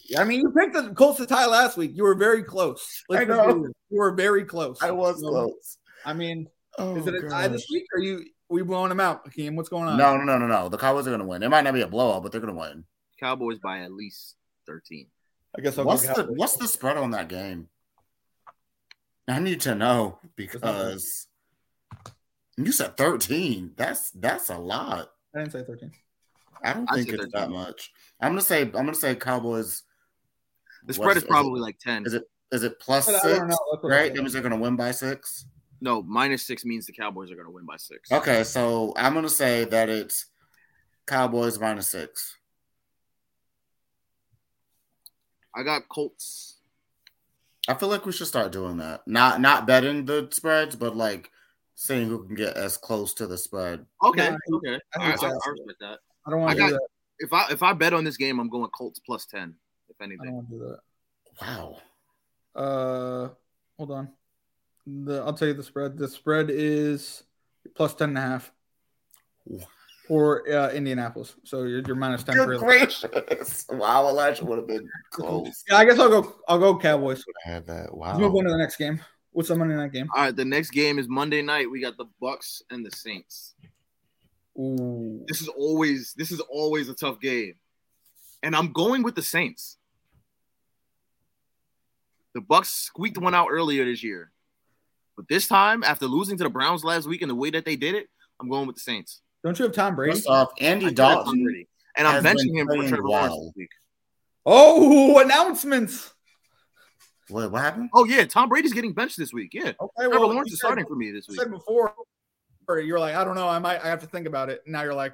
[SPEAKER 3] Yeah, I mean, you picked the Colts to tie last week. You were very close.
[SPEAKER 2] I
[SPEAKER 3] Let's be
[SPEAKER 2] know.
[SPEAKER 3] real. You were very close.
[SPEAKER 2] I was close.
[SPEAKER 3] I mean,
[SPEAKER 2] Oh,
[SPEAKER 3] is it a tie
[SPEAKER 2] gosh.
[SPEAKER 3] this week? Or are you? We blowing them out, Hakeem? What's going on?
[SPEAKER 2] No, no, no, no, no. The Cowboys are going to win. It might not be a blowout, but they're going to win.
[SPEAKER 1] Cowboys by at least thirteen.
[SPEAKER 3] I guess I'll
[SPEAKER 2] What's
[SPEAKER 3] go
[SPEAKER 2] the
[SPEAKER 3] Cowboys.
[SPEAKER 2] What's the spread on that game? I need to know because you said thirteen. That's that's a lot.
[SPEAKER 3] I didn't say thirteen.
[SPEAKER 2] I don't
[SPEAKER 1] I
[SPEAKER 2] think
[SPEAKER 1] said
[SPEAKER 2] it's that
[SPEAKER 1] 13.
[SPEAKER 2] much. I'm gonna say I'm gonna say Cowboys.
[SPEAKER 1] The
[SPEAKER 2] what
[SPEAKER 1] spread is
[SPEAKER 2] it?
[SPEAKER 1] probably like ten.
[SPEAKER 2] Is it is it plus
[SPEAKER 3] But I
[SPEAKER 2] six?
[SPEAKER 3] don't know. That's what I
[SPEAKER 2] Right?
[SPEAKER 3] said.
[SPEAKER 2] That means they're gonna win by six.
[SPEAKER 1] No, minus six means the Cowboys are going to win by six.
[SPEAKER 2] Okay, so I'm gonna say that it's Cowboys minus six.
[SPEAKER 1] I got Colts.
[SPEAKER 2] I feel like we should start doing that. Not not betting the spreads, but like seeing who can get as close to the spread.
[SPEAKER 1] Okay,
[SPEAKER 3] No,
[SPEAKER 1] okay,
[SPEAKER 3] I
[SPEAKER 1] I, I,
[SPEAKER 3] think so.
[SPEAKER 1] I respect that.
[SPEAKER 3] I don't want
[SPEAKER 1] I
[SPEAKER 3] to
[SPEAKER 1] got-
[SPEAKER 3] do that.
[SPEAKER 1] If I if I bet on this game, I'm going Colts plus ten. If
[SPEAKER 3] I don't
[SPEAKER 1] anything,
[SPEAKER 3] want to do that.
[SPEAKER 2] Wow.
[SPEAKER 3] Uh, hold on. The I'll tell you the spread. The spread is plus ten and a half
[SPEAKER 2] Wow.
[SPEAKER 3] for uh, Indianapolis. So you're, you're minus ten. For
[SPEAKER 2] Good gracious. *laughs* Wow, Elijah would have been close.
[SPEAKER 3] yeah, I guess I'll go. I'll go Cowboys.
[SPEAKER 2] I had that.
[SPEAKER 3] Let's move on
[SPEAKER 2] Wow.
[SPEAKER 3] to the next game. What's the Monday night game?
[SPEAKER 1] all right. The next game is Monday night. We got the Bucks and the Saints.
[SPEAKER 3] Ooh,
[SPEAKER 1] This is always this is always a tough game, and I'm going with the Saints. The Bucks squeaked one out earlier this year, but this time, after losing to the Browns last week and the way that they did it, I'm going with the Saints.
[SPEAKER 3] don't you have Tom Brady?
[SPEAKER 2] First off,
[SPEAKER 1] I
[SPEAKER 2] Andy
[SPEAKER 1] said I'm
[SPEAKER 2] Dalton.
[SPEAKER 1] ready. and I'm
[SPEAKER 2] has been
[SPEAKER 1] benching him for
[SPEAKER 2] playing
[SPEAKER 1] Trevor Lawrence
[SPEAKER 2] well.
[SPEAKER 1] this week.
[SPEAKER 3] Oh, announcements.
[SPEAKER 2] Wait, what happened?
[SPEAKER 1] Oh yeah, Tom Brady's getting benched this week. Yeah,
[SPEAKER 3] Okay,
[SPEAKER 1] Trevor
[SPEAKER 3] well,
[SPEAKER 1] Lawrence
[SPEAKER 3] you
[SPEAKER 1] is
[SPEAKER 3] said-
[SPEAKER 1] starting for me this
[SPEAKER 3] you
[SPEAKER 1] week.
[SPEAKER 3] said before, or you're like, I don't know. I might. I have to think about it. Now you're like,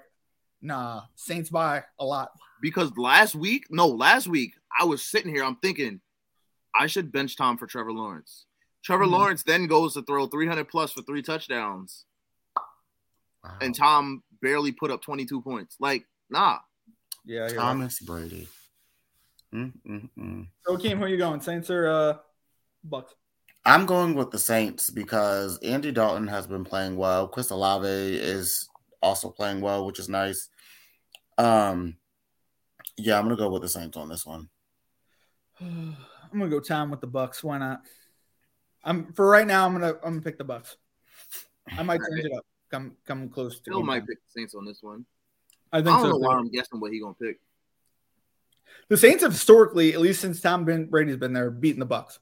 [SPEAKER 3] nah. Saints by a lot.
[SPEAKER 1] because last week, no, last week I was sitting here, I'm thinking I should bench Tom for Trevor Lawrence. Trevor
[SPEAKER 3] Mhm.
[SPEAKER 1] Lawrence then goes to throw 300 plus for three touchdowns,
[SPEAKER 2] Wow.
[SPEAKER 3] Oh.
[SPEAKER 1] and Tom barely put up 22 points. Like, nah,
[SPEAKER 3] Yeah, you're right.
[SPEAKER 2] Thomas Brady. Mm, mm, mm.
[SPEAKER 3] So, Akeem, who are you going? Saints or uh, Bucks?
[SPEAKER 2] I'm going with the Saints because Andy Dalton has been playing well. Chris Olave is also playing well, which is nice. Um, yeah, I'm gonna go with the Saints on this one.
[SPEAKER 3] *sighs* I'm gonna go Tom with the Bucks. Why not? I'm for right now. I'm gonna I'm gonna pick the Bucks. I might change it up. Come come close to
[SPEAKER 1] Phil
[SPEAKER 3] game
[SPEAKER 1] might
[SPEAKER 3] time.
[SPEAKER 1] pick the Saints on this one. I
[SPEAKER 4] think
[SPEAKER 1] don't
[SPEAKER 4] so.
[SPEAKER 1] know
[SPEAKER 4] too.
[SPEAKER 1] why I'm guessing what he gonna pick.
[SPEAKER 3] The Saints have historically, at least since Tom ben- Brady's been there, beaten the Bucks.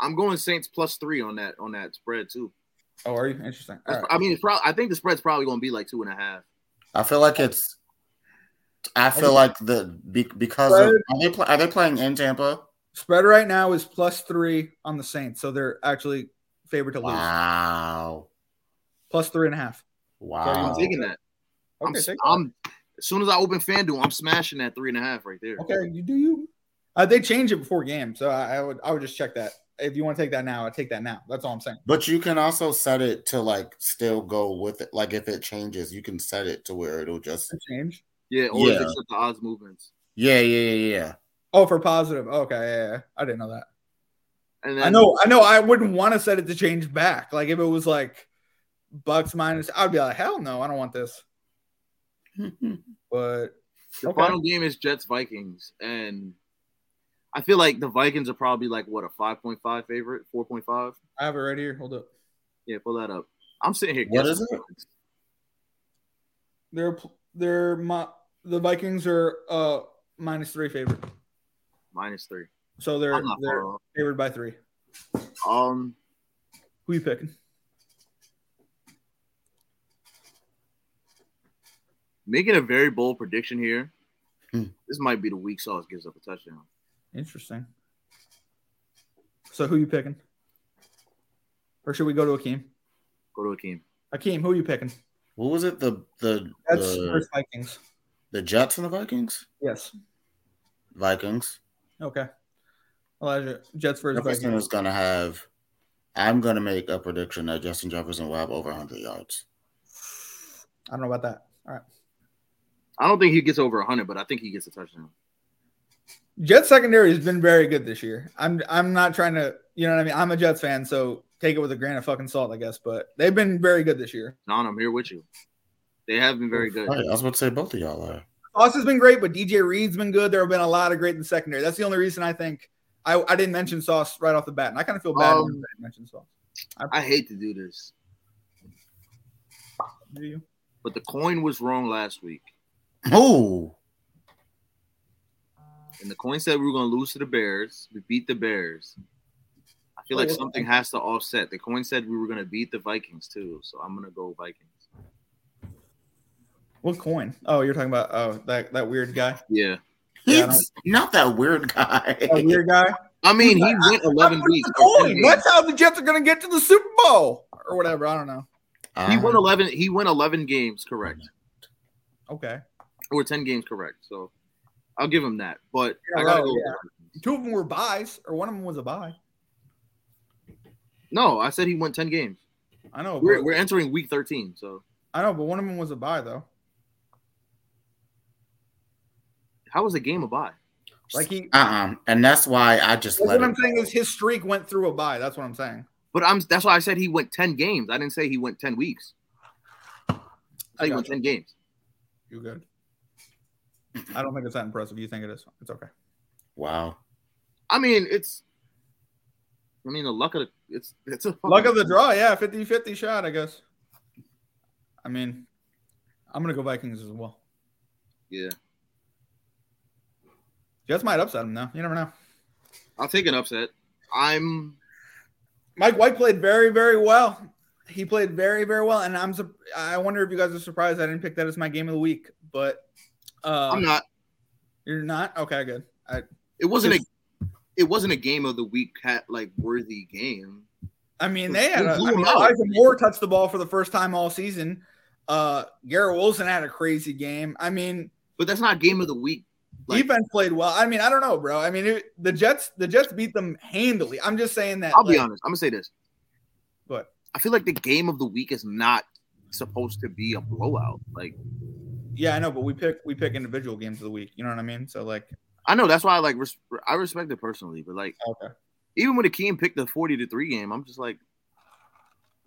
[SPEAKER 1] I'm going Saints plus three on that on that spread too.
[SPEAKER 3] Oh, are you interesting? All
[SPEAKER 1] That's-
[SPEAKER 3] right.
[SPEAKER 1] I mean, it's probably I think the spread's probably gonna be like two and a half.
[SPEAKER 2] I feel like it's. I feel like the be, because of,
[SPEAKER 3] Right.
[SPEAKER 2] are they pl- are they playing in Tampa?
[SPEAKER 3] Spread right now is plus three on the Saints, so they're actually favored to lose.
[SPEAKER 2] Wow,
[SPEAKER 3] Plus three and a half.
[SPEAKER 2] wow.
[SPEAKER 1] I'm taking that. I'm,
[SPEAKER 3] Okay, take that.
[SPEAKER 1] I'm as soon as I open FanDuel, I'm smashing that three and a half right there.
[SPEAKER 3] okay, you do you. Uh, they change it before game, so I, I would I would just check that. If you want to take that now, I take that now. That's all I'm saying.
[SPEAKER 2] But you can also set it to like still go with it. Like if it changes, you can set it to where it'll just
[SPEAKER 3] Change.
[SPEAKER 1] Yeah, always
[SPEAKER 2] Yeah.
[SPEAKER 1] accept the odds movements.
[SPEAKER 2] yeah yeah yeah yeah.
[SPEAKER 3] Oh, for positive. Okay, yeah, yeah. I didn't know that.
[SPEAKER 1] And
[SPEAKER 3] I know, I know. I wouldn't want to set it to change back. Like if it was like Bucks minus, I'd be like, hell no, I don't want this.
[SPEAKER 1] *laughs*
[SPEAKER 3] But
[SPEAKER 1] The
[SPEAKER 3] Okay.
[SPEAKER 1] final game is Jets Vikings, and I feel like the Vikings are probably like what a five point five favorite, four point five.
[SPEAKER 3] I have it right here. Hold up.
[SPEAKER 1] Yeah, pull that up. I'm sitting here.
[SPEAKER 2] What
[SPEAKER 1] guessing.
[SPEAKER 2] is it?
[SPEAKER 3] They're they're my, the Vikings are uh minus three favorite,
[SPEAKER 1] Minus three.
[SPEAKER 3] so they're
[SPEAKER 1] I'm not
[SPEAKER 3] they're
[SPEAKER 1] far off.
[SPEAKER 3] favored by three.
[SPEAKER 1] Um,
[SPEAKER 3] Who you picking?
[SPEAKER 1] making a very bold prediction here.
[SPEAKER 2] Hmm.
[SPEAKER 1] This might be the week Sauce gives up a touchdown.
[SPEAKER 3] Interesting. So who you picking? Or should we go to Akeem?
[SPEAKER 1] Go to a game.
[SPEAKER 3] Akeem, who you picking?
[SPEAKER 2] What was it? The the
[SPEAKER 3] That's
[SPEAKER 2] the,
[SPEAKER 3] first Vikings.
[SPEAKER 2] the Jets and the Vikings.
[SPEAKER 3] Yes.
[SPEAKER 2] Vikings.
[SPEAKER 3] Okay. Elijah Jets versus
[SPEAKER 2] Jefferson
[SPEAKER 3] Vikings.
[SPEAKER 2] is gonna have. I'm gonna make a prediction that Justin Jefferson will have over 100 yards.
[SPEAKER 3] I don't know about that. All right.
[SPEAKER 1] I don't think he gets over hundred, but I think he gets a touchdown.
[SPEAKER 3] Jets secondary has been very good this year. I'm I'm not trying to you know what I mean. I'm a Jets fan, so take it with a grain of fucking salt, I guess. But they've been very good this year.
[SPEAKER 1] John, I'm here with you. They have been very good.
[SPEAKER 2] Right, Oh, I was about to say both of y'all are.
[SPEAKER 3] Sauce has been great, but DJ Reed's been good. There have been a lot of great in the secondary. That's the only reason I think I, I didn't mention Sauce right off the bat, and I kind of feel bad when I
[SPEAKER 1] Um,
[SPEAKER 3] didn't mention Sauce.
[SPEAKER 1] I hate to do this,
[SPEAKER 3] Do you?
[SPEAKER 1] but the coin was wrong last week,
[SPEAKER 2] Oh,
[SPEAKER 1] and the coin said we were going to lose to the Bears. We beat the Bears. I feel
[SPEAKER 3] Oh,
[SPEAKER 1] like
[SPEAKER 3] yeah.
[SPEAKER 1] something has to offset. The coin said we were going to beat the Vikings too, so I'm going to go Vikings.
[SPEAKER 3] What coin? Oh, you're talking about oh that that weird guy.
[SPEAKER 1] Yeah,
[SPEAKER 3] Yeah, I don't-
[SPEAKER 2] he's not that weird guy. *laughs*
[SPEAKER 3] That weird guy.
[SPEAKER 1] I mean he went 11
[SPEAKER 3] That's
[SPEAKER 1] weeks.
[SPEAKER 3] the coin. That's how the Jets are going to get to the Super Bowl or whatever. I don't know.
[SPEAKER 1] He won
[SPEAKER 2] Uh,
[SPEAKER 1] 11. He won 11 games, correct,
[SPEAKER 3] Okay.
[SPEAKER 1] or 10 games, correct. So I'll give him that. But
[SPEAKER 3] Yeah,
[SPEAKER 1] I gotta
[SPEAKER 3] right,
[SPEAKER 1] go. with
[SPEAKER 3] yeah.
[SPEAKER 1] the Vikings.
[SPEAKER 3] Two of them were buys, or one of them was a buy.
[SPEAKER 1] No, I said he won 10 games.
[SPEAKER 3] I know.
[SPEAKER 1] We're,
[SPEAKER 3] but-
[SPEAKER 1] we're entering week 13, so
[SPEAKER 3] I know, but one of them was a buy though.
[SPEAKER 1] how was the game a buy?
[SPEAKER 3] Like he.
[SPEAKER 2] *laughs* uh-uh. and that's why I just
[SPEAKER 3] That's
[SPEAKER 2] let
[SPEAKER 3] what I'm
[SPEAKER 2] him.
[SPEAKER 3] saying is his streak went through a buy. That's what I'm saying.
[SPEAKER 1] But I'm that's why I said he went 10 games. I didn't say he went 10 weeks. I think he went
[SPEAKER 3] Gotcha.
[SPEAKER 1] 10 games.
[SPEAKER 3] You good? I don't think it's that impressive. You think it is? It's okay.
[SPEAKER 2] Wow,
[SPEAKER 1] I mean, it's I mean the luck of the it's it's a
[SPEAKER 3] Luck of the draw, yeah, 50-50 shot, I guess. I mean, I'm gonna go Vikings as well.
[SPEAKER 1] Yeah.
[SPEAKER 3] Jets might upset him now. You never know.
[SPEAKER 1] I'll take an upset. I'm
[SPEAKER 3] Mike White played very, very well. He played very, very well, and I'm. sup- I wonder if you guys are surprised I didn't pick that as my game of the week, but uh,
[SPEAKER 1] I'm not
[SPEAKER 3] You're not okay. Good. I.
[SPEAKER 1] it wasn't a it wasn't a game of the week hat like worthy game.
[SPEAKER 3] I mean, they had. A, I
[SPEAKER 1] Blew
[SPEAKER 3] mean,
[SPEAKER 1] him out.
[SPEAKER 3] Elijah Moore touched the ball for the first time all season. Uh, Garrett Wilson had a crazy game. I mean,
[SPEAKER 1] But that's not game of the week. Like,
[SPEAKER 3] defense played well. I mean, I don't know, bro. I mean, it, the Jets. The Jets beat them handily. I'm just saying that.
[SPEAKER 1] I'll be
[SPEAKER 3] like,
[SPEAKER 1] honest. I'm gonna say this.
[SPEAKER 3] What?
[SPEAKER 1] I feel like the game of the week is not supposed to be a blowout. Like
[SPEAKER 3] Yeah, I know, but we pick we pick individual games of the week. You know what I mean? So like,
[SPEAKER 1] I know that's why I like res- I respect it personally, but like
[SPEAKER 3] okay,
[SPEAKER 1] even when Akeem picked the forty to three game, I'm just like,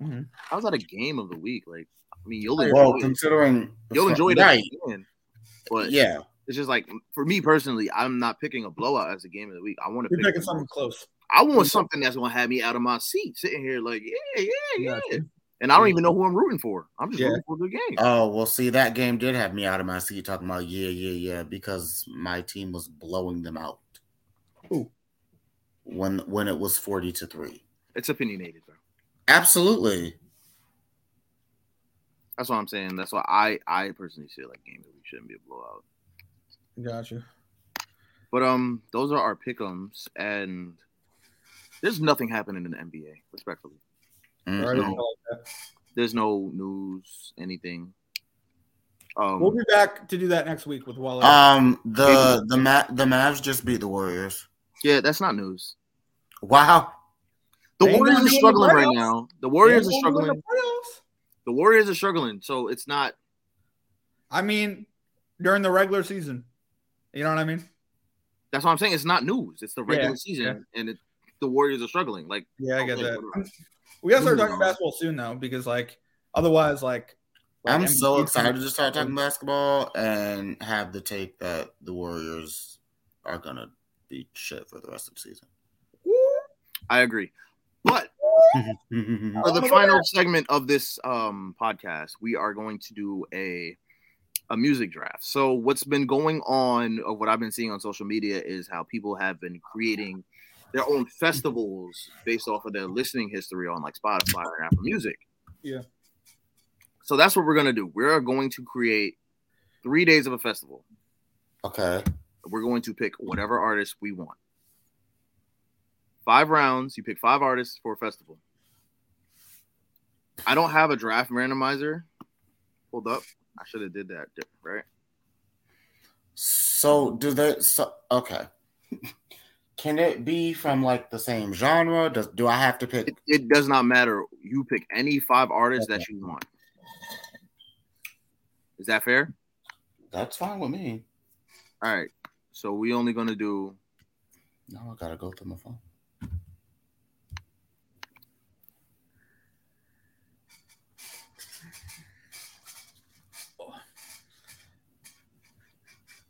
[SPEAKER 3] Mhm.
[SPEAKER 1] how's that a game of the week? Like, I mean, you'll enjoy,
[SPEAKER 2] well,
[SPEAKER 1] it.
[SPEAKER 2] considering
[SPEAKER 1] you'll enjoy it,
[SPEAKER 2] right?
[SPEAKER 1] again, but yeah,
[SPEAKER 2] Yeah,
[SPEAKER 1] it's just like for me personally, I'm not picking a blowout as a game of the week. I want to
[SPEAKER 3] you're
[SPEAKER 1] pick.
[SPEAKER 3] picking something close.
[SPEAKER 1] I want something that's gonna have me out of my seat, sitting here like, yeah, yeah, yeah.
[SPEAKER 3] Gotcha.
[SPEAKER 1] and I don't even know who I'm rooting for. I'm just
[SPEAKER 3] Yeah.
[SPEAKER 1] rooting for the game.
[SPEAKER 2] Oh, well, see, that game did have me out of my seat talking about yeah, yeah, yeah, because my team was blowing them out.
[SPEAKER 3] Ooh.
[SPEAKER 2] When when it was 40 to 3.
[SPEAKER 1] It's opinionated, bro.
[SPEAKER 2] Absolutely.
[SPEAKER 1] That's what I'm saying. That's why I I personally feel like game really shouldn't be a blowout.
[SPEAKER 3] Gotcha.
[SPEAKER 1] But um, those are our pickums, and there's nothing happening in the NBA, respectfully.
[SPEAKER 3] All right,
[SPEAKER 2] Mm-mm.
[SPEAKER 3] I like that.
[SPEAKER 1] There's no news, anything. Um,
[SPEAKER 3] We'll be back to do that next week with Waller.
[SPEAKER 1] Uh,
[SPEAKER 2] Um the the Ma- the Mavs just beat the Warriors.
[SPEAKER 1] yeah, that's not news.
[SPEAKER 2] Wow.
[SPEAKER 1] The
[SPEAKER 3] They
[SPEAKER 1] Warriors
[SPEAKER 3] not
[SPEAKER 1] are
[SPEAKER 3] doing
[SPEAKER 1] struggling
[SPEAKER 3] the
[SPEAKER 1] right
[SPEAKER 3] playoffs?
[SPEAKER 1] now. The Warriors are
[SPEAKER 3] They won't win the
[SPEAKER 1] struggling.
[SPEAKER 3] playoffs?
[SPEAKER 1] The Warriors are struggling, so it's not.
[SPEAKER 3] I mean, during the regular season, you know what I mean?
[SPEAKER 1] That's what I'm saying. It's not news. It's the regular
[SPEAKER 3] Yeah,
[SPEAKER 1] season, and it, the Warriors are struggling. Like
[SPEAKER 3] Yeah, I get
[SPEAKER 1] Okay,
[SPEAKER 3] that.
[SPEAKER 1] whatever.
[SPEAKER 3] I'm- We gotta start
[SPEAKER 1] Moving
[SPEAKER 3] talking
[SPEAKER 1] on.
[SPEAKER 3] basketball soon though, because like otherwise, like, like
[SPEAKER 2] I'm so
[SPEAKER 3] MVP
[SPEAKER 2] excited to start talking basketball and have the tape that the Warriors are gonna be shit for the rest of the
[SPEAKER 3] *laughs*
[SPEAKER 1] I agree, but
[SPEAKER 2] season.
[SPEAKER 1] for the
[SPEAKER 3] Wanna go
[SPEAKER 1] final segment of this um, podcast, we are going to do a a music draft. So what's been going on, or what I've been seeing on social media, is how people have been creating their own festivals based off of their listening history on like Spotify and Apple Music.
[SPEAKER 3] Yeah.
[SPEAKER 1] So that's what we're gonna do. We're going to create three days of a festival.
[SPEAKER 2] *laughs* okay.
[SPEAKER 1] We're going to pick whatever artist we want. Five rounds. You pick five artists for a festival. I don't have a draft randomizer. Hold up. I should have did that, di- right?
[SPEAKER 2] So do they? So okay. *laughs* Can it be from like the same genre? Does do I have to
[SPEAKER 1] It,
[SPEAKER 2] pick?
[SPEAKER 1] it does not matter. You pick any five artists that you want. Is that fair?
[SPEAKER 2] That's fine with me.
[SPEAKER 1] All right. So we only gonna do
[SPEAKER 2] Now I gotta go through my phone.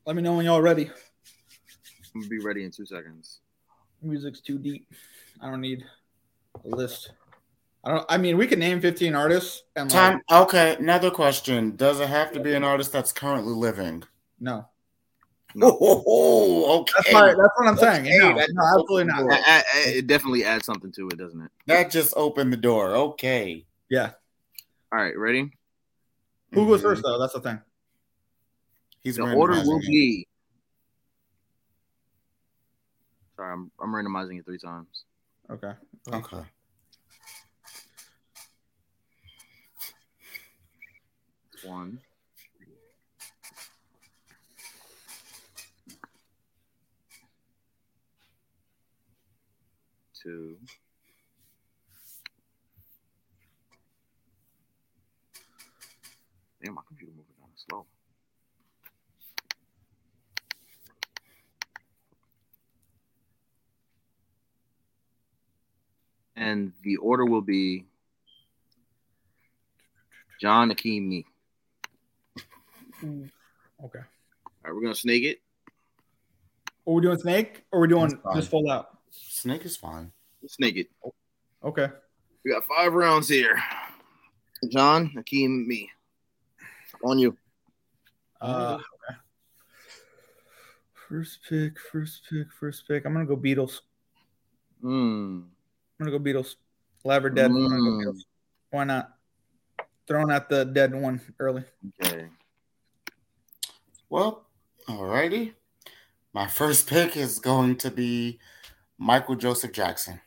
[SPEAKER 3] Let me know when y'all ready.
[SPEAKER 1] I'm gonna be ready in two seconds.
[SPEAKER 3] Music's too deep. I don't need a list. I don't. I mean, we can name 15 artists and like,
[SPEAKER 2] Time. Okay. Another question. Does it have to be an artist that's currently living? *laughs*
[SPEAKER 3] no.
[SPEAKER 1] No.
[SPEAKER 2] Oh, okay.
[SPEAKER 3] That's my. That's what I'm saying.
[SPEAKER 2] Okay,
[SPEAKER 3] No,
[SPEAKER 2] that's-
[SPEAKER 3] no, absolutely
[SPEAKER 1] I-
[SPEAKER 3] not.
[SPEAKER 1] I- I- it definitely adds something to it, doesn't it?
[SPEAKER 2] That just opened the door. Okay.
[SPEAKER 3] Yeah.
[SPEAKER 1] All right, ready?
[SPEAKER 3] Who goes
[SPEAKER 2] Mhm.
[SPEAKER 3] first though? That's the thing.
[SPEAKER 2] He's
[SPEAKER 1] the order will
[SPEAKER 2] randomizing it.
[SPEAKER 1] be. Sorry, I'm, I'm randomizing it three times.
[SPEAKER 3] Okay.
[SPEAKER 2] Okay.
[SPEAKER 1] One. Two. Damn, my computer moving kind of slow. And the order will be John, Akeem, me.
[SPEAKER 3] Okay.
[SPEAKER 1] All right, we're gonna snake it.
[SPEAKER 3] Are we doing Snake or are we doing
[SPEAKER 2] That's fine.
[SPEAKER 3] just full out?
[SPEAKER 2] Snake is fine.
[SPEAKER 1] Let's snake it.
[SPEAKER 3] Okay.
[SPEAKER 1] We got five rounds here. John, Akeem, me. On you.
[SPEAKER 3] Uh, okay. First pick, first pick, first pick. I'm gonna go Beatles.
[SPEAKER 1] Mm.
[SPEAKER 3] I'm gonna go Beatles. Live or dead. I'm gonna
[SPEAKER 1] Mm.
[SPEAKER 3] go Beatles. Why not? Throwing out the dead one early.
[SPEAKER 1] Okay.
[SPEAKER 2] Well, alrighty. My first pick is going to be Michael Joseph Jackson.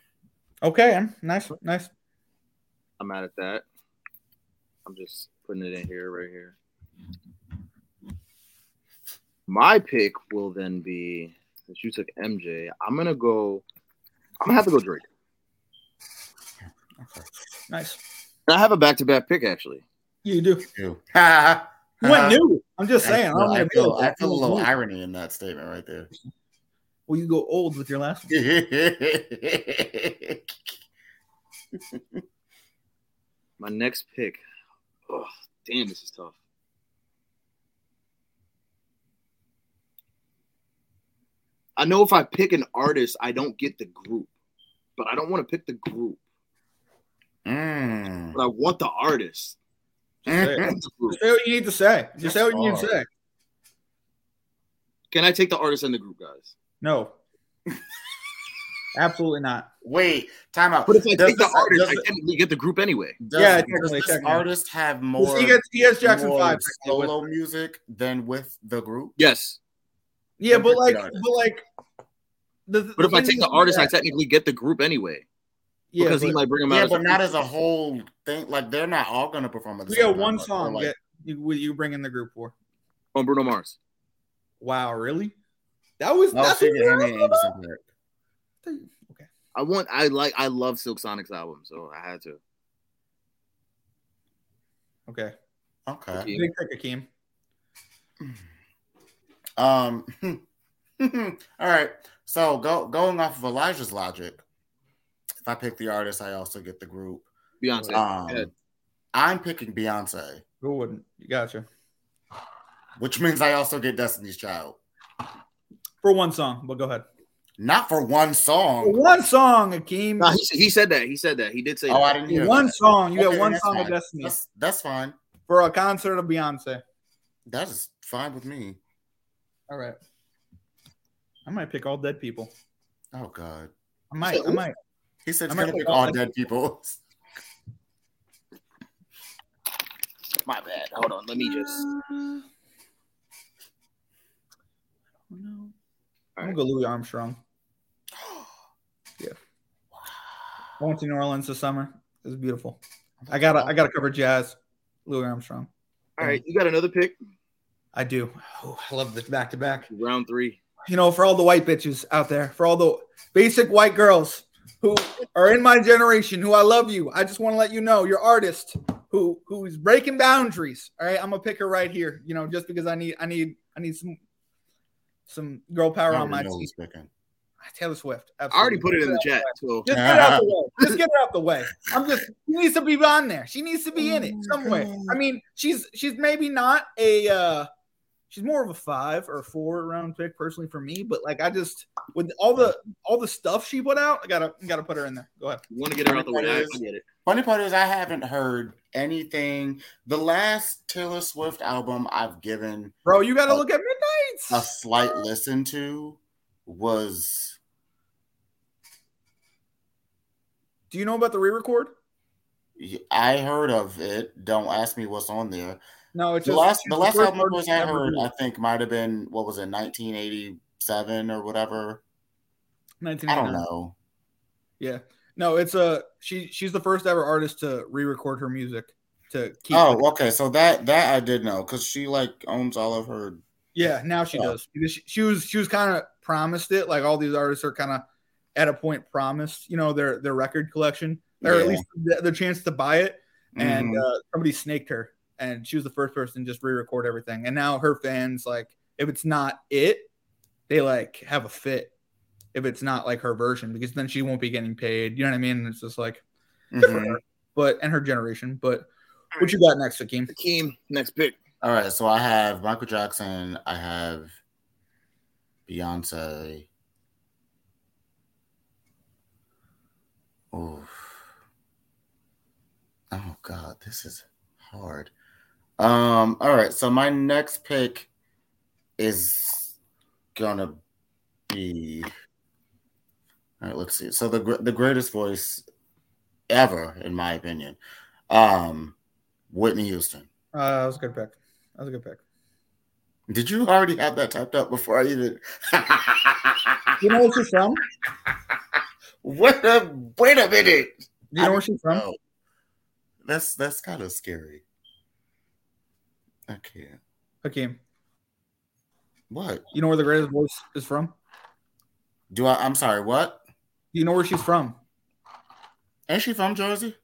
[SPEAKER 3] Okay, I'm nice, nice.
[SPEAKER 1] I'm mad at that. I'm just putting it in here, right here. My pick will then be since you took MJ, I'm gonna go. I'm gonna have to go Drake.
[SPEAKER 3] Nice.
[SPEAKER 1] And I have a back to back pick actually.
[SPEAKER 3] You do.
[SPEAKER 2] *laughs* You. Ha.
[SPEAKER 3] You went new. I'm just saying.
[SPEAKER 2] I
[SPEAKER 3] I'm
[SPEAKER 2] feel,
[SPEAKER 3] gonna
[SPEAKER 2] Uh-huh. I feel,
[SPEAKER 3] be-
[SPEAKER 2] I feel a little
[SPEAKER 3] New.
[SPEAKER 2] irony in that statement right there. *laughs*
[SPEAKER 3] Well, you go old with your last one.
[SPEAKER 1] My next pick. Oh, damn, this is tough. I know if I pick an artist, I don't get the group, but I don't want to pick the group.
[SPEAKER 2] Mm.
[SPEAKER 1] but I want the artist.
[SPEAKER 3] Just say it.
[SPEAKER 1] And the group.
[SPEAKER 3] Just say what you need to say. Just say what you need to
[SPEAKER 2] That's
[SPEAKER 3] say.
[SPEAKER 1] Can I take the artist and the group, guys?
[SPEAKER 3] No. Absolutely not.
[SPEAKER 2] *laughs* Wait, time out.
[SPEAKER 1] But if I
[SPEAKER 2] Does
[SPEAKER 1] take the
[SPEAKER 2] this-
[SPEAKER 1] artist,
[SPEAKER 2] does
[SPEAKER 1] I
[SPEAKER 2] it-
[SPEAKER 1] technically get the group anyway.
[SPEAKER 2] Does,
[SPEAKER 3] Yeah,
[SPEAKER 2] does
[SPEAKER 3] technically,
[SPEAKER 2] this
[SPEAKER 3] technically.
[SPEAKER 2] artist have more,
[SPEAKER 3] he gets he gets Jackson
[SPEAKER 2] more
[SPEAKER 3] five. technically,
[SPEAKER 2] solo
[SPEAKER 3] with-
[SPEAKER 2] music than with the group?
[SPEAKER 1] Yes.
[SPEAKER 3] Yeah, but
[SPEAKER 2] Different
[SPEAKER 3] like,
[SPEAKER 2] artist.
[SPEAKER 3] but like, the,
[SPEAKER 1] But if I take the artist,
[SPEAKER 3] yeah,
[SPEAKER 1] I technically get the group anyway.
[SPEAKER 3] yeah,
[SPEAKER 1] because
[SPEAKER 3] but
[SPEAKER 1] he might bring him out.
[SPEAKER 2] Yeah,
[SPEAKER 1] as
[SPEAKER 2] but
[SPEAKER 1] a
[SPEAKER 2] not
[SPEAKER 1] feature.
[SPEAKER 2] as a whole thing. Like they're not all gonna perform at the
[SPEAKER 3] we
[SPEAKER 2] same
[SPEAKER 3] got
[SPEAKER 2] time,
[SPEAKER 3] one
[SPEAKER 2] but- or,
[SPEAKER 3] song
[SPEAKER 2] like-
[SPEAKER 3] that you you bring in the group for.
[SPEAKER 1] on Bruno Mars.
[SPEAKER 3] Wow, really? That was
[SPEAKER 2] No,
[SPEAKER 3] that's
[SPEAKER 2] oh, she
[SPEAKER 3] what
[SPEAKER 2] did
[SPEAKER 3] we were
[SPEAKER 2] Henry
[SPEAKER 3] talking about?
[SPEAKER 2] Anderson here.
[SPEAKER 1] I want. I like. I love Silk Sonic's album, so I had to.
[SPEAKER 3] Okay,
[SPEAKER 2] Okay.
[SPEAKER 1] Yeah.
[SPEAKER 3] big pick, Akeem.
[SPEAKER 2] Um. *laughs* all right. So go going off of Elijah's logic, if I pick the artist, I also get the group.
[SPEAKER 1] Beyonce. Yeah.
[SPEAKER 2] Um, I'm picking Beyonce,
[SPEAKER 3] Who wouldn't? You gotcha.
[SPEAKER 2] which means I also get Destiny's Child.
[SPEAKER 3] For one song, but go ahead.
[SPEAKER 2] Not for one
[SPEAKER 3] For
[SPEAKER 2] song.
[SPEAKER 3] one song, Akeem.
[SPEAKER 1] Nah, he, said- he said that. He said that. He did say.
[SPEAKER 2] Oh, I
[SPEAKER 1] that.
[SPEAKER 2] didn't
[SPEAKER 3] For
[SPEAKER 2] hear
[SPEAKER 3] one
[SPEAKER 2] that.
[SPEAKER 3] song. You
[SPEAKER 2] Okay,
[SPEAKER 3] got one
[SPEAKER 2] that's
[SPEAKER 3] song of
[SPEAKER 2] fine.
[SPEAKER 3] Destiny
[SPEAKER 2] That's, that's fine.
[SPEAKER 3] for a concert of Beyonce.
[SPEAKER 2] That is fine with me.
[SPEAKER 3] All right. I might pick all dead people.
[SPEAKER 2] Oh God.
[SPEAKER 3] I might. I might.
[SPEAKER 2] He said
[SPEAKER 3] I'm
[SPEAKER 2] he's gonna
[SPEAKER 3] gonna
[SPEAKER 2] pick
[SPEAKER 3] pick
[SPEAKER 2] all
[SPEAKER 3] all
[SPEAKER 2] dead people.
[SPEAKER 1] My bad. Hold on. Let me just.
[SPEAKER 3] No.
[SPEAKER 1] All
[SPEAKER 3] I'm gonna
[SPEAKER 1] right.
[SPEAKER 3] go Louis Armstrong. Yeah. I went to New Orleans this summer. It was beautiful. I gotta I gotta cover jazz. Louis Armstrong.
[SPEAKER 1] All right, you got another pick.
[SPEAKER 3] I do. Oh, I love this back to back.
[SPEAKER 1] Round three.
[SPEAKER 3] You know, for all the white bitches out there, for all the basic white girls who are in my generation, who I love you. I just want to let you know your artist who who is breaking boundaries. All right, I'm gonna pick her right here. You know, just because I need I need I need some some girl power
[SPEAKER 2] I
[SPEAKER 3] on my
[SPEAKER 2] already know
[SPEAKER 3] team.
[SPEAKER 2] who's picking.
[SPEAKER 3] Taylor Swift.
[SPEAKER 1] I already
[SPEAKER 3] absolutely.
[SPEAKER 1] put it in the chat. So
[SPEAKER 3] Just get it out the way. Just get it out the way. I'm just she needs to be on there. She needs to be in it
[SPEAKER 2] Oh my
[SPEAKER 3] somewhere.
[SPEAKER 2] God.
[SPEAKER 3] I mean, she's she's maybe not a uh she's more of a five or four round pick personally for me, but like I just with all the all the stuff she put out, I gotta gotta put her in there. Go ahead.
[SPEAKER 1] you want to get her out the way. I, I get it.
[SPEAKER 2] Funny part is I haven't heard anything. The last Taylor Swift album I've given
[SPEAKER 3] Bro, you gotta
[SPEAKER 2] Oh.
[SPEAKER 3] look at
[SPEAKER 2] a
[SPEAKER 3] midnights.
[SPEAKER 2] slight listen to was
[SPEAKER 3] Do you know about the re-record?
[SPEAKER 2] I heard of it. Don't ask me what's on there.
[SPEAKER 3] No, it's
[SPEAKER 2] The
[SPEAKER 3] just
[SPEAKER 2] last
[SPEAKER 3] she's
[SPEAKER 2] the last
[SPEAKER 3] first
[SPEAKER 2] album was
[SPEAKER 3] person
[SPEAKER 2] I
[SPEAKER 3] ever
[SPEAKER 2] heard,
[SPEAKER 3] do
[SPEAKER 2] I think might have been what was it, nineteen eighty seven or whatever. I don't
[SPEAKER 3] 1989.
[SPEAKER 2] know.
[SPEAKER 3] Yeah. No, it's a she she's the first ever artist to re-record her music to keep
[SPEAKER 2] Oh, okay. So that that I did know because she like owns all of her.
[SPEAKER 3] Yeah, now she
[SPEAKER 2] Yeah.
[SPEAKER 3] does because she, she was she was kind of promised it. Like all these artists are kind of at a point promised, you know, their their record collection or at
[SPEAKER 2] Yeah.
[SPEAKER 3] least the, the chance to buy it. And
[SPEAKER 2] Mhm.
[SPEAKER 3] uh, somebody snaked her, and she was the first person to just re-record everything. And now her fans like, if it's not it, they like have a fit. If it's not like her version, because then she won't be getting paid. You know what I mean? And it's just like, good for
[SPEAKER 2] Mhm.
[SPEAKER 3] her, but and her generation. But what you got next, Akeem?
[SPEAKER 1] Akeem, next pick. *laughs*
[SPEAKER 2] all right. So I have Michael Jackson. I have Beyonce. Oof. Oh God, this is hard. Um. All right. So my next pick is gonna be. All right. Let's see. So the gr- the greatest voice ever, in my opinion, um, Whitney Houston.
[SPEAKER 3] Uh, that was a good pick. That was a good pick.
[SPEAKER 2] Did you already have that typed up before I even?
[SPEAKER 3] You know where she's from?
[SPEAKER 2] wait a wait a minute.
[SPEAKER 3] You know where she's from?
[SPEAKER 2] Oh, that's that's kind of scary. I can't.
[SPEAKER 3] Hakeem,
[SPEAKER 2] What
[SPEAKER 3] you know where the greatest voice is from?
[SPEAKER 2] do I? I'm sorry. What?
[SPEAKER 3] You know where she's from?
[SPEAKER 2] Ain't she from Jersey?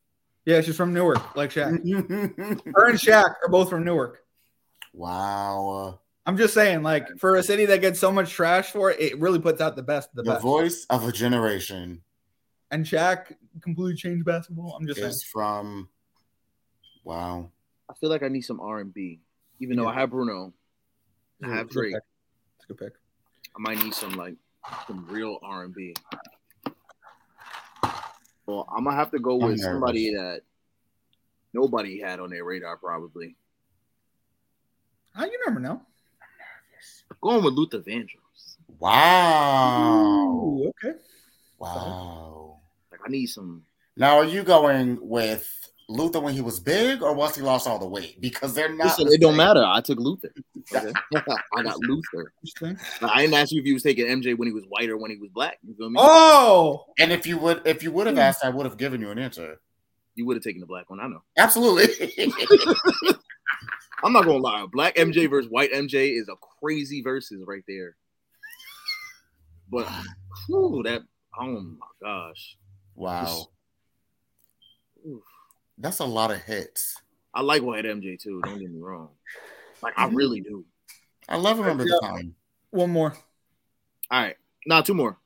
[SPEAKER 3] Yeah, she's from Newark, like Shaq. Her and Shaq are both from Newark.
[SPEAKER 2] *laughs* wow.
[SPEAKER 3] I'm just saying, like, for a city that gets so much trash for it, it really puts out the best of the,
[SPEAKER 2] The,
[SPEAKER 3] best.
[SPEAKER 2] voice of a generation
[SPEAKER 3] and Shaq completely changed basketball. I'm just saying.
[SPEAKER 2] is from. Wow.
[SPEAKER 1] I feel like I need some R and B, even though I have Bruno. I have
[SPEAKER 3] It's a good
[SPEAKER 1] Drake.
[SPEAKER 3] pick. It's a good pick.
[SPEAKER 1] I might need some like some real R and B. Well, I'm gonna have to go
[SPEAKER 2] I'm
[SPEAKER 1] with
[SPEAKER 2] nervous.
[SPEAKER 1] somebody that nobody had on their radar probably.
[SPEAKER 3] Oh, you never know.
[SPEAKER 1] Going with Luther Vandross.
[SPEAKER 2] Wow.
[SPEAKER 1] Oh.
[SPEAKER 3] Ooh, okay.
[SPEAKER 2] Wow.
[SPEAKER 1] Like I need some.
[SPEAKER 2] Now, are you going with Luther when he was big or once he lost all the weight? Because they're not.
[SPEAKER 1] Listen,
[SPEAKER 2] the
[SPEAKER 1] it don't
[SPEAKER 2] same.
[SPEAKER 1] matter. I took Luther. Okay? *laughs* I got Luther.
[SPEAKER 3] Interesting.
[SPEAKER 1] Like, I didn't ask you if you was taking MJ when he was white or when he was black. You feel me?
[SPEAKER 3] Oh,
[SPEAKER 2] And if you would, if you would
[SPEAKER 1] Hmm.
[SPEAKER 2] have asked, I would have given you an answer.
[SPEAKER 1] You would have taken the black one. I know.
[SPEAKER 2] Absolutely. *laughs*
[SPEAKER 1] I'm not gonna lie. Black MJ versus white MJ is a crazy versus right there. But whew, that oh my gosh,
[SPEAKER 2] wow.
[SPEAKER 1] Oof.
[SPEAKER 2] That's a lot of hits.
[SPEAKER 1] I like white MJ too. Don't get me wrong. Like I really do.
[SPEAKER 2] I love remember the time.
[SPEAKER 3] one more.
[SPEAKER 1] All right, now two more.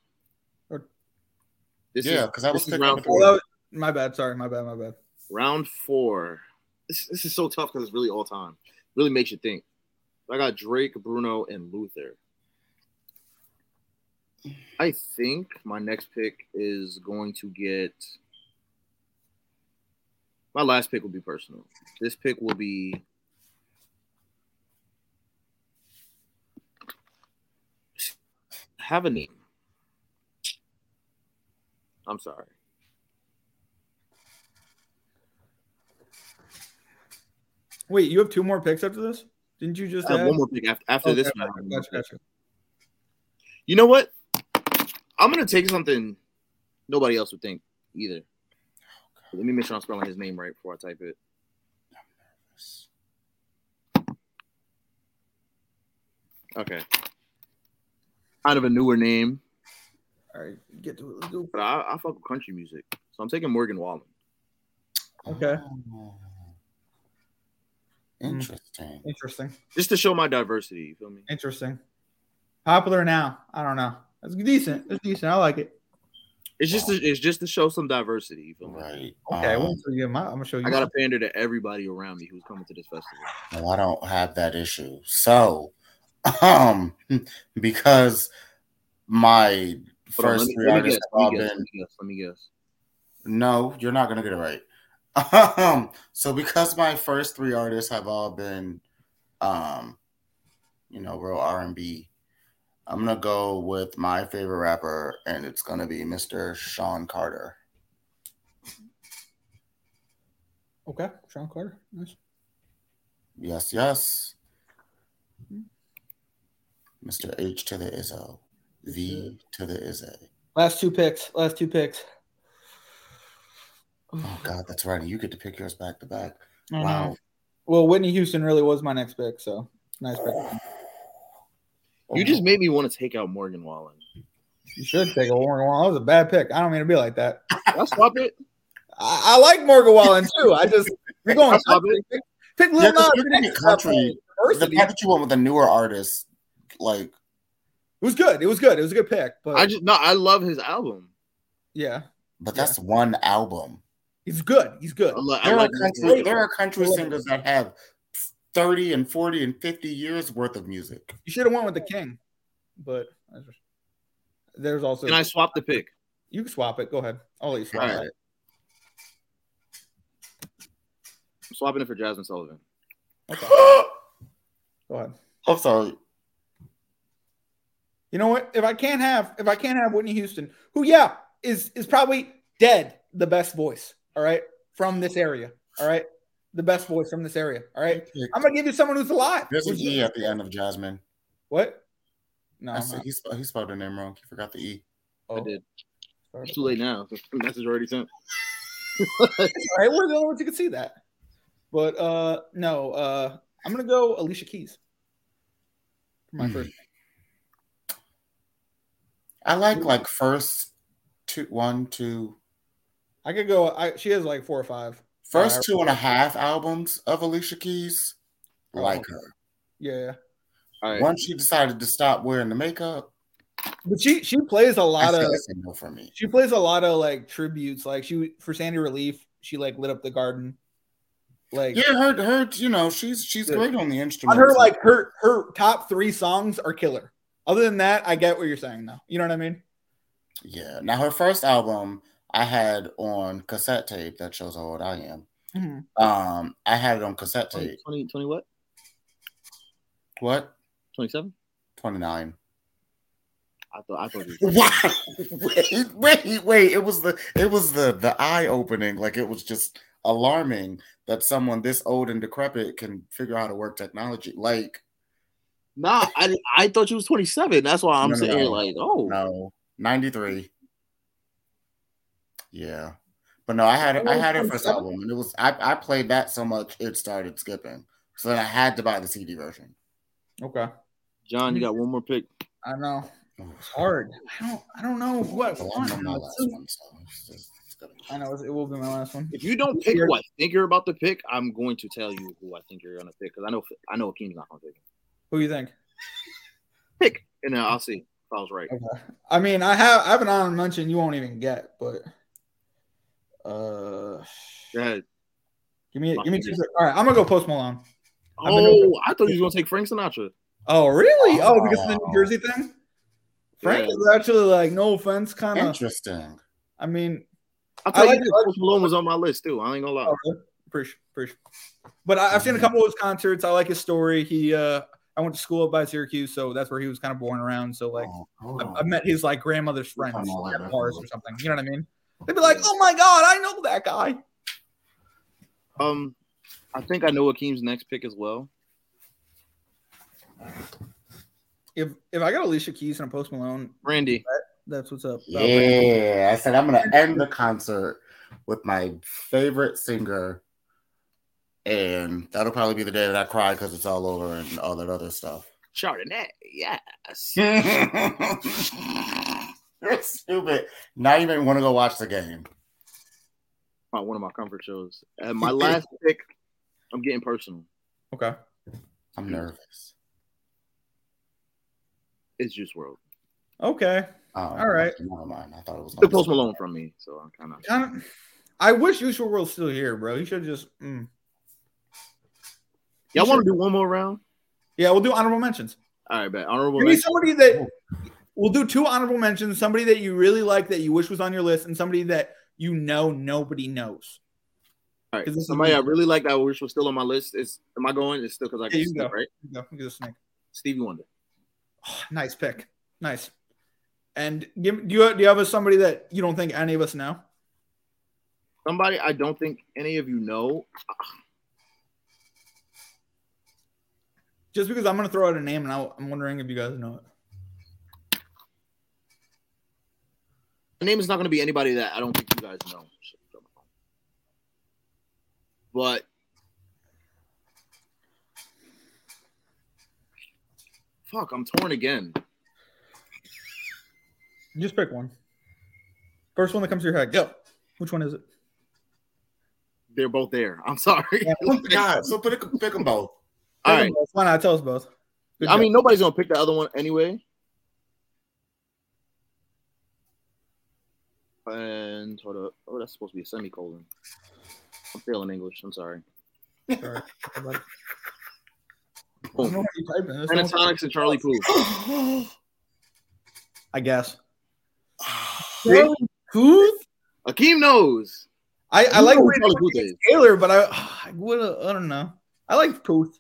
[SPEAKER 1] This
[SPEAKER 2] yeah,
[SPEAKER 1] is
[SPEAKER 2] because I was
[SPEAKER 1] this is
[SPEAKER 2] picking
[SPEAKER 1] round
[SPEAKER 2] up-
[SPEAKER 1] four.
[SPEAKER 3] Oh, that was- my bad. Sorry. My bad. My bad.
[SPEAKER 1] round four. This, this is so tough because it's really all time. Really makes you think. I got Drake, Bruno, and Luther. I think my next pick is going to get. My last pick will be personal. This pick will be. Have a name. I'm sorry.
[SPEAKER 3] Wait, you have two more picks after this? Didn't you just
[SPEAKER 1] I have
[SPEAKER 3] add?
[SPEAKER 1] one more pick after, after
[SPEAKER 3] Uh, Okay,
[SPEAKER 1] this one. I have one more
[SPEAKER 3] Gotcha,
[SPEAKER 1] pick.
[SPEAKER 3] gotcha.
[SPEAKER 1] You know what? I'm gonna take something nobody else would think either. Let me make sure I'm spelling his name right before I type it. Okay. Kind of a newer name,
[SPEAKER 3] All right, get to it. Let's go.
[SPEAKER 1] but I, I fuck with country music, so I'm taking Morgan Wallen.
[SPEAKER 3] Okay. Hmm.
[SPEAKER 2] Oh. Interesting.
[SPEAKER 3] Interesting.
[SPEAKER 1] Just to show my diversity, you feel me?
[SPEAKER 3] Interesting. Popular now. I don't know. That's decent. It's decent. I like it.
[SPEAKER 1] It's just to, it's just to show some diversity, you feel me?
[SPEAKER 2] Right.
[SPEAKER 3] Okay, I
[SPEAKER 2] Um,
[SPEAKER 3] won't show you my. I'm gonna show you.
[SPEAKER 1] Uh, I gotta
[SPEAKER 3] mine.
[SPEAKER 1] pander to everybody around me who's coming to this festival.
[SPEAKER 2] Um, Well, I don't have that issue. So, *laughs* um, because my
[SPEAKER 1] Hold on,
[SPEAKER 2] first
[SPEAKER 1] let me-
[SPEAKER 2] three
[SPEAKER 1] let me
[SPEAKER 2] artists
[SPEAKER 1] guess,
[SPEAKER 2] have
[SPEAKER 1] let
[SPEAKER 2] all
[SPEAKER 1] me guess, let
[SPEAKER 2] been
[SPEAKER 1] me guess, let me guess.
[SPEAKER 2] no, you're not gonna get it right. *laughs* Um, so because my first three artists have all been, um, you know, real R and B, I'm gonna go with my favorite rapper, and it's gonna be Mr. Sean Carter.
[SPEAKER 3] Okay, Sean Carter. Nice.
[SPEAKER 2] Yes, yes. Mr. H to the Izzo, V to the Izzo.
[SPEAKER 3] Last two picks. Last two picks.
[SPEAKER 2] Oh God, that's right. You get to pick yours back to back.
[SPEAKER 1] Mm-hmm.
[SPEAKER 3] I
[SPEAKER 2] Wow.
[SPEAKER 3] know. Well, Whitney Houston really was my next pick, so nice pick.
[SPEAKER 1] You just made me want to take out Morgan Wallen.
[SPEAKER 3] You should take a Morgan Wallen. That was a bad pick. I don't mean to be like that.
[SPEAKER 1] Can I swap it?
[SPEAKER 3] I, I like Morgan Wallen too. I just
[SPEAKER 1] *laughs*
[SPEAKER 3] we're going.
[SPEAKER 1] That's my pick.
[SPEAKER 3] Pick, pick Lil
[SPEAKER 2] Yeah, 'cause
[SPEAKER 3] Nas.
[SPEAKER 2] you're
[SPEAKER 3] X
[SPEAKER 2] picking
[SPEAKER 3] about
[SPEAKER 2] country. the
[SPEAKER 3] diversity.
[SPEAKER 2] fact that you went with a newer artist, like
[SPEAKER 3] It was good. It was good. It was a good pick. But
[SPEAKER 1] I just no, I love his album.
[SPEAKER 3] yeah,
[SPEAKER 2] but that's one album.
[SPEAKER 3] he's good. He's good.
[SPEAKER 1] I, li- I
[SPEAKER 2] There are
[SPEAKER 1] like
[SPEAKER 2] country, there are country
[SPEAKER 3] Love it.
[SPEAKER 2] singers that have thirty and forty and fifty years worth of music.
[SPEAKER 3] You should have went with the king, but I just- there's also
[SPEAKER 1] Can I swap the pick?
[SPEAKER 3] you can swap it. Go ahead. I'll let you swap
[SPEAKER 1] All right.
[SPEAKER 3] it.
[SPEAKER 1] I'm swapping it for Jasmine Sullivan.
[SPEAKER 3] Okay. Go ahead.
[SPEAKER 2] I'm sorry.
[SPEAKER 3] You know what? If I can't have if I can't have Whitney Houston, who yeah is is probably dead the best voice. All right, from this area. All right, the best voice from this area. All right, I'm gonna give you someone who's alive.
[SPEAKER 2] There's an
[SPEAKER 3] Who's-
[SPEAKER 2] E at the end of Jasmine.
[SPEAKER 3] What? No,
[SPEAKER 2] I
[SPEAKER 1] Uh-huh.
[SPEAKER 3] I'm
[SPEAKER 2] said
[SPEAKER 3] not.
[SPEAKER 2] he, sp- he spelled her name wrong. He forgot the E.
[SPEAKER 1] I
[SPEAKER 3] Oh,
[SPEAKER 1] did.
[SPEAKER 3] sorry.
[SPEAKER 1] It's too late now. *laughs* The message already sent.
[SPEAKER 3] It's all right, we're the only ones who can see that. But uh no, uh I'm gonna go Alicia Keys for my
[SPEAKER 2] Hmm.
[SPEAKER 3] first.
[SPEAKER 2] I like like first two, one, two,
[SPEAKER 3] I could go. I, she has like four or five.
[SPEAKER 2] first
[SPEAKER 3] Alright.
[SPEAKER 2] two and a half albums of Alicia Keys. Like her.
[SPEAKER 3] Yeah, yeah.
[SPEAKER 1] All Oh, right.
[SPEAKER 2] Once she decided to stop wearing the makeup,
[SPEAKER 3] but she she plays a
[SPEAKER 2] I
[SPEAKER 3] lot
[SPEAKER 2] said
[SPEAKER 3] of
[SPEAKER 2] that's a no for me.
[SPEAKER 3] she plays a lot of like tributes. Like she for Sandy Relief, she like lit up the garden. Like
[SPEAKER 2] Yeah, her, her, you know, she's she's
[SPEAKER 1] Yeah.
[SPEAKER 2] great on the
[SPEAKER 3] on
[SPEAKER 2] instrument.
[SPEAKER 3] her like her her top three songs are killer. Other than that, I get what you're saying though. You know what I mean?
[SPEAKER 2] yeah. Now her first album I had on cassette tape that shows how old I am.
[SPEAKER 3] Mhm.
[SPEAKER 2] Um, I had it on cassette
[SPEAKER 1] 20,
[SPEAKER 2] tape.
[SPEAKER 1] 20, 20 what?
[SPEAKER 2] What?
[SPEAKER 1] 27?
[SPEAKER 2] Twenty nine.
[SPEAKER 1] I thought I thought you were *laughs*
[SPEAKER 2] Wow! *laughs* Wait, wait, wait! It was the it was the the eye opening. Like it was just alarming that someone this old and decrepit can figure out how to work technology. Like
[SPEAKER 1] Nah, I, I thought you was 27. That's why I'm
[SPEAKER 2] No, no,
[SPEAKER 1] saying
[SPEAKER 2] no.
[SPEAKER 1] like, oh,
[SPEAKER 2] no, ninety three. Yeah, but no, I had it. I had it for this album, and it was I I played that so much it started skipping. So then I had to buy the CD version.
[SPEAKER 3] Okay.
[SPEAKER 1] John, you got one more pick.
[SPEAKER 3] I know.
[SPEAKER 2] Ooh,
[SPEAKER 3] It's hard. I don't. I don't know what I
[SPEAKER 2] well, I'm
[SPEAKER 3] want.
[SPEAKER 2] on Oh, my
[SPEAKER 3] now,
[SPEAKER 2] last
[SPEAKER 3] too.
[SPEAKER 2] one, so it's just- it's gonna-
[SPEAKER 3] I know it's- it will be my last one.
[SPEAKER 1] If you don't pick
[SPEAKER 3] Here.
[SPEAKER 1] who I think you're about to pick, I'm going to tell you who I think you're gonna pick because I know I know Akeem's not gonna pick. him.
[SPEAKER 3] Who you think?
[SPEAKER 1] Pick, and then I'll see if I was right.
[SPEAKER 3] Okay. I mean, I have I have an honorable mention you won't even get, but uh,
[SPEAKER 1] Go ahead.
[SPEAKER 3] give me give me two. sec- All right, I'm gonna go Post Malone. I've been
[SPEAKER 1] Oh, I thought you was gonna take Frank Sinatra.
[SPEAKER 3] Oh really? Oh, because of the
[SPEAKER 2] Oh.
[SPEAKER 3] New Jersey thing. Frank
[SPEAKER 1] Yeah.
[SPEAKER 3] is actually like no offense, kind of.
[SPEAKER 2] Interesting.
[SPEAKER 3] I mean,
[SPEAKER 1] I tell
[SPEAKER 3] I like-
[SPEAKER 1] you, this, Post Malone was on my list too. I ain't gonna lie.
[SPEAKER 3] Oh, really? Appreciate, appreciate. But I, I've seen a couple of his concerts. I like his story. He, uh, I went to school up by Syracuse, so that's where he was kind of born around. So like,
[SPEAKER 2] Oh, hold
[SPEAKER 3] I,
[SPEAKER 2] on.
[SPEAKER 3] I met his like grandmother's friends
[SPEAKER 2] I'm all
[SPEAKER 3] at
[SPEAKER 2] over.
[SPEAKER 3] bars or something. You know what I mean? They'd be like, "Oh my god, I know that guy."
[SPEAKER 1] Um, I think I know Akeem's next pick as well.
[SPEAKER 3] If if I got Alicia Keys and a Post Malone,
[SPEAKER 1] Randy,
[SPEAKER 3] that's what's up.
[SPEAKER 2] Yeah, I said I'm gonna end the concert with my favorite singer, and that'll probably be the day that I cry because it's all over and all that other stuff. *laughs*
[SPEAKER 1] Chardonnay, yes.
[SPEAKER 2] You're stupid. Now you may want to go watch the game.
[SPEAKER 1] My- one of my comfort shows. And my last pick, I'm getting personal.
[SPEAKER 3] Okay.
[SPEAKER 2] I'm nervous.
[SPEAKER 1] It's Juice World.
[SPEAKER 3] Okay.
[SPEAKER 2] Oh,
[SPEAKER 3] All right.
[SPEAKER 2] Never mind. I thought it was
[SPEAKER 3] Oh,
[SPEAKER 1] The
[SPEAKER 2] gonna
[SPEAKER 1] Post
[SPEAKER 2] be-
[SPEAKER 1] Malone from me, so I'm kind of.
[SPEAKER 3] I, don't- I wish Usual World's still here, bro. You should just. Mm.
[SPEAKER 1] Y'all want to do one more round?
[SPEAKER 3] Yeah, we'll do honorable mentions.
[SPEAKER 1] All right, bet. Honorable.
[SPEAKER 3] Give me
[SPEAKER 1] mention.
[SPEAKER 3] somebody that
[SPEAKER 1] oh.
[SPEAKER 3] we'll do two honorable mentions. Somebody that you really like that you wish was on your list, and somebody that you know nobody knows.
[SPEAKER 1] All right,
[SPEAKER 3] Is this
[SPEAKER 1] somebody
[SPEAKER 3] a-
[SPEAKER 1] I really like that I wish was still on my list is. Am I going? It's still because I
[SPEAKER 3] Yeah,
[SPEAKER 1] can
[SPEAKER 3] you can
[SPEAKER 1] skip,
[SPEAKER 3] go.
[SPEAKER 1] right?
[SPEAKER 3] Here you go. Look at this snake. *sighs*
[SPEAKER 1] Stevie Wonder.
[SPEAKER 3] Oh, nice pick. Nice. And give, do you do you have a, somebody that you don't think any of us know?
[SPEAKER 1] Somebody I don't think any of you know.
[SPEAKER 3] Just because I'm gonna throw out a name, and I, I'm wondering if you guys know it.
[SPEAKER 1] My name is not going to be anybody that I don't think you guys know. Shit, drop my phone. But fuck, I'm torn again.
[SPEAKER 3] Just pick one. First one that comes to your head. Go. Which one is it?
[SPEAKER 1] They're both there. I'm sorry. *laughs*
[SPEAKER 2] Oh my God, so pick, pick them both. *sighs*
[SPEAKER 1] All right.
[SPEAKER 3] Why not? Tell us both. Good
[SPEAKER 1] I
[SPEAKER 3] job.
[SPEAKER 1] mean, nobody's gonna pick the other one anyway. And hold up. Oh, that's supposed to be a semicolon. I'm failing English. I'm sorry.
[SPEAKER 3] Sorry. I don't know
[SPEAKER 1] Boom.
[SPEAKER 3] what you typed in. There's no-
[SPEAKER 1] Pentatonics and Charlie Pooh.
[SPEAKER 3] I guess.
[SPEAKER 1] Really?
[SPEAKER 3] Who?
[SPEAKER 1] Akeem knows.
[SPEAKER 3] I, I
[SPEAKER 1] You
[SPEAKER 3] like
[SPEAKER 1] know who
[SPEAKER 3] Randy
[SPEAKER 1] Charlie Puth is.
[SPEAKER 3] Taylor, but I *sighs* I would I don't know. I like Puth.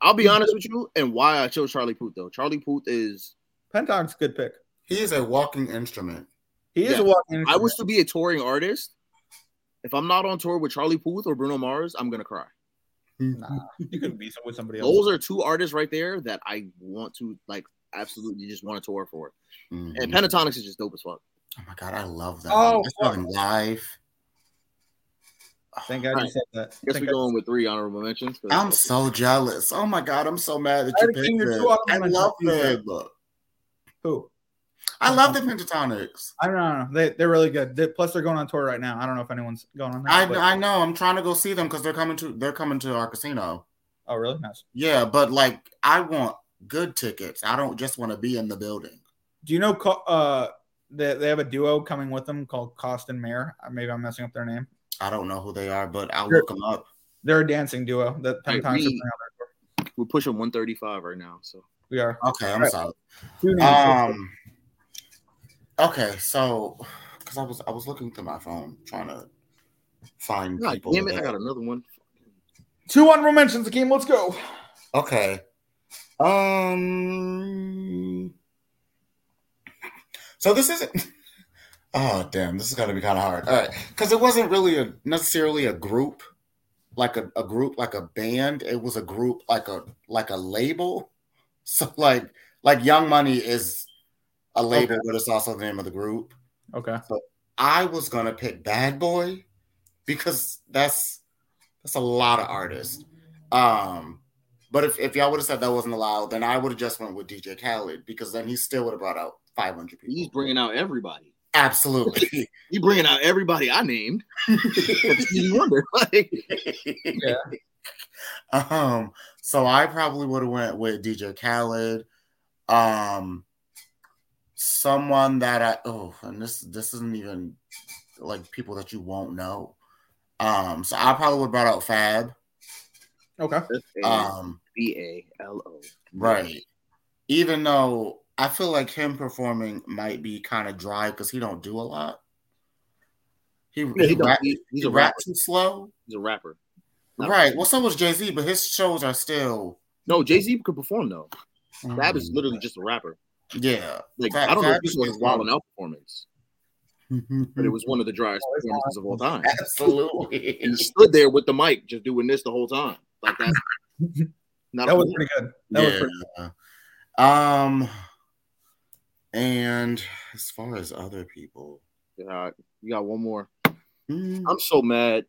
[SPEAKER 1] I'll be honest with you, and why I chose Charlie Puth though. Charlie Puth is.
[SPEAKER 3] Pentagon's a good pick.
[SPEAKER 2] He is a walking instrument.
[SPEAKER 3] He is
[SPEAKER 1] Yeah.
[SPEAKER 3] a walking.
[SPEAKER 1] I was to be a touring artist. If I'm not on tour with Charlie Puth or Bruno Mars, I'm gonna cry.
[SPEAKER 2] Mm-hmm.
[SPEAKER 3] you could be with somebody else.
[SPEAKER 1] Those are two artists right there that I want to like. Absolutely, just want to tour for.
[SPEAKER 2] Mhm.
[SPEAKER 1] And Pentatonics is just dope as fuck.
[SPEAKER 2] Oh my god, I love that.
[SPEAKER 3] Oh,
[SPEAKER 2] I saw him live.
[SPEAKER 3] Thank God you said that.
[SPEAKER 1] guess
[SPEAKER 3] Thank
[SPEAKER 1] we're going with three honorable mentions. 'cause-
[SPEAKER 2] I'm so jealous. Oh my god, I'm so mad that you
[SPEAKER 3] I had a
[SPEAKER 2] picked
[SPEAKER 3] finger
[SPEAKER 2] this.
[SPEAKER 3] too out of
[SPEAKER 2] I
[SPEAKER 3] my
[SPEAKER 2] love
[SPEAKER 3] computer.
[SPEAKER 2] them. Look,
[SPEAKER 3] God. Who?
[SPEAKER 2] I love the pentatonics.
[SPEAKER 3] I don't know. They they're really good. They, plus they're going on tour right now. I don't know if anyone's going on. That,
[SPEAKER 2] I
[SPEAKER 3] but-
[SPEAKER 2] I know. I'm trying to go see them because they're coming to they're coming to our casino.
[SPEAKER 3] oh really? Nice.
[SPEAKER 2] Yeah, but like I want good tickets. I don't just want to be in the building.
[SPEAKER 3] Do you know? Co- Uh, they they have a duo coming with them called Cost and Mayor. Uh, Maybe I'm messing up their name.
[SPEAKER 2] I don't know who they are, but I'll
[SPEAKER 3] Sure.
[SPEAKER 2] look them up.
[SPEAKER 3] They're a dancing duo. That
[SPEAKER 1] Hey,
[SPEAKER 3] Pentagon's
[SPEAKER 1] we-
[SPEAKER 3] putting out their tour.
[SPEAKER 1] We're pushing 135 right now. So
[SPEAKER 3] We are.
[SPEAKER 2] Okay, I'm
[SPEAKER 3] Right.
[SPEAKER 2] sorry.
[SPEAKER 3] Two names.
[SPEAKER 2] Um. Okay, so because I was I was looking through my phone trying to find
[SPEAKER 1] God
[SPEAKER 2] people.
[SPEAKER 1] damn it,
[SPEAKER 2] that-
[SPEAKER 1] I got another one.
[SPEAKER 3] Two honorable mentions, Akeem. Let's go.
[SPEAKER 2] Okay. Um. So this isn't. *laughs* Oh damn! This is gonna be kind of hard. All right, because it wasn't really a, necessarily a group, like a, a group like a band. It was a group like a like a label. *laughs* So like like Young Money is a label, but it's also the name of the group.
[SPEAKER 3] Okay.
[SPEAKER 2] I was gonna pick Bad Boy because that's that's a lot of artists. Um, but if, if y'all would have said that wasn't allowed, then I would have just went with DJ Khaled because then he still would have brought out 500 people.
[SPEAKER 1] He's bringing out everybody.
[SPEAKER 2] Absolutely. *laughs*
[SPEAKER 1] He's bringing out everybody I named. Stevie Wonder. *laughs* Like,
[SPEAKER 2] yeah. Um, so I probably would have went with DJ Khaled. Um, someone that I oh, and this this isn't even like people that you won't know. Um, so I probably would have brought out Fab.
[SPEAKER 3] Okay.
[SPEAKER 2] Um,
[SPEAKER 1] B A L O.
[SPEAKER 2] Right. Even though I feel like him performing might be kind of dry because he don't do a lot. He,
[SPEAKER 1] Yeah,
[SPEAKER 2] he,
[SPEAKER 1] he don't-
[SPEAKER 2] rap,
[SPEAKER 1] he- he's
[SPEAKER 2] he
[SPEAKER 1] a
[SPEAKER 2] rap
[SPEAKER 1] rapper.
[SPEAKER 2] too slow.
[SPEAKER 1] He's a rapper. Not-
[SPEAKER 2] Right. Well, so was Jay Z, but his shows are still.
[SPEAKER 1] No, Jay Z could perform though.
[SPEAKER 3] Uh-huh.
[SPEAKER 1] Fab is literally just a rapper.
[SPEAKER 2] Yeah.
[SPEAKER 1] Like
[SPEAKER 2] Fab-
[SPEAKER 1] I don't know
[SPEAKER 2] Fab
[SPEAKER 1] if this
[SPEAKER 2] is
[SPEAKER 1] was
[SPEAKER 2] just
[SPEAKER 1] wild
[SPEAKER 2] one.
[SPEAKER 1] and out performance, but it was one of the driest performances of all time.
[SPEAKER 2] *laughs* Absolutely.
[SPEAKER 1] And he stood there with the mic, just doing this the whole time, like that. Not
[SPEAKER 3] That
[SPEAKER 1] a-
[SPEAKER 3] was pretty good. That was
[SPEAKER 2] *laughs* yeah.
[SPEAKER 3] pretty
[SPEAKER 2] um, and as far as other people,
[SPEAKER 1] Uh, you got one more.
[SPEAKER 2] mm,
[SPEAKER 1] I'm so mad.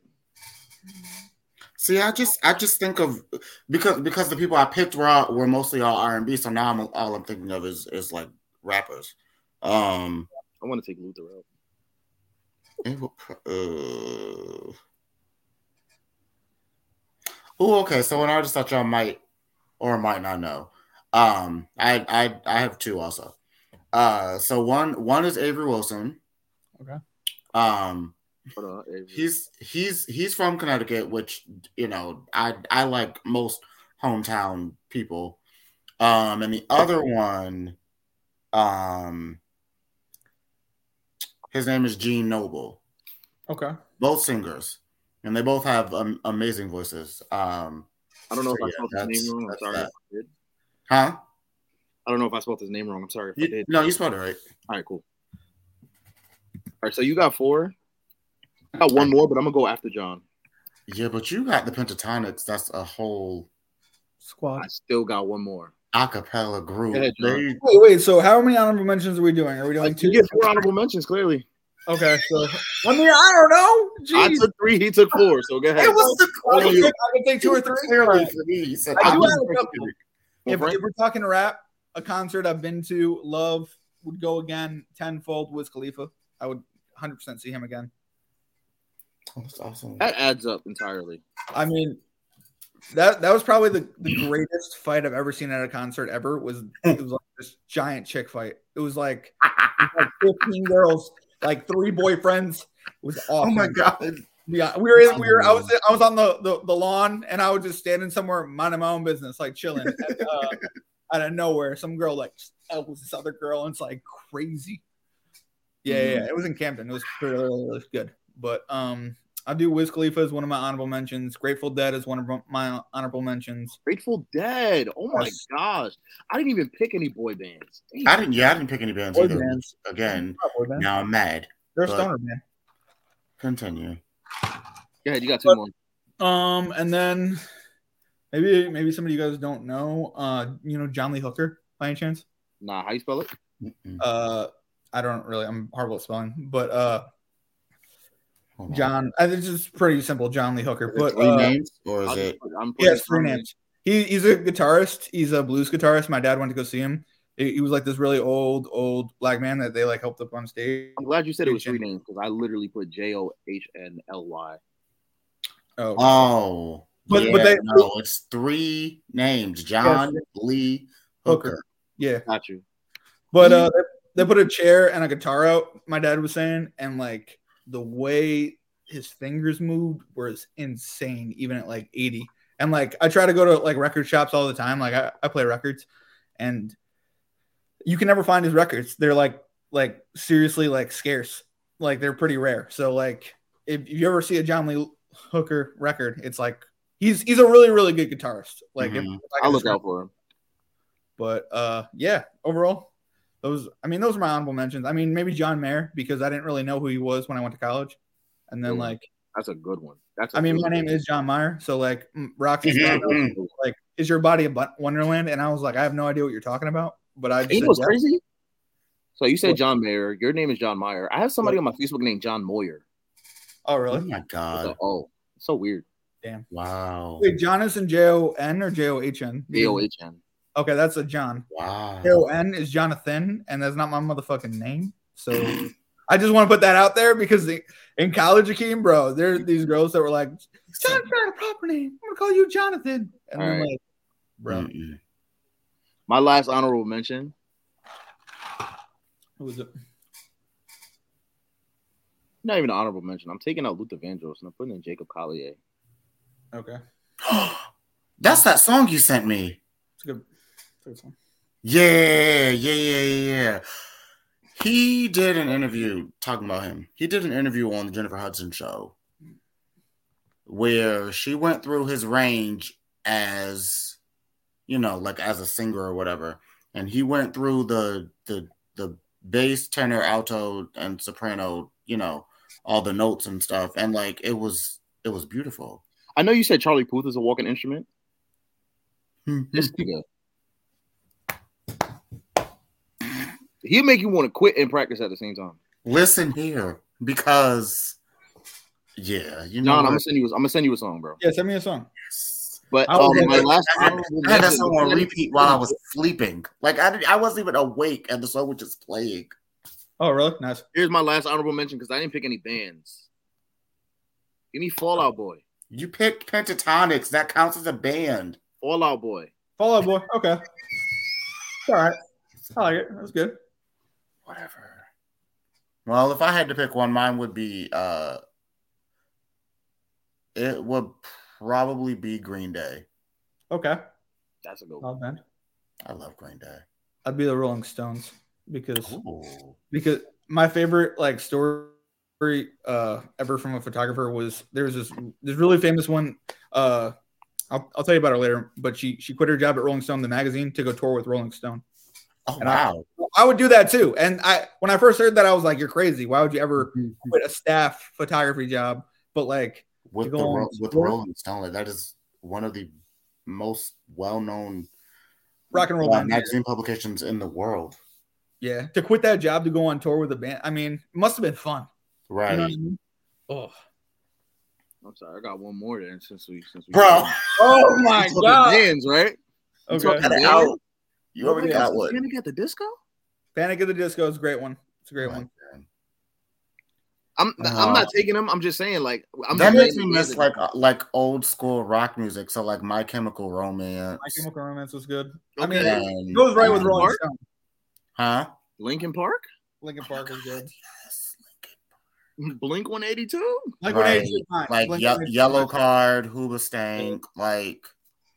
[SPEAKER 2] See, I just I just think of because because the people I picked were all, were mostly all R and B, so now I'm all I'm thinking of is is like rappers. Um,
[SPEAKER 1] I want to take Luther out.
[SPEAKER 2] it would pro- uh, oh, okay. So an artist that y'all might or might not know. Um, I I I have two also. Uh, so one one is Avery Wilson.
[SPEAKER 3] Okay.
[SPEAKER 2] Um,
[SPEAKER 1] Hold on, Avery.
[SPEAKER 2] he's he's he's from Connecticut, which you know I I like most hometown people. Um, and the other one, um, his name is Gene Noble.
[SPEAKER 3] okay.
[SPEAKER 2] Both singers, and they both have um, amazing voices. Um,
[SPEAKER 1] I don't know if I
[SPEAKER 2] yeah,
[SPEAKER 1] spelled
[SPEAKER 2] that's-
[SPEAKER 1] his name wrong. I'm
[SPEAKER 2] that's
[SPEAKER 1] sorry.
[SPEAKER 2] that.
[SPEAKER 1] if I did.
[SPEAKER 2] huh?
[SPEAKER 1] I don't know if I spelled his name wrong. I'm sorry if I
[SPEAKER 2] You,
[SPEAKER 1] did.
[SPEAKER 2] no, you spelled it right.
[SPEAKER 1] All right, cool. All right, so you got four. I got one more, but I'm gonna go after John.
[SPEAKER 2] Yeah, but you got the pentatonics. That's a whole
[SPEAKER 3] Squad.
[SPEAKER 1] I still got one more.
[SPEAKER 2] acapella group.
[SPEAKER 1] Go ahead, John.
[SPEAKER 2] They-
[SPEAKER 3] Wait, wait. So, how many honorable mentions are we doing? Are we doing
[SPEAKER 1] Like
[SPEAKER 3] two?
[SPEAKER 1] you get four honorable mentions. Clearly,
[SPEAKER 3] Okay. So, I mean, I don't
[SPEAKER 1] *laughs*
[SPEAKER 3] know.
[SPEAKER 1] I
[SPEAKER 3] Jeez.
[SPEAKER 1] took three. He took four. So go ahead.
[SPEAKER 2] it was the
[SPEAKER 3] I could
[SPEAKER 2] clearly,
[SPEAKER 3] take- I could take two or three.
[SPEAKER 2] clearly for me. So
[SPEAKER 3] I do
[SPEAKER 2] was-
[SPEAKER 3] have a couple.
[SPEAKER 1] Well,
[SPEAKER 3] If,
[SPEAKER 1] Frank,
[SPEAKER 3] if we're talking rap, a concert I've been to, love would go again tenfold. Wiz Khalifa, I would 100 percent see him again. Oh,
[SPEAKER 2] That's awesome.
[SPEAKER 1] that adds up entirely.
[SPEAKER 3] I mean, that that was probably the, the greatest fight I've ever seen at a concert ever. Was it was like this giant chick fight. It was like, like 15 girls, like three boyfriends. It was
[SPEAKER 2] Oh
[SPEAKER 3] awesome.
[SPEAKER 2] my god.
[SPEAKER 3] Yeah, we were in, we were. I was I was on the, the the lawn, and I was just standing somewhere, minding my own business, like chilling. and, uh, out of nowhere, some girl like elbows this other girl, and it's like crazy. Yeah, yeah, yeah, it was in Camden. It was pretty it was good, but um, I do. Wiz Khalifa is one of my honorable mentions. Grateful Dead is one of my honorable mentions.
[SPEAKER 1] Grateful Dead. Oh my
[SPEAKER 2] Yes.
[SPEAKER 1] gosh, I didn't even pick any boy bands. Damn.
[SPEAKER 2] I didn't yeah, I didn't pick any bands
[SPEAKER 3] Boy
[SPEAKER 2] either.
[SPEAKER 3] bands,
[SPEAKER 2] Again,
[SPEAKER 3] Boy bands.
[SPEAKER 2] now I'm mad.
[SPEAKER 3] they're a
[SPEAKER 2] but-
[SPEAKER 3] stoner man.
[SPEAKER 2] Continue.
[SPEAKER 1] Go ahead. You got two
[SPEAKER 3] But-
[SPEAKER 1] more.
[SPEAKER 3] Um, and then maybe maybe some of you guys don't know. Uh, you know John Lee Hooker by any chance?
[SPEAKER 1] Nah, how you spell it?
[SPEAKER 2] Mm-mm.
[SPEAKER 3] uh I don't really I'm horrible at spelling, but uh
[SPEAKER 2] Hold on.
[SPEAKER 3] John I think it's just pretty simple, John Lee Hooker.
[SPEAKER 2] Is it
[SPEAKER 3] But
[SPEAKER 2] three
[SPEAKER 3] uh,
[SPEAKER 2] names or is
[SPEAKER 1] I'll-
[SPEAKER 2] it
[SPEAKER 1] I'm
[SPEAKER 3] he
[SPEAKER 1] putting
[SPEAKER 3] has three names. He, he's a guitarist, he's a blues guitarist. My dad went to go see him. He, he was like this really old, old black man that they like helped up on stage.
[SPEAKER 1] I'm glad you said it was three names because I literally put J O H N L Y.
[SPEAKER 3] Oh
[SPEAKER 2] Oh
[SPEAKER 3] But-
[SPEAKER 2] yeah,
[SPEAKER 3] but they-
[SPEAKER 2] no, it's three names. John Lee
[SPEAKER 3] Hooker.
[SPEAKER 2] Hooker.
[SPEAKER 3] yeah.
[SPEAKER 1] Got you.
[SPEAKER 3] But
[SPEAKER 1] Mm-hmm.
[SPEAKER 3] uh they, they put a chair and a guitar out, my dad was saying, and like the way his fingers moved was insane, even at like 80. And like I try to go to like record shops all the time. Like I, I play records and you can never find his records. They're like like seriously like scarce. Like they're pretty rare. So like if you ever see a John Lee Hooker record, it's like he's he's a really really good guitarist. Like if-
[SPEAKER 2] Mhm.
[SPEAKER 3] if I
[SPEAKER 1] I'll Mm-hmm. look
[SPEAKER 3] could describe-
[SPEAKER 1] out for him.
[SPEAKER 3] But uh, yeah, overall, those I mean those are my honorable mentions. I mean maybe John Mayer because I didn't really know who he was when I went to college, and then
[SPEAKER 1] Mm.
[SPEAKER 3] like
[SPEAKER 1] That's a good one. That's. a
[SPEAKER 3] I mean
[SPEAKER 1] good
[SPEAKER 3] my name
[SPEAKER 1] one.
[SPEAKER 3] is John Mayer, so like mm, Roxy's
[SPEAKER 1] Mm-hmm.
[SPEAKER 2] Mhm.
[SPEAKER 3] daughter is your body a Bun- wonderland? And I was like I have no idea what you're talking about, but I just
[SPEAKER 1] You
[SPEAKER 3] said,
[SPEAKER 1] know what's
[SPEAKER 3] yeah.
[SPEAKER 1] crazy? So you say
[SPEAKER 3] What?
[SPEAKER 1] John Mayer. Your name is John Meyer. I have somebody on my Facebook named John Moyer.
[SPEAKER 3] oh
[SPEAKER 2] Oh
[SPEAKER 3] really?
[SPEAKER 2] my
[SPEAKER 1] With
[SPEAKER 2] god!
[SPEAKER 1] a O. It's so weird.
[SPEAKER 2] Wow!
[SPEAKER 3] Wait, John is in J O N or J O H N?
[SPEAKER 1] D O H N.
[SPEAKER 3] Okay, that's a John.
[SPEAKER 2] Wow!
[SPEAKER 3] J O N is Jonathan, and that's not my motherfucking name. So I just want to put that out there because the, in college, Akeem, bro, there are these girls that were like, "It's not a proper name. I'm gonna call you Jonathan." And I'm
[SPEAKER 1] Alright.
[SPEAKER 3] like, "Bro,
[SPEAKER 2] Mm-mm. *gasps*
[SPEAKER 1] My last honorable mention.
[SPEAKER 3] who is it?"
[SPEAKER 1] Not even an honorable mention. I'm taking out Luther Vandross and I'm putting in Jacob Collier.
[SPEAKER 3] Okay,
[SPEAKER 2] That's that song you sent me.
[SPEAKER 3] it's a good. it's a good song.
[SPEAKER 2] Yeah, yeah, yeah, yeah, yeah. He did an interview talking about him. He did an interview on the Jennifer Hudson show where she went through his range as you know, like as a singer or whatever. And he went through the the the bass, tenor, alto, and soprano, you know, all the notes and stuff. And like it was it was beautiful.
[SPEAKER 1] I know you said Charlie Puth is a walking instrument.
[SPEAKER 2] Hmm.
[SPEAKER 1] This nigga. He'll make you want to quit and practice at the same time.
[SPEAKER 2] Listen here, because yeah, you know
[SPEAKER 1] John, I'm
[SPEAKER 2] what?
[SPEAKER 1] gonna send you. A, I'm gonna send you a song, bro.
[SPEAKER 3] Yeah, send me a song.
[SPEAKER 1] But
[SPEAKER 3] I was
[SPEAKER 1] um, my
[SPEAKER 3] like-
[SPEAKER 1] last
[SPEAKER 2] I had,
[SPEAKER 1] honorable
[SPEAKER 2] I had that
[SPEAKER 1] mention-
[SPEAKER 2] song on repeat while I was sleeping. Like I, did, I wasn't even awake, and the song was just playing.
[SPEAKER 3] Oh, really? Nice.
[SPEAKER 1] Here's my last honorable mention because I didn't pick any bands. Give me Fallout Boy.
[SPEAKER 2] You picked Pentatonics. That counts as a band.
[SPEAKER 1] Fallout Boy.
[SPEAKER 3] Follow Boy. Okay, It's all right. I like it. That was good.
[SPEAKER 2] Whatever. Well, if I had to pick one, mine would be. uh It would probably be Green Day.
[SPEAKER 3] Okay,
[SPEAKER 1] That's a good one.
[SPEAKER 3] not bad.
[SPEAKER 2] I love Green Day.
[SPEAKER 3] Oh, I'd be the Rolling Stones because.
[SPEAKER 2] Ooh.
[SPEAKER 3] because my favorite like story uh ever from a photographer was there's this this really famous one uh I'll, I'll tell you about her later but she she quit her job at rolling stone the magazine to go tour with rolling stone
[SPEAKER 2] Oh
[SPEAKER 3] And I-
[SPEAKER 2] wow!
[SPEAKER 3] i would do that too and i when i first heard that i was like you're crazy why would you ever quit a staff photography job but like
[SPEAKER 2] With
[SPEAKER 3] You
[SPEAKER 2] the
[SPEAKER 3] go on
[SPEAKER 2] Ro- with
[SPEAKER 3] tour?
[SPEAKER 2] Rolling Stone, like, that is one of the most well-known
[SPEAKER 3] rock and roll
[SPEAKER 2] uh,
[SPEAKER 3] band
[SPEAKER 2] magazine publications in the world.
[SPEAKER 3] yeah to quit that job to go on tour with a band i mean it must have been fun
[SPEAKER 2] Right.
[SPEAKER 3] you know what I mean? oh
[SPEAKER 1] I'm sorry, I got one more then since we since we
[SPEAKER 2] Oh. Bro, *laughs*
[SPEAKER 3] oh my
[SPEAKER 1] Talking
[SPEAKER 3] god
[SPEAKER 1] bands, right?
[SPEAKER 3] okay
[SPEAKER 1] Got it
[SPEAKER 2] out.
[SPEAKER 1] out.
[SPEAKER 2] you already
[SPEAKER 1] Nobody
[SPEAKER 2] got
[SPEAKER 1] else is
[SPEAKER 2] one.
[SPEAKER 1] gonna get the disco.
[SPEAKER 3] panic at the disco is a great one it's a great one
[SPEAKER 1] I'm
[SPEAKER 2] Uh-huh.
[SPEAKER 1] I'm not taking them. I'm just saying like I'm
[SPEAKER 2] that
[SPEAKER 1] just
[SPEAKER 2] makes me
[SPEAKER 1] saying-
[SPEAKER 2] miss like uh, like old school rock music. So like My Chemical Romance.
[SPEAKER 3] My Chemical Romance was good. I
[SPEAKER 1] Okay.
[SPEAKER 3] mean, it
[SPEAKER 2] and-
[SPEAKER 3] goes right with
[SPEAKER 2] and-
[SPEAKER 3] Rolling
[SPEAKER 1] Park?
[SPEAKER 3] Stone.
[SPEAKER 2] Huh?
[SPEAKER 3] *laughs*
[SPEAKER 2] Oh
[SPEAKER 1] Lincoln Park, *laughs*
[SPEAKER 3] Linkin Park was good.
[SPEAKER 1] Blink 182.
[SPEAKER 3] Like
[SPEAKER 2] Right.
[SPEAKER 3] when Age Fine.
[SPEAKER 2] Like
[SPEAKER 3] Blink
[SPEAKER 2] ye-
[SPEAKER 3] 182
[SPEAKER 2] Yellow
[SPEAKER 3] Fine.
[SPEAKER 2] Card, Hoobastank. Stank. Like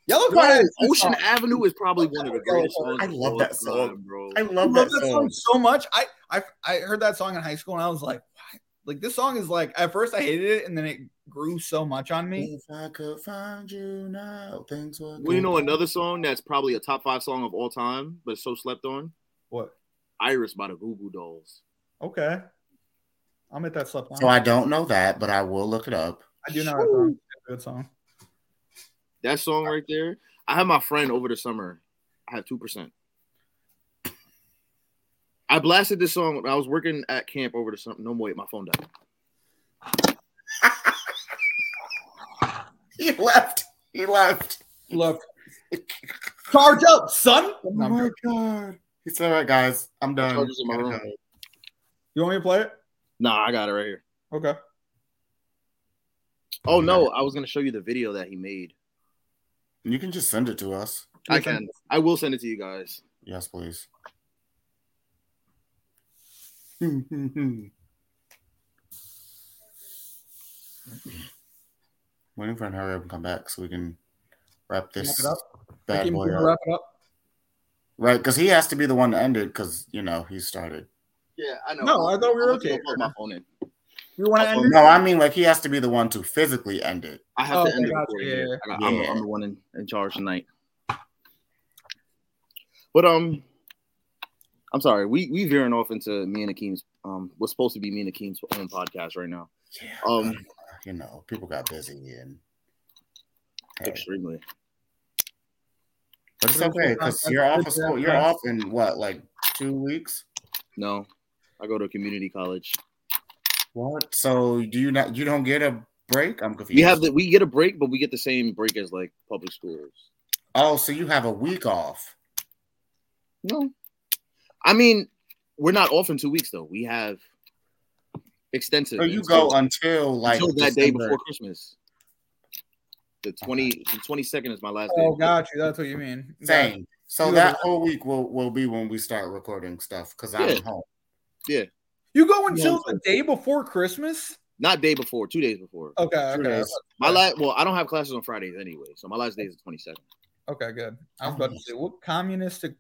[SPEAKER 3] Yellow Card.
[SPEAKER 1] Bro,
[SPEAKER 3] is-
[SPEAKER 1] Ocean Avenue is probably one of the greatest songs.
[SPEAKER 2] I
[SPEAKER 1] of
[SPEAKER 2] love
[SPEAKER 1] all
[SPEAKER 2] that song.
[SPEAKER 1] time, bro.
[SPEAKER 2] I
[SPEAKER 3] I
[SPEAKER 2] love
[SPEAKER 3] love that song so much. I, I I heard that song in high school and I was like, why? Like this song is like at first I hated it and then it grew so much on me.
[SPEAKER 2] If I could find you now, things would.
[SPEAKER 1] Well, you
[SPEAKER 2] be
[SPEAKER 1] know
[SPEAKER 2] better.
[SPEAKER 1] another song that's probably a top five song of all time, but so slept on.
[SPEAKER 3] What?
[SPEAKER 1] Iris by the Goo Goo Dolls.
[SPEAKER 3] Okay. I'm at that slip.
[SPEAKER 2] So I don't know that, but I will look it up. *laughs*
[SPEAKER 3] I do know that song. It's a good song.
[SPEAKER 1] That song right there. I had my friend over the summer. I had two percent. I blasted this song. when I was working at camp over the summer. No more. My phone died.
[SPEAKER 2] He left. He left.
[SPEAKER 3] Look. *laughs* Charge up, son.
[SPEAKER 2] Oh
[SPEAKER 3] No, I'm
[SPEAKER 2] my
[SPEAKER 3] joking.
[SPEAKER 2] god. He said, "All right, guys, I'm done."
[SPEAKER 1] Charger's in my
[SPEAKER 2] Gotta
[SPEAKER 1] room.
[SPEAKER 2] go.
[SPEAKER 3] you want me to play it?
[SPEAKER 1] Nah, I got it right here.
[SPEAKER 3] Okay.
[SPEAKER 1] Oh no, I was gonna show you the video that he made.
[SPEAKER 2] You can just send it to us.
[SPEAKER 1] I can. I will send it to you guys.
[SPEAKER 2] Yes, please.
[SPEAKER 3] *laughs*
[SPEAKER 2] Waiting for him to hurry up and come back so we can wrap
[SPEAKER 3] Wrap
[SPEAKER 2] this
[SPEAKER 3] it up.
[SPEAKER 2] bad
[SPEAKER 3] Akeem,
[SPEAKER 2] boy uh,
[SPEAKER 3] can you
[SPEAKER 2] up.
[SPEAKER 3] wrap it up.
[SPEAKER 2] Right, because he has to be the one to end it because, you know, he started.
[SPEAKER 1] Yeah, I know.
[SPEAKER 3] No, I thought we were
[SPEAKER 1] I'm gonna
[SPEAKER 3] okay.
[SPEAKER 1] plug my phone in.
[SPEAKER 3] You want to end?
[SPEAKER 2] No, I mean like he has to be the one to physically end it.
[SPEAKER 1] I have
[SPEAKER 3] Oh,
[SPEAKER 1] to end
[SPEAKER 3] I
[SPEAKER 1] it
[SPEAKER 3] got
[SPEAKER 1] for
[SPEAKER 3] you.
[SPEAKER 1] you.
[SPEAKER 3] Yeah,
[SPEAKER 1] I got- I'm,
[SPEAKER 2] yeah.
[SPEAKER 1] I'm the one in, in charge tonight. But um, I'm sorry. We we veering off into me and Akeem's um what's supposed to be me and Akeem's own podcast right now.
[SPEAKER 2] Yeah.
[SPEAKER 1] Um,
[SPEAKER 2] you know, people got busy and Hey,
[SPEAKER 1] extremely.
[SPEAKER 2] but it's okay because you're off of school. You're off in what, like two weeks?
[SPEAKER 1] No, I go to a community college.
[SPEAKER 2] What? So do you not? You don't get a break? I'm confused.
[SPEAKER 1] We have the we get a break, but we get the same break as like public schools.
[SPEAKER 2] oh, so you have a week off.
[SPEAKER 1] No, I mean we're not off in two weeks though. We have extensive.
[SPEAKER 2] So you
[SPEAKER 1] until-
[SPEAKER 2] go until like
[SPEAKER 1] until that day
[SPEAKER 2] December.
[SPEAKER 1] before Christmas. The twenty, the twenty second is my last day.
[SPEAKER 3] Oh, got you. That's what you mean. Got you.
[SPEAKER 2] Same. So
[SPEAKER 3] You
[SPEAKER 2] that
[SPEAKER 3] have
[SPEAKER 2] whole week will will be when we start recording stuff because
[SPEAKER 1] Yeah.
[SPEAKER 2] I'm home.
[SPEAKER 3] You go until
[SPEAKER 1] Yeah.
[SPEAKER 3] the day before Christmas.
[SPEAKER 1] Not day before, two days before.
[SPEAKER 3] Okay.
[SPEAKER 2] Two
[SPEAKER 3] Okay.
[SPEAKER 2] days.
[SPEAKER 1] My last, well, I don't have classes on Fridays anyway, so my last day is the twenty second.
[SPEAKER 3] Okay. Good. I was about to say what communistic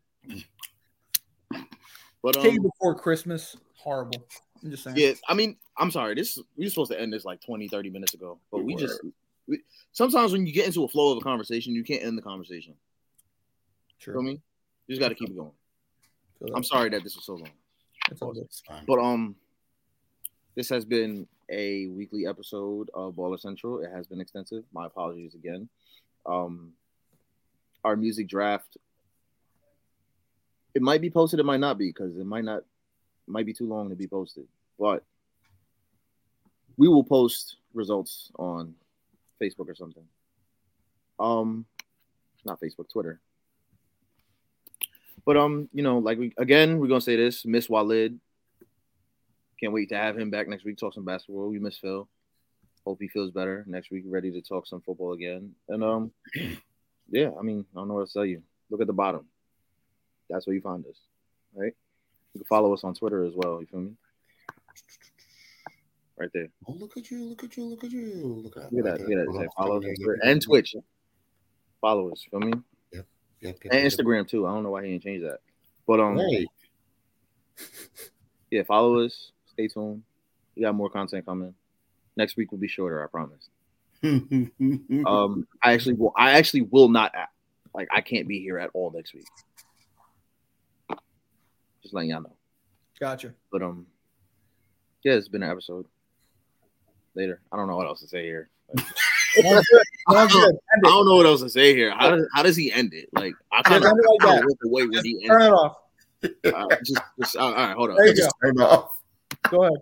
[SPEAKER 1] But
[SPEAKER 3] day
[SPEAKER 1] um,
[SPEAKER 3] before Christmas. Horrible. I'm just saying.
[SPEAKER 1] yeah, I mean, I'm sorry. This we were supposed to end this like 20, 30 minutes ago, but we
[SPEAKER 3] We
[SPEAKER 1] just we, sometimes when you get into a flow of a conversation, you can't end the conversation. You know
[SPEAKER 3] True.
[SPEAKER 1] what I mean? You just got to keep it going.
[SPEAKER 3] So
[SPEAKER 1] I'm sorry that this was so long.
[SPEAKER 3] that's all good.
[SPEAKER 2] It's fine.
[SPEAKER 1] But um, this has been a weekly episode of Baller Central. It has been extensive. My apologies again. Um, our music draft. It might be posted. It might not be because it might not might be too long to be posted. But we will post results on Facebook or something. Um, not Facebook, Twitter. But um, you know, like we again, we're gonna say this: Miss Walid. Can't wait to have him back next week. Talk some basketball. We miss Phil. Hope he feels better next week. Ready to talk some football again. And um, *clears throat* yeah, I mean, I don't know what to tell you. Look at the bottom. That's where you find us. All right. You can follow us on Twitter as well. You feel me? Right there.
[SPEAKER 2] Oh, look at you! Look at you! Look at you! Look at
[SPEAKER 1] Look at that. Look at that.
[SPEAKER 2] Hold
[SPEAKER 1] It said Follow us on
[SPEAKER 2] on. Yep,
[SPEAKER 1] Twitter
[SPEAKER 2] yep,
[SPEAKER 1] and Twitch. Follow us. Feel me?
[SPEAKER 2] yep, yep,
[SPEAKER 1] And
[SPEAKER 2] yep.
[SPEAKER 1] Instagram too. I don't know why he didn't change that. But um,
[SPEAKER 2] Hey,
[SPEAKER 1] yeah, follow us. Stay tuned. We got more content coming. Next week will be shorter. I promise.
[SPEAKER 2] *laughs*
[SPEAKER 1] Um, I actually will. I actually will not. a- Like, I can't be here at all next week. Just letting y'all know.
[SPEAKER 3] Gotcha.
[SPEAKER 1] But um, yeah, it's been an episode. Later. I don't know what else to say here. Like,
[SPEAKER 3] Sounds good. Sounds good. End
[SPEAKER 1] I
[SPEAKER 3] it.
[SPEAKER 1] don't know what else to say here. How does how does he end it? Like I kind of
[SPEAKER 3] end it like that.
[SPEAKER 1] look away when he
[SPEAKER 3] Turn
[SPEAKER 1] ends.
[SPEAKER 3] it off.
[SPEAKER 1] it. Uh, just, just all right, hold on.
[SPEAKER 3] There you go.
[SPEAKER 2] just turn off.
[SPEAKER 3] Go ahead.